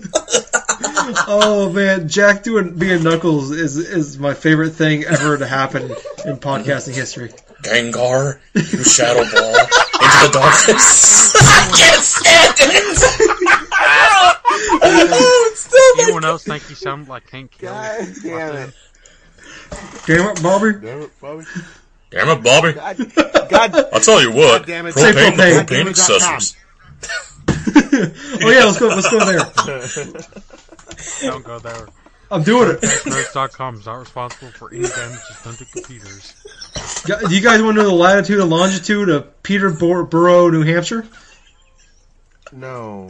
B: run away.
A: Oh man, Jack doing being Knuckles is is my favorite thing ever to happen in podcasting history.
C: Gengar, you Shadow Ball, into the darkness. I can't stand it.
D: Anyone else think you sound like Hank Hill?
B: God damn it.
A: Damn it, Bobby.
B: Damn it, Bobby.
C: Damn it, Bobby!
B: God, God,
C: I'll tell you what.
B: God damn it.
A: Say propane to propane.
B: propane accessories.
A: Oh yeah, let's go. Let's go there.
D: Don't go there.
A: I'm doing it.
D: Nerds.com is not responsible for any damages done to computers.
A: Y- Do you guys want to know the latitude and longitude of Peterborough, New Hampshire?
B: no.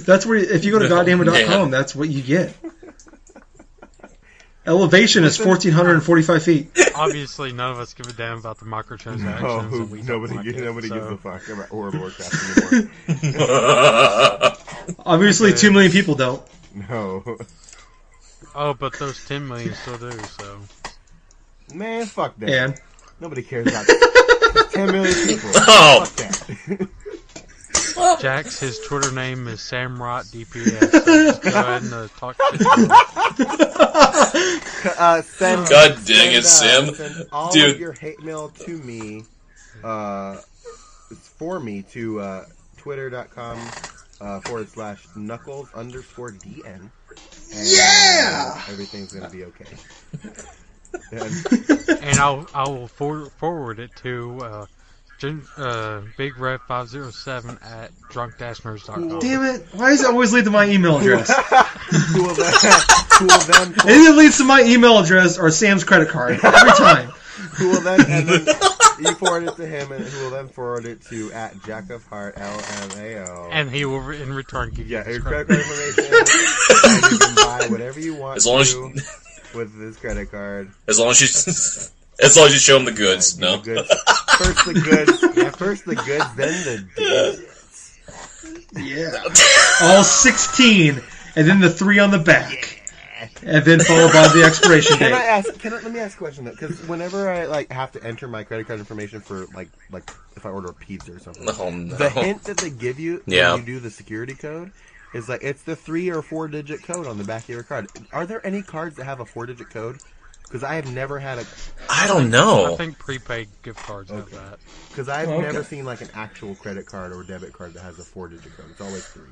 A: That's where if you go to
C: No,
A: goddammit.com,
C: man.
A: that's what you get. Elevation is 1445 feet.
D: Obviously, none of us give a damn about the microtransactions.
B: Oh,
D: and we don't
B: nobody,
D: like
B: gives-
D: it,
B: nobody
D: so.
B: gives a fuck about World of Warcraft anymore.
A: Obviously, 2 million people don't.
B: no.
D: Oh, but those 10 million still do, so.
B: Man, fuck that.
A: And
B: Nobody cares about 10 million people. Oh. Fuck that.
D: Jax, his Twitter name is Samrot DPS. So just go ahead and uh, talk shit to him.
B: Uh, send,
C: God dang it,
B: send, uh,
C: Sim.
B: Send all of
C: Dude.
B: your hate mail to me, uh, it's for me to uh, twitter.com uh, forward slash knuckles underscore dn. And,
E: Yeah!
B: uh, everything's gonna be okay. And
D: And I'll, I will for- forward it to uh, Gen- uh, BigRev507 at drunk-nerds.com.
A: damn it, why does it always lead to my email address?
B: who will then, who will then,
A: It either leads to my email address or Sam's credit card every time.
B: who will then, and then you forward it to him, and who will then forward it to at Jack of Heart LMAO.
D: And he will, re- in return, give
B: Yeah,
D: you his
B: his
D: credit
B: credit
D: card.
B: card information. and you can buy whatever you want
C: As long as-
B: to with this credit card.
C: As long as you, as long as you show him the goods.
B: Like,
C: No,
B: the goods. First the goods. Yeah, first the goods, then the
A: Yeah. All 16, and then the three on the back. And then followed by the expiration
B: Can I
A: date.
B: ask? Can I, let me ask a question though, because whenever I like have to enter my credit card information for like like if I order a pizza or something,
C: oh no.
B: the hint that they give you when
C: Yeah.
B: you do the security code is like it's the three or four digit code on the back of your card. Are there any cards that have a four digit code? Because I have never had a
C: I don't
D: I
C: know.
D: think prepaid gift cards have that.
B: Because I've
A: Okay.
B: never seen like an actual credit card or debit card that has a four-digit code. It's always three.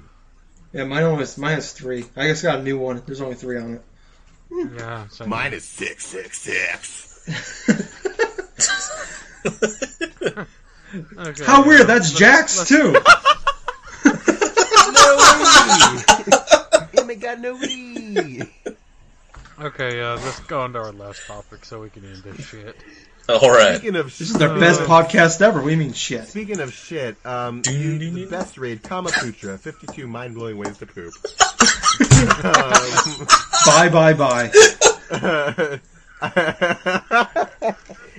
A: Yeah, mine always mine is three. I just got a new one. There's only three on it.
D: Yeah, so
B: is six six six.
D: Okay,
A: How
D: yeah.
A: weird, that's Jack's too.
B: Oh my god, no way!
D: Okay, uh, let's go on to our last topic so we can end this shit.
C: All right.
B: Speaking of
A: This is the best podcast ever. We mean shit.
B: speaking of shit, um, you- the best raid Kama Sutra, fifty-two mind-blowing ways to poop.
A: Bye, bye, bye.
B: I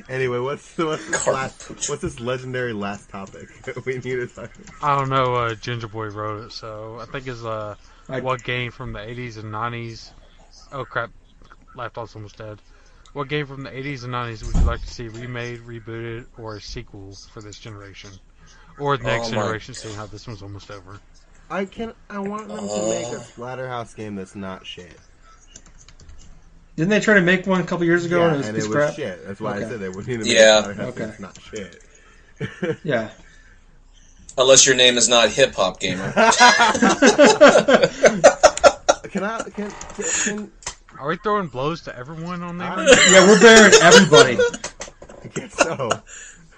B: Anyway, what's what's this
C: Carbon
B: last?
C: pooch.
B: What's this legendary last topic that we need to talk? about?
D: I don't know. Uh, Ginger Boy wrote it, so I think it's uh,
A: I-
D: what game from the 80s and 90s? Oh crap, laptop's almost dead. What game from the 80s and 90s would you like to see remade, rebooted, or a sequel for this generation, or the next
C: Oh my-
D: generation? Seeing how this one's almost over.
B: I can. I want them to make
A: Uh.
B: a Splatterhouse game that's not shit.
A: Didn't they try to make one a couple years ago
B: Yeah,
A: and it was,
B: and
A: piece
B: it
A: of
B: was
A: crap?
B: shit. That's why I
A: Okay.
B: said they would need to make
C: Yeah.
B: a Splatterhouse game
A: Okay.
B: that's not shit.
A: Yeah.
C: Unless your name is not Hip Hop Gamer.
B: Can I? Can, can,
D: Are we throwing blows to everyone on there?
B: I,
A: Yeah, we're burying everybody.
B: I guess so.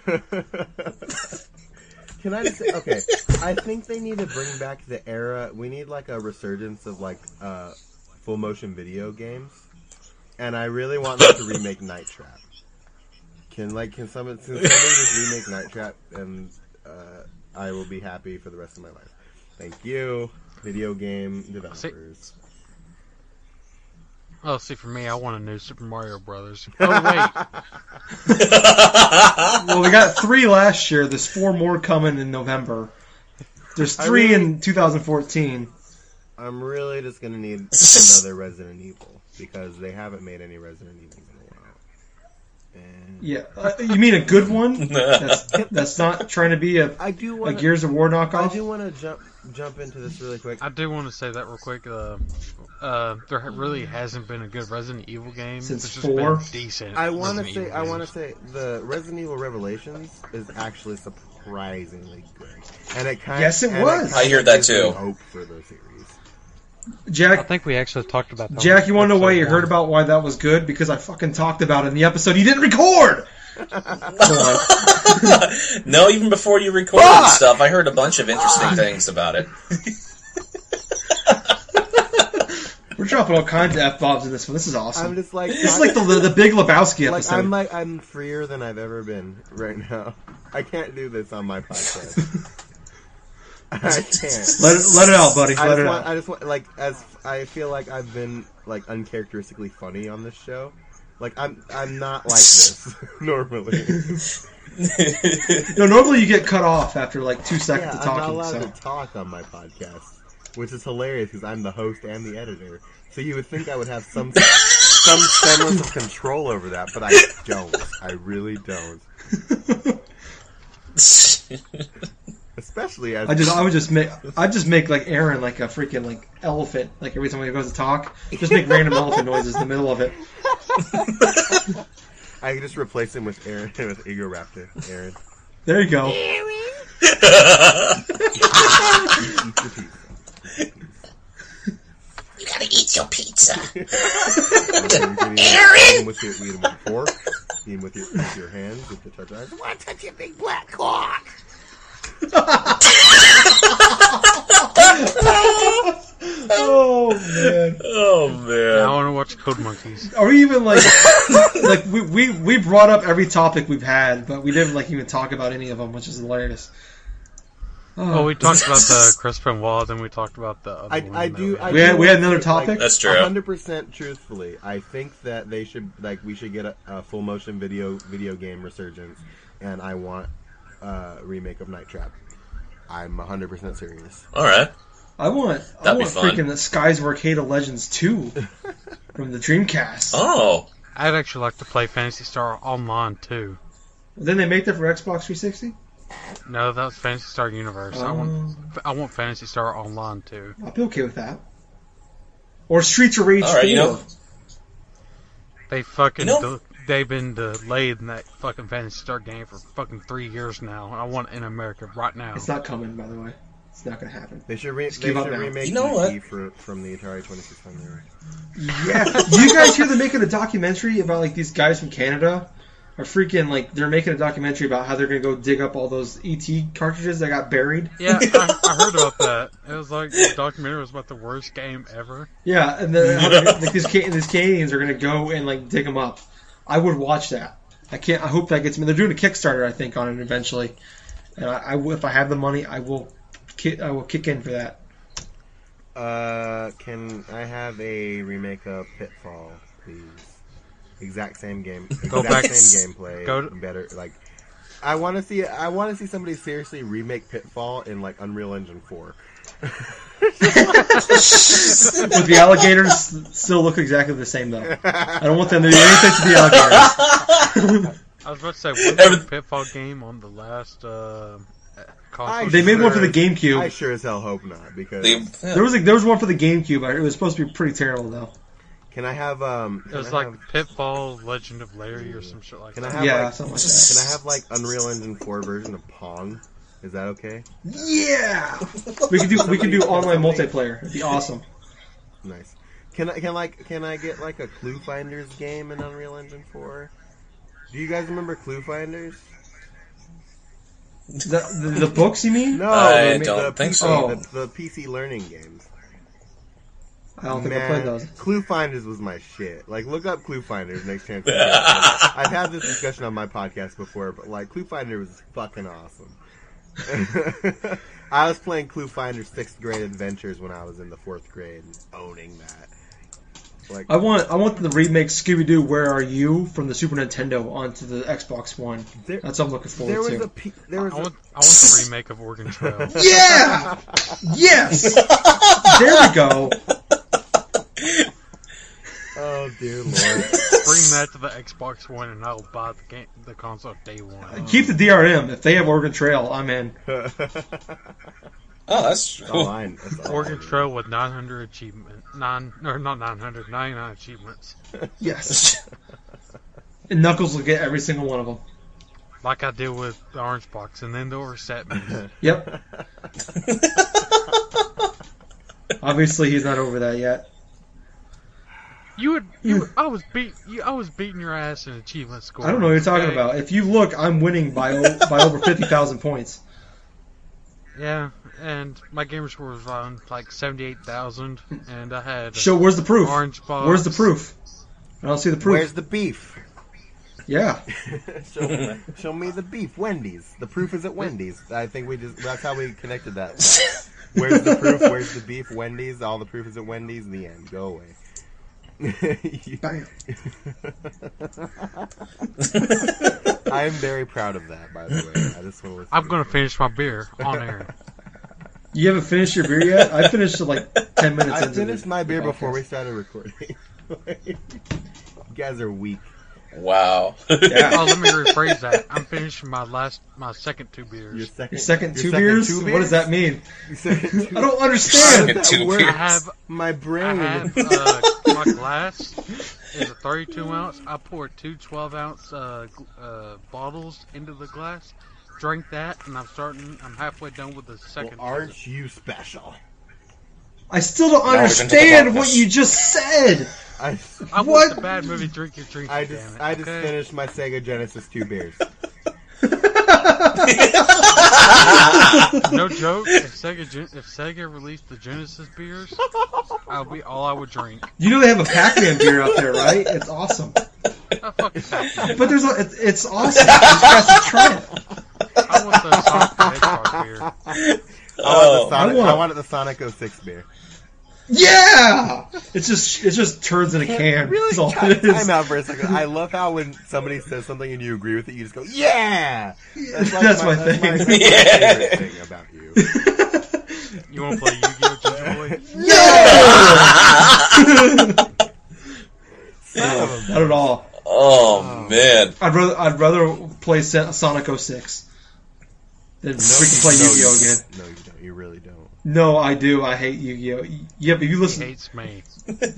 B: Can I just say, okay? I think they need to bring back the era. We need like a resurgence of like uh, full motion video games, and I really want them to remake Night Trap. Can like can someone can someone just remake Night Trap, and uh, I will be happy for the rest of my life. Thank you, video game developers.
D: Oh, see, for me, I want a new Super Mario Brothers. Oh wait,
A: Well, we got three last year. There's four more coming in November. There's
B: I
A: three
B: really-
A: in 2014.
B: I'm really just gonna need another Resident Evil because they haven't made any Resident Evils in a while. And
A: Yeah, Uh, you mean a good one? That's, that's not trying to be a,
B: I do
A: a
B: want to.
A: Gears of War
B: I
A: knockoff.
B: do want to jump jump into this really quick.
D: I do want to say that real quick. Uh, uh, there ha- really hasn't been a good Resident Evil game
A: Since
D: There's just
A: four?
D: Been decent.
B: I want to
D: Resident
B: say
D: Evil
B: I want to
D: games.
B: say the Resident Evil Revelations is actually surprisingly good, and it kind
A: Yes, it
B: and
A: was.
B: kinda
C: I hear that
B: gives me
C: too.
B: Hope for the series.
D: I
A: Jack,
D: think we actually talked about that.
A: Jack,
D: on
A: you want to know why
D: episode
A: you heard
D: one.
A: about why that was good? Because I fucking talked about it in the episode you didn't record. Go on.
C: no, even before you recorded stuff, I heard a bunch of interesting things about it.
A: We're dropping all kinds of f bombs in this one. This is
B: I'm
A: awesome.
B: just like
A: This is like the the Big Lebowski
B: like,
A: episode.
B: I'm like I'm freer than I've ever been right now. I can't do this on my podcast. I can't.
A: let it let it out, buddy.
B: I
A: let
B: just
A: it
B: want,
A: out.
B: I just want, like, as I feel like I've been like uncharacteristically funny on this show. Like, I'm, I'm not like this normally.
A: No, normally you get cut off after like two
B: yeah,
A: seconds of
B: I'm not
A: talking.
B: allowed
A: So
B: to talk on my podcast, which is hilarious because I'm the host and the editor. So you would think I would have some, some semblance of control over that, but I don't. I really don't. Especially as
A: I just I would just make I just make like Aaron like a freaking like elephant. Like every time he goes to talk, just make random elephant noises in the middle of it.
B: I could just replace him with Aaron with Ego Raptor. Aaron,
A: There you go.
B: eat your pizza.
C: You gotta eat your pizza.
B: Aaron! Eat him with your, eat him with your fork. Eat him with your, with your hands, with the touch eyes. Why touch your big black cock?
A: Oh man,
C: Oh
D: I
C: man.
D: want to watch Code Monkeys.
A: are we even like like we, we we brought up every topic we've had, but we didn't like even talk about any of them, which is hilarious.
D: Oh, we talked about the Crispin Wall, then we talked about the other
B: I,
D: one.
B: I
D: that
B: do.
D: we-
B: I
A: We had-
B: do
A: we had
B: think,
A: another
B: like,
A: topic?
C: That's true.
B: 100% truthfully, I think that they should like we should get a, a full motion video video game resurgence, and I want a remake of Night Trap. I'm 100% serious.
C: Alright.
A: I want I
C: That'd be
A: want
C: fun.
A: freaking the Skies Arcade Legends two from the Dreamcast.
C: Oh.
D: I'd actually like to play Fantasy Star Online too.
A: Then they make that for Xbox 360.
D: No, that was Fantasy Star Universe. I want
A: Oh.
D: I want Fantasy Star Online too.
A: I'll be okay with that. Or Streets of Rage
C: All
A: 4.
C: right, you know-
D: They fucking
C: You know-
D: del- they've been delayed in that fucking Fantasy Star game for fucking three years now. I want it in America right now.
A: It's not coming, by the way. It's not going to happen.
B: They should, re-
A: Just
B: they
A: give up
B: should
A: now.
B: remake
C: You know
B: E.T.
C: what?
B: fro- from the Atari 2600.
A: Yeah. you guys hear they're making a documentary about, like, these guys from Canada are freaking, like, they're making a documentary about how they're going to go dig up all those ET cartridges that got buried.
D: Yeah, I, I heard about that. It was like the documentary was about the worst game ever.
A: Yeah, and then how they're- like, these, Ca- these Canadians are going to go and, like, dig them up. I would watch that. I can't. I hope that gets me. They're doing a Kickstarter, I think, on it eventually. And I, I will- if I have the money, I will, ki- I will kick in for that.
B: Uh, can I have a remake of Pitfall, please? Exact same game.
D: Go
B: Exact
D: back-
B: same gameplay.
D: Go to-
B: better. Like, I want to see. I want to see somebody seriously remake Pitfall in like Unreal Engine Four.
A: Would the alligators still look exactly the same though? I don't want them to do anything to the alligators.
D: I was about to say, wasn't
C: Every-
D: there a pitfall game on the last uh,
B: I-
D: console?
A: They made one for the
B: I
A: GameCube.
B: sure as hell hope not because
C: They,
A: There was a, there was one for the GameCube. I- It was supposed to be pretty terrible though.
B: can I have um?
D: It
B: Can
D: was
B: I
D: like
B: have-
D: Pitfall Legend of Larry or some shit like
B: Can I
D: that.
B: have
A: Yeah,
B: like?
A: something like that.
B: Can I have like Unreal Engine Four version of Pong? Is that okay?
A: Yeah, we could do we could do online multiplayer. It'd be awesome.
B: Nice. Can I can like can I get like a Clue Finders game in Unreal Engine Four? Do you guys remember Clue Finders?
A: The, the, the books, you mean?
B: No,
C: I
B: the- the
C: don't think
B: PC,
A: so.
B: The, the PC learning games.
A: I don't think I
B: Man,
A: played those.
B: Clue Finders was my shit. Like, look up Clue Finders next chance. you get. Like, I've had this discussion on my podcast before, but like, Clue Finder was fucking awesome. I was playing Clue Finder sixth grade adventures when I was in the fourth grade, and owning that. Like,
A: I want I want the remake Scooby Doo Where Are You from the Super Nintendo onto the Xbox One.
B: there,
A: That's what I'm looking forward
B: there was
A: to.
B: a P- there
D: I
B: was
D: want,
B: a,
D: I want the remake of Oregon Trail.
A: Yeah. Yes. there we go.
B: oh dear lord.
D: Bring that to the Xbox One, and I'll buy the game, the console day one.
A: Keep the DRM. If they have Oregon Trail, I'm in.
C: oh, that's cool.
B: Online, that's all
D: Oregon
B: I need.
D: Trail with 900 achievement, nine or not 900, 99 achievements.
A: Yes. And Knuckles will get every single one of them.
D: Like I did with the Orange Box, and then they'll reset me.
A: Yep. Obviously, he's not over that yet.
D: You would, you, would- I was beat, you, I was beating your ass in achievement score.
A: I don't know what you're talking
D: okay?
A: about. If you look, I'm winning by o- by over fifty thousand points.
D: Yeah, and my gamer score was around like 78,000, and I had
A: So where's the proof?
D: Orange Box.
A: Where's the proof? I don't see the proof.
B: Where's the beef?
A: yeah.
B: show, show me the beef, Wendy's. The proof is at Wendy's. I think we just—that's how we connected that. Where's the proof? Where's the beef? Wendy's. All the proof is at Wendy's. The end. Go away.
A: Bam.
B: I am very proud of that. By the way, I just want to.
D: I'm gonna finish my beer on air.
A: You haven't finished your beer yet. I finished it like ten minutes.
B: I
A: into the-
B: finished my
A: the
B: beer
A: podcast.
B: before we started recording. you guys are weak.
C: Wow.
D: oh, let me rephrase that. I'm finishing my last, my second two
B: Your
D: beers.
B: second,
A: Your second
B: your
A: two beers?
B: two
A: What does that mean?
B: Your second two-
A: I don't
B: How
A: understand.
C: Second
B: does
C: two
B: that work?
D: I
C: beers.
D: have,
B: My
D: I
B: brain.
D: have uh, my glass is a 32 ounce. I poured two 12 ounce uh, gl- uh, bottles into the glass, drank that, and I'm starting. I'm halfway done with the
B: well,
D: second. beer.
B: aren't you special?
A: I still don't
C: Now we can
A: understand
C: talk.
A: what you just said.
B: I,
D: I
A: What?
D: was the bad movie drinker drinker.
B: I just,
D: damn it,
B: I just
D: okay?
B: finished my Sega Genesis two beers.
D: No joke. If Sega Gen- if Sega released the Genesis beers, I'll be all I would drink.
A: You know they have a Pac-Man beer out there, right? It's awesome.
D: I fucking I
A: But there's a, it's, it's awesome. You just have to try it.
D: want the Sonic the Hedgehog beer.
B: Oh, I, wanted the Sonic,
C: Oh,
B: I,
A: want-
B: wanted the Sonic 06 beer.
A: Yeah, it's just it's just turds in a can. That's all
B: Time,
A: it is.
B: time out for a second. I love how when somebody says something and you agree with it, you just go, "Yeah." That's,
A: That's my thing.
B: That's my,
C: Yeah.
B: favorite thing about you.
D: You want to play Yu-Gi-Oh! Ginger Boy?
A: No, not at all.
C: Oh, man.
A: I'd rather I'd rather play Sa- Sonic 06 than freaking play
B: no,
A: Yu-Gi-Oh
B: you-
A: again.
B: No, you don't. You really don't.
A: No, I do. I hate Yu-Gi-Oh. Yeah, but you
D: He
A: listen.
D: hates me.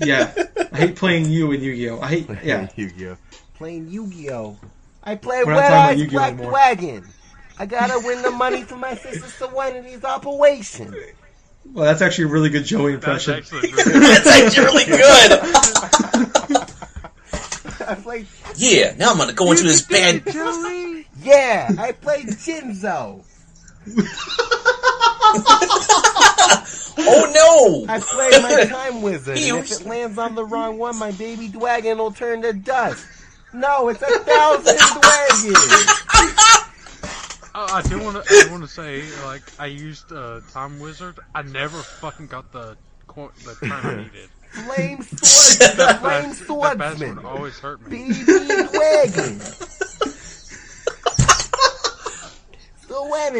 A: Yeah, I hate playing you in Yu-Gi-Oh. I hate. Yeah,
B: Yu-Gi-Oh. Playing Yu-Gi-Oh. I play
A: We're not talking about Red-Eyes Yu-Gi-Oh Black anymore.
B: Wagon. I gotta win the money for my sister Serenity's operation.
A: well, that's actually a really good Joey
D: That's
A: impression.
D: actually really
C: That's actually really good.
B: I play
C: Yeah, now I'm going to go into this band.
D: Joey.
B: Yeah, I played Jinzo.
C: Oh,
B: I
C: no.
B: play my time wizard. And if it lands on the wrong one, my baby dragon will turn to dust. No, it's a thousand dragons.
D: Oh, I do want to. I want to say, like, I used uh, Time Wizard. I never fucking got the qu- the turn I needed.
B: Flame Swordsman. the Flame
D: That bastard
B: Swordsman.
D: always hurt me.
B: BB Wagon.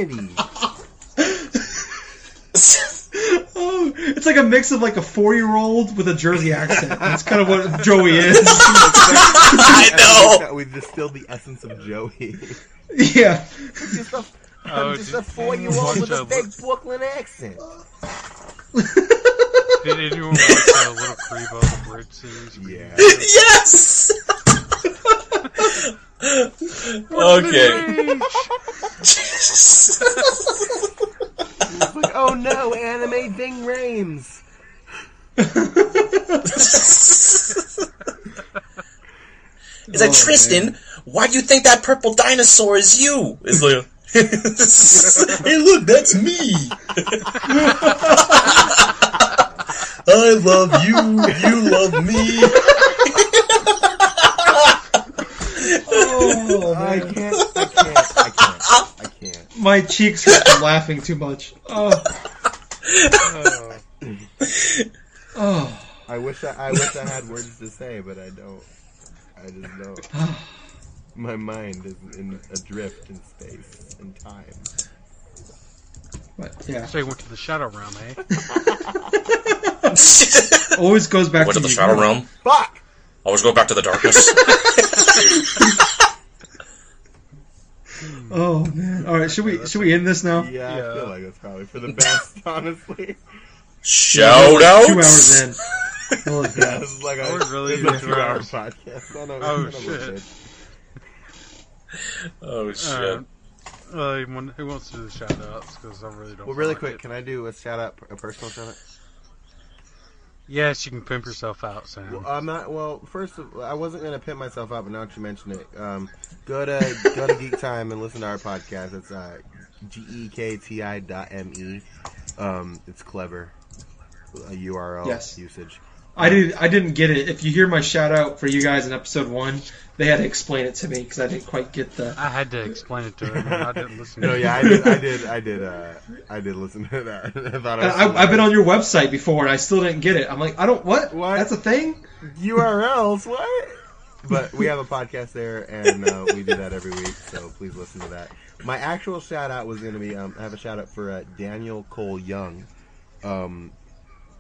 B: Serenity.
A: Oh, it's like a mix of like a four-year-old with a Jersey accent. That's kind of what Joey is.
C: I know.
B: That we distilled the essence of Joey.
A: yeah,
B: just a,
D: Oh,
B: I'm just
D: did-
B: a four year old with a
D: Watch uh,
B: big
D: out.
B: Brooklyn accent.
D: Did anyone watch the Little Creebo the Bridge series?
B: Yeah.
C: Yes. okay.
B: It's like, oh no, anime thing rains.
C: It's like Tristan. Why do you think that purple dinosaur is you? It's like, hey, look, that's me. I love you. You love me.
A: Oh,
B: I
A: man.
B: can't, I can't, I can't, I can't.
A: my cheeks hurt from laughing too much. Oh, oh.
B: I wish I, I wish I had words to say, but I don't. I just don't. My mind is in adrift in space and time.
A: But, yeah,
D: So you went to the Shadow Realm, eh?
A: always goes back
C: Went
A: to
C: to the
A: you.
C: shadow realm.
B: Fuck!
C: Always go back to the darkness.
A: Oh man! All right, should we should we end this now?
B: Yeah, I feel like it's probably for the best, honestly.
C: Shout out.
A: Two hours in. Holy
B: Yeah,
A: cow.
B: this is like a,
D: That was really
B: this is a
D: two
B: two hour
D: hours.
B: podcast. I know, I
D: Oh,
B: know what
D: shit.
B: it is.
C: Oh shit.
D: Uh, well, he won- who wants to do the shout outs? Because I really don't.
B: Well, really
D: feel like
B: quick, can I do a shout out, a personal shout out?
D: it. Yes, you can pimp yourself out, Sam.
B: Well, I'm not. Well, first, of, I wasn't gonna pimp myself out, but now that you mention it, um, go to go to Geek Time and listen to our podcast. It's uh, g e k t i dot m e. Um, it's clever. A URL
A: Yes.
B: usage.
A: I didn't I didn't get it. If you hear my shout out for you guys in episode one, they had to explain it to me because I didn't quite get the.
D: I had to explain it to him. and I didn't listen.
B: No,
D: to
B: yeah, I
D: him.
B: did. I did. I did. Uh, I did listen to that. I thought it was
A: I, I've been on your website before and I still didn't get it. I'm like, I don't what?
B: What?
A: That's a thing?
B: URLs. What? But we have a podcast there, and uh, we do that every week. So please listen to that. My actual shout out was going to be um, I have a shout out for uh, Daniel Cole Young, um,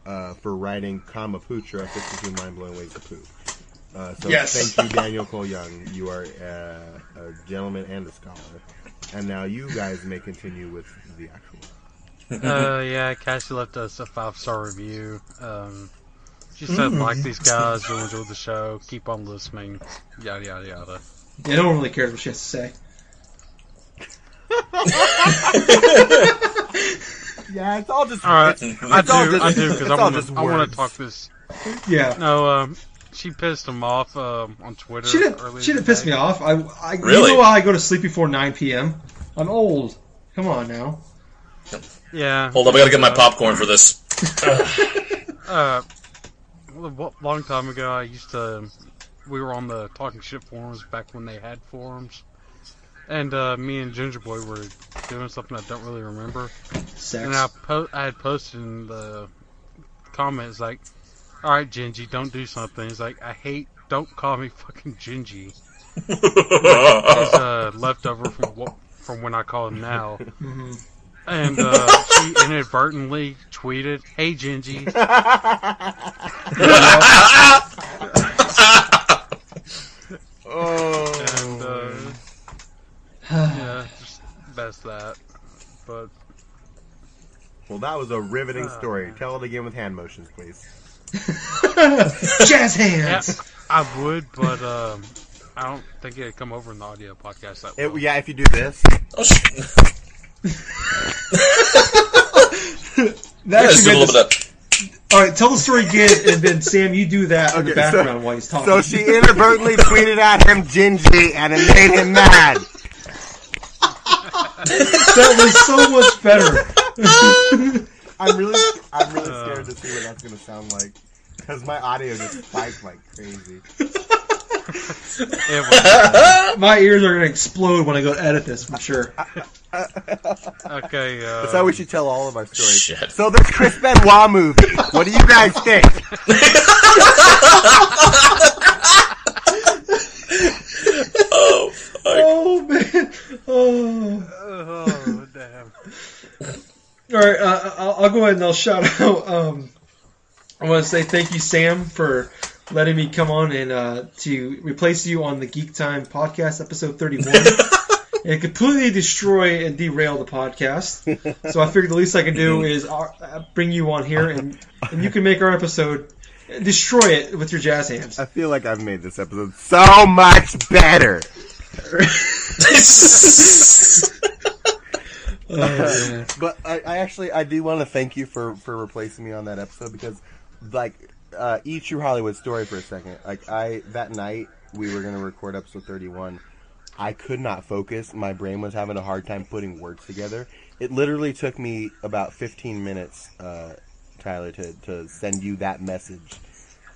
B: uh, for writing Kamaputra: 52 Mind Blowing Ways to Poop. Uh, so
A: Yes.
B: thank you, Daniel Cole Young. You are uh, a gentleman and a scholar. And now you guys may continue with the actual.
D: uh, yeah, Cassie left us a five star review. Um, she said,
B: Mm.
D: like these guys, you'll enjoy the show, keep on listening, yada, yada, yada.
A: Yeah, no one really cares what she has to say.
B: Yeah, it's all just.
D: All right, I
B: it's all
D: do,
B: just-
D: I do, because
B: it's
D: I
B: all
D: want
B: just
D: to I want
B: words.
D: to talk this.
A: Yeah.
D: No, um, she pissed him off um, on Twitter.
A: She
D: earlier
A: didn't she didn't piss
D: today.
A: me off. I, I
C: Really?
A: you know why I go to sleep before nine PM? I'm old. Come on now.
D: Yeah.
C: Hold up, I gotta get my popcorn for this.
D: uh, well, a wa- long time ago, I used to. um, We were on the talking shit forums back when they had forums, and uh, me and Ginger Boy were doing something I don't really remember.
A: Sex.
D: And I po- I had posted in the comments like, "All right, Gingy, don't do something." He's like, "I hate. Don't call me fucking Gingy."
C: Oh,
D: It's uh, leftover from what from when I call him now. And uh, she inadvertently tweeted, "Hey, Gingy."
B: Oh.
D: and uh, yeah, just that's that. But
B: Well, that was a riveting story. Tell it again with hand motions, please.
A: Jazz
D: yeah,
A: hands.
D: I would, but um, I don't think it'd come over in the audio podcast. That
B: It,
D: well.
B: yeah, if you do this,
C: Oh, shit.
A: That
C: Yeah, just
A: actually
C: do a
A: made this-
C: little bit of-
A: All right, tell the story again, and then Sam, you do that in the
B: Okay, so-
A: background while he's talking.
B: so she inadvertently tweeted at him Gingy, and it made him mad.
A: that was so much better.
B: I'm really, I'm really scared to see what that's gonna sound like because my audio just spiked like crazy.
D: It was.
A: My ears are gonna explode when I go to edit this. I'm sure.
D: Okay. Uh,
B: That's how we should tell all of our stories.
C: Shit.
B: So this Chris Benoit movie. What do you guys think?
C: Oh, fuck.
A: Oh man. Oh.
D: Oh damn.
A: All right, uh, I'll, I'll go ahead and I'll shout out. Um, I want to say thank you, Sam, for letting me come on and uh, to replace you on the Geek Time podcast, episode 31. it completely destroy and derail the podcast. So I figured the least I can do is uh, uh, bring you on here and, and you can make our episode and destroy it with your jazz hands.
B: I feel like I've made this episode so much better. But I, I actually I do want to thank you for for replacing me on that episode because like uh, E True Hollywood story for a second. Like I that night we were gonna record episode thirty one. I could not focus. My brain was having a hard time putting words together. It literally took me about fifteen minutes, uh, Tyler, to to send you that message.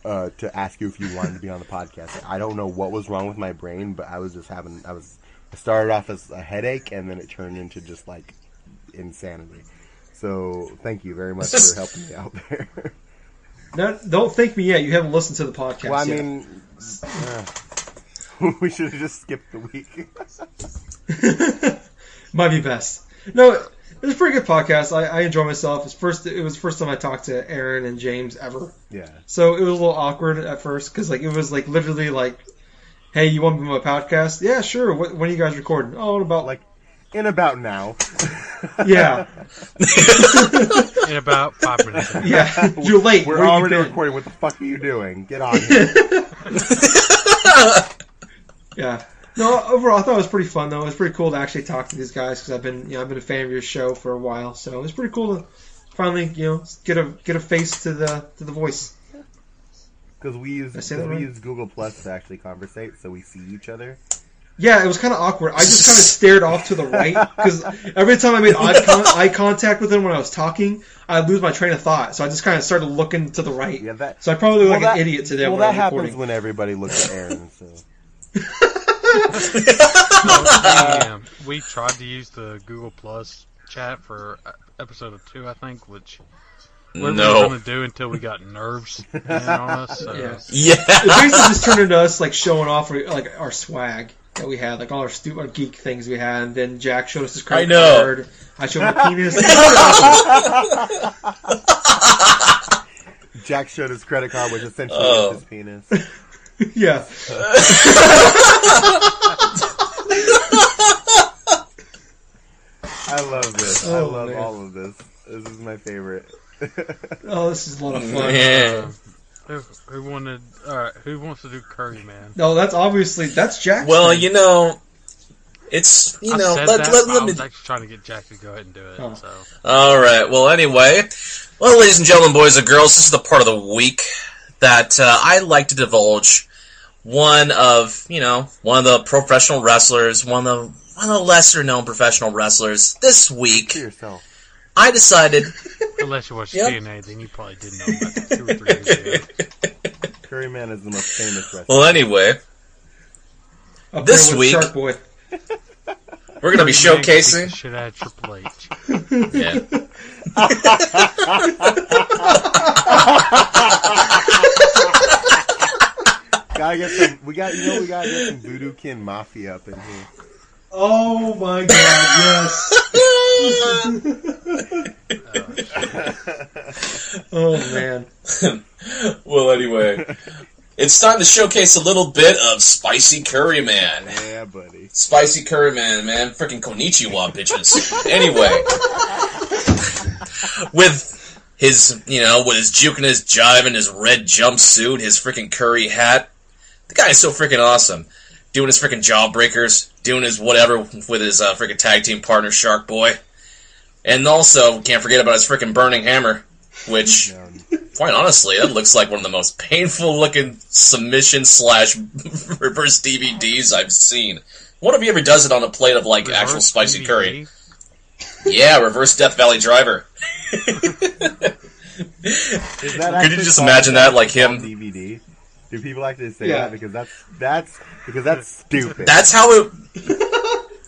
B: Uh, to ask you if you wanted to be on the podcast, I don't know what was wrong with my brain, but I was just having I was I started off as a headache, and then it turned into just like insanity. So thank you very much for helping me out there.
A: Now, don't thank me yet. You haven't listened to the podcast.
B: well, I
A: yet.
B: mean, uh, we should have just skipped the week.
A: Might be best. No, it was a pretty good podcast. I, I enjoy myself. It's first. It was the first time I talked to Aaron and James ever,
B: yeah,
A: so it was a little awkward at first because like it was like literally like, "Hey, you want to be on my podcast? Yeah, sure. What, when are you guys recording? Oh, in about like
B: like in about now.
A: yeah,
D: In about five minutes.
A: yeah. You're late.
B: We're
A: Where you
B: already
A: been?"
B: recording. What the fuck are you doing? Get on here.
A: Yeah. No, overall, I thought it was pretty fun though. It was pretty cool to actually talk to these guys because I've been, you know, I've been a fan of your show for a while, so it was pretty cool to finally, you know, get a get a face to the to the voice.
B: Because we use
A: I say
B: 'cause
A: that
B: we
A: right?
B: use Google Plus to actually conversate, so we see each other.
A: Yeah, it was kind of awkward. I just kind of stared off to the right because every time I made eye, con- eye contact with him when I was talking, I'd lose my train of thought. So I just kind of started looking to the right.
B: Yeah, that.
A: So I probably look
B: well,
A: like
B: that-
A: an idiot today
B: Well,
A: when
B: that
A: I was
B: happens
A: recording.
B: when everybody looks at Aaron. So
D: Damn. We tried to use the Google Plus chat for uh, episode of two, I think, which we were
C: no.
D: going to do until we got nerves in on us. So.
A: Yeah. It
C: Yeah.
A: basically just turned into us like showing off like our swag that we had, like all our stu- our geek things we had. And then Jack showed us his credit
C: I know.
A: card. I showed my penis. It
B: Jack showed his credit card, which essentially
C: Oh.
B: is his penis.
A: was awesome. yeah.
B: I love this. I
A: Oh,
B: love
A: man.
B: all of this. This is my favorite.
A: Oh, this is a lot of fun.
C: Yeah.
D: Who, who wanted? All right. Who wants to do Curry Man?
A: No, that's obviously that's Jack.
C: Well, you know, it's you know.
D: I said
C: Let,
D: that,
C: let,
D: but
C: let
D: I
C: me.
D: was actually trying to get Jack to go ahead and do it.
A: Oh.
D: So
C: All right. Well, anyway, well, ladies and gentlemen, boys and girls, this is the part of the week that uh, I like to divulge one of you know one of the professional wrestlers, one of the one of the lesser known professional wrestlers. This week,
B: To yourself.
C: I decided
D: unless you watch
C: Yep.
D: TNA, then you probably did know about two or three years ago.
B: Curry Man is the most famous wrestler.
C: Well, anyway,
A: Up there
C: this
A: with
C: week-
A: Shark Boy.
C: we're going to be
D: Curry Man beats the
C: showcasing.
D: shit out of Triple H.
C: Yeah.
B: Gotta get some. We got. You know, we gotta get some Voodoo Kin Mafia up in here.
A: Oh my god! Yes. oh man.
C: well, anyway, it's time to showcase a little bit of Spicy Curry Man.
B: Yeah, buddy.
C: Spicy Curry Man, man. Freaking Konichiwa, bitches. anyway. with his, you know, with his juke and his jive and his red jumpsuit, his freaking curry hat. The guy is so freaking awesome. Doing his freaking jawbreakers, doing his whatever with his uh, freaking tag team partner, Shark Boy. And also, can't forget about his freaking burning hammer, which,
B: Um,
C: quite honestly, that looks like one of the most painful looking submission slash reverse DVDs I've seen. One of you ever does it on a plate of like actual
D: Reverse
C: spicy
D: DVD.
C: curry. Yeah, reverse Death Valley Driver.
B: Is that
C: Could you
B: actually
C: just
B: called-
C: imagine that, like him?
B: DVD? Do people like to say
A: Yeah.
B: that because that's that's because that's stupid.
C: That's how it.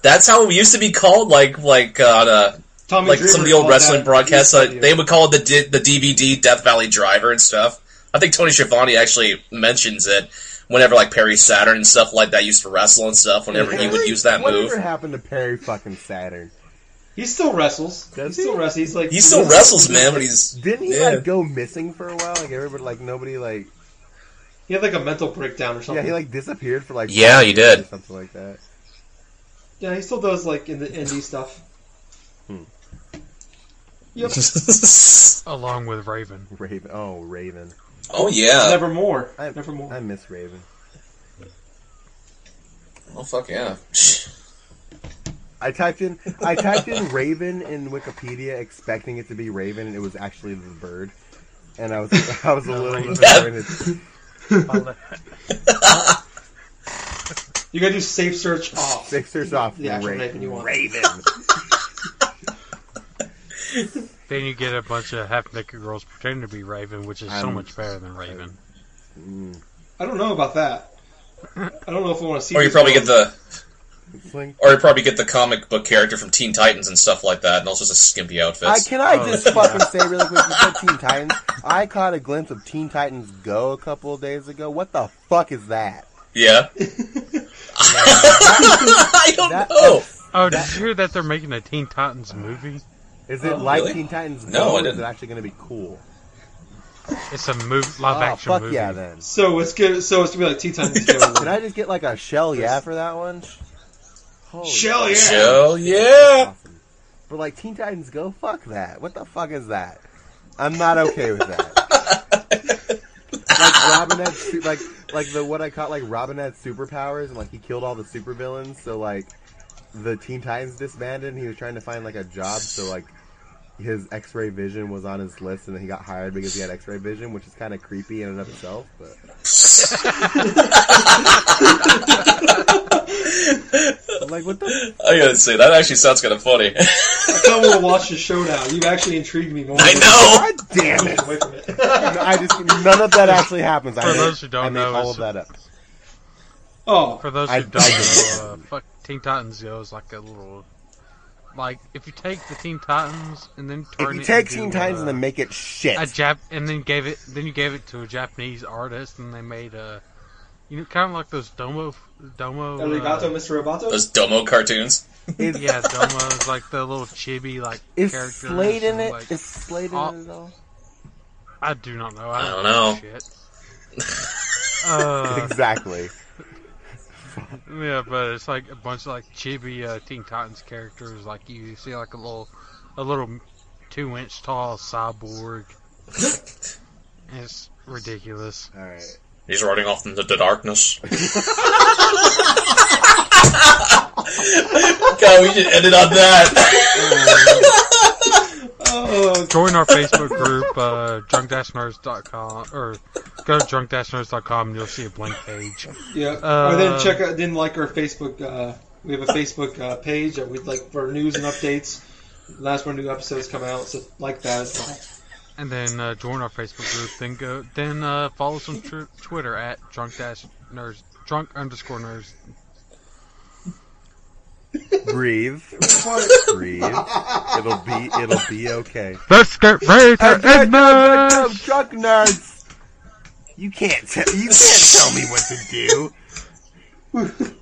C: That's how it used to be called. Like like on uh,
A: Tommy
C: like
A: Dreamer
C: some of the old
A: called
C: wrestling
A: that
C: broadcasts.
A: East
C: Uh,
A: Video.
C: they would call it the D- the DVD Death Valley Driver and stuff. I think Tony Schiavone actually mentions it whenever like Perry Saturn and stuff like that used to wrestle and stuff. Whenever he would use that move,
B: Whatever happened to Perry fucking Saturn?
A: he still wrestles.
B: Does
A: he still
B: he?
A: wrestles. He's like
C: he still wrestles, man. But he's
B: Didn't he
C: Yeah.
B: like go missing for a while? Like everybody, like nobody, like
A: He had like a mental breakdown or
B: yeah,
A: something.
B: he like disappeared for like
C: Yeah,
B: five
C: he
B: years
C: did.
B: or something like that.
A: Yeah, he still does like in the indie stuff. Yep.
D: along with Raven.
B: Raven, oh Raven,
C: oh yeah,
A: Nevermore.
B: I,
A: Nevermore.
B: I miss Raven.
C: oh fuck yeah.
B: I typed in I typed in Raven in Wikipedia, expecting it to be Raven, and it was actually the bird. And I was I was a little disappointed.
A: you gotta do safe search off.
B: Sixers off
A: The actual Raven you want.
B: Raven.
D: Then you get a bunch of half naked girls pretending to be Raven, which is so
B: I'm-
D: much better than Raven.
A: I don't know about that. I don't know if I want to see.
C: Or you
A: this
C: probably
A: one.
C: get the
B: Sling.
C: or you probably get the comic book character from Teen Titans and stuff like that, and also just skimpy
B: I,
C: outfits.
B: can I just fucking say really quick? You said Teen Titans. I caught a glimpse of Teen Titans Go a couple of days ago. What the fuck is that?
C: Yeah. I don't
B: That-
C: know.
D: Oh, did you hear that they're making a Teen Titans movie?
B: Is it
A: Oh,
B: like
C: really?
B: Teen Titans Go?
C: No, I
B: or is
C: didn't.
B: it actually going to be cool?
D: It's a move, live
B: oh,
D: action
B: fuck
D: movie.
B: yeah, then.
A: So it's good. So it's gonna be like Tea Time.
B: Did I just get like a shell yeah for that one? Holy
A: Shell yeah.
C: Hell yeah.
B: awesome. But like Teen Titans Go, fuck that. What the fuck is that? I'm not okay with that. like Robinette, su- like like the what I caught like Robinette's superpowers, and like he killed all the supervillains. So like the Teen Titans disbanded, and he was trying to find like a job. So like his X-ray vision was on his list, and then he got hired because he had X-ray vision, which is kind of creepy in and of itself. But but, like what the
C: I gotta say that actually sounds kind of funny.
A: I kind of want to watch the show now. You've actually intrigued me more.
C: I know.
B: god damn it.
A: Away from it.
B: No, I just none of that actually happens. I
D: For
B: made,
D: those who don't
B: I made
D: know,
B: all of
D: it's-
B: that up.
A: oh,
D: For those who
B: I-
D: don't
B: I-
D: know, uh, fuck Teen Titans Go is like a little, like if you take the Teen Titans and then turn
B: If you
D: it
B: take
D: into,
B: Teen Titans
D: uh,
B: and then make it shit,
D: a Jap, and then gave it, then you gave it to a Japanese artist, and they made a, you know, kind of like those Domo, Domo,
A: Arigato,
D: uh,
A: Mr. Roboto.
C: Those Domo cartoons.
B: is,
D: yeah, Domo's like the little chibi like
B: is
D: characters.
B: Slade in
D: and,
B: it?
D: like-
B: Is Slade in
D: all-
B: it at all?
D: I do not know. I
C: I
D: don't,
C: don't know.
D: Shit. uh,
B: exactly.
D: yeah, but it's like a bunch of like chibi uh, Teen Titans characters. Like you see like a little, a little two inch tall cyborg. it's ridiculous.
B: All right.
C: He's running off into the darkness. God, we should end it on that.
A: Oh,
D: Join our Facebook group, uh, drunk-nerds.com, or go to drunk-nerds.com and you'll see a blank page.
A: Yeah. or then check out, then like our Facebook. Uh, we have a Facebook uh, page that we like for news and updates. Last when new episodes come out, so like that as well.
D: And then uh, join our Facebook group. Then go. Then uh, follow us on tr- Twitter at drunk dash nerds drunk underscore nerds.
B: Breathe. Breathe. It'll be. It'll be okay.
D: Let's get ready to end
B: Dumb
D: this.
B: Drunk nerds. You can't. Tell, you can't tell me what to do.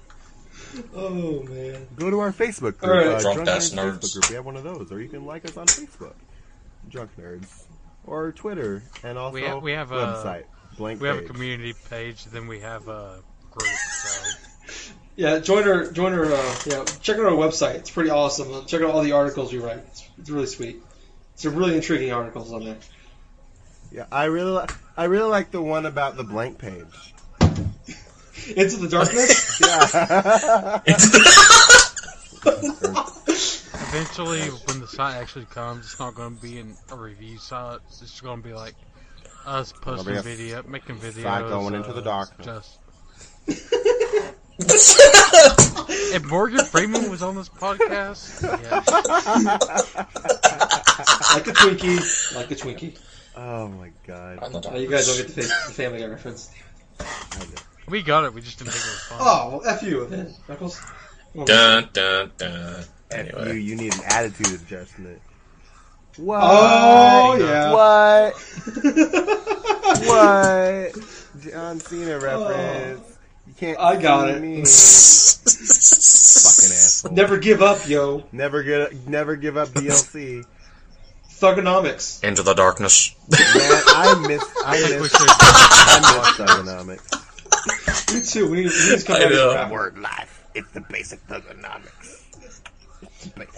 A: Oh man.
B: Go to our Facebook group.
A: All right.
B: uh,
C: Drunk
B: Drunk
C: Ass
B: Nerds,
C: Nerds.
B: Facebook group. We have one of those, or you can like us on Facebook, Drunk Nerds, or Twitter, and also
D: We have- we have a-
B: website. blank.
D: We have a
B: page.
D: community page. Then we have a group. So.
A: Yeah, join our join our uh, yeah. Check out our website. It's pretty awesome. Check out all the articles we write. It's, it's really sweet. Some really intriguing articles on there.
B: Yeah, I really, li- I really like the one about the blank page.
A: Into the darkness.
B: Yeah.
D: Eventually, when the site actually comes, it's not going to be in a review site. It's just going to be like us
B: be
D: posting
B: a
D: video, making videos.
B: going into the
D: uh,
B: darkness.
D: Just. if Morgan Freeman was on this podcast, yeah,
A: like a Twinkie. Uh, Like a Twinkie.
B: oh my god.
A: Oh, you guys don't get the, fa- the Family Guy reference.
D: We got it. We just didn't think it was fun.
E: Oh, well, F you then, Knuckles.
C: Dun dun dun.
B: F
C: Anyway.
B: you, you need an attitude adjustment. What?
E: Oh, yeah.
B: What?
E: what?
B: What? John Cena reference. You can't.
E: Oh. I got
B: see
E: it.
B: Me. Fucking
C: Fucking
B: asshole.
E: Never give up, yo.
B: Never get. Never give up DLC.
E: Thugonomics.
C: Into the darkness.
B: Man, I miss. I
D: I think we
B: miss.
D: should.
B: I miss Thugonomics.
E: You too. We need, we need to come
C: I
E: back
C: know.
E: and grab
B: Word life. It's the basic Thugonomics.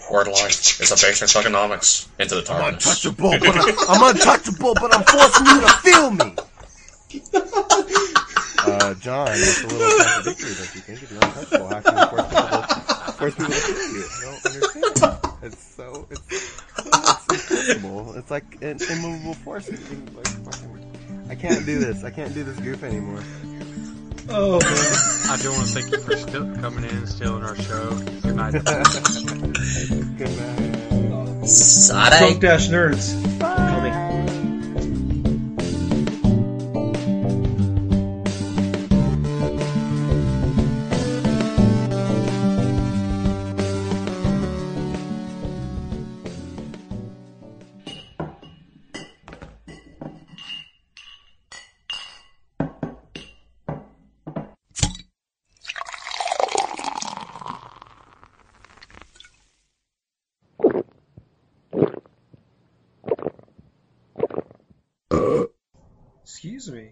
C: Word life. It's a basic economics. Into the darkness.
B: Untouchable, but I'm, I'm untouchable, but I'm forcing you to feel me. Uh, John, it's a little contradictory, don't you think? If you're untouchable, how can you force people to, force people to feel you? I don't understand. It's so it's, it's untouchable. It's like an immovable force. You can, like, fucking- I can't do this. I can't do this goof anymore.
E: it. Oh, man.
D: I do want to thank you for still coming in and stealing our show. Good night.
B: Good night.
C: Sorry.
E: Drunk Dash Nerds. Coming. Excuse me.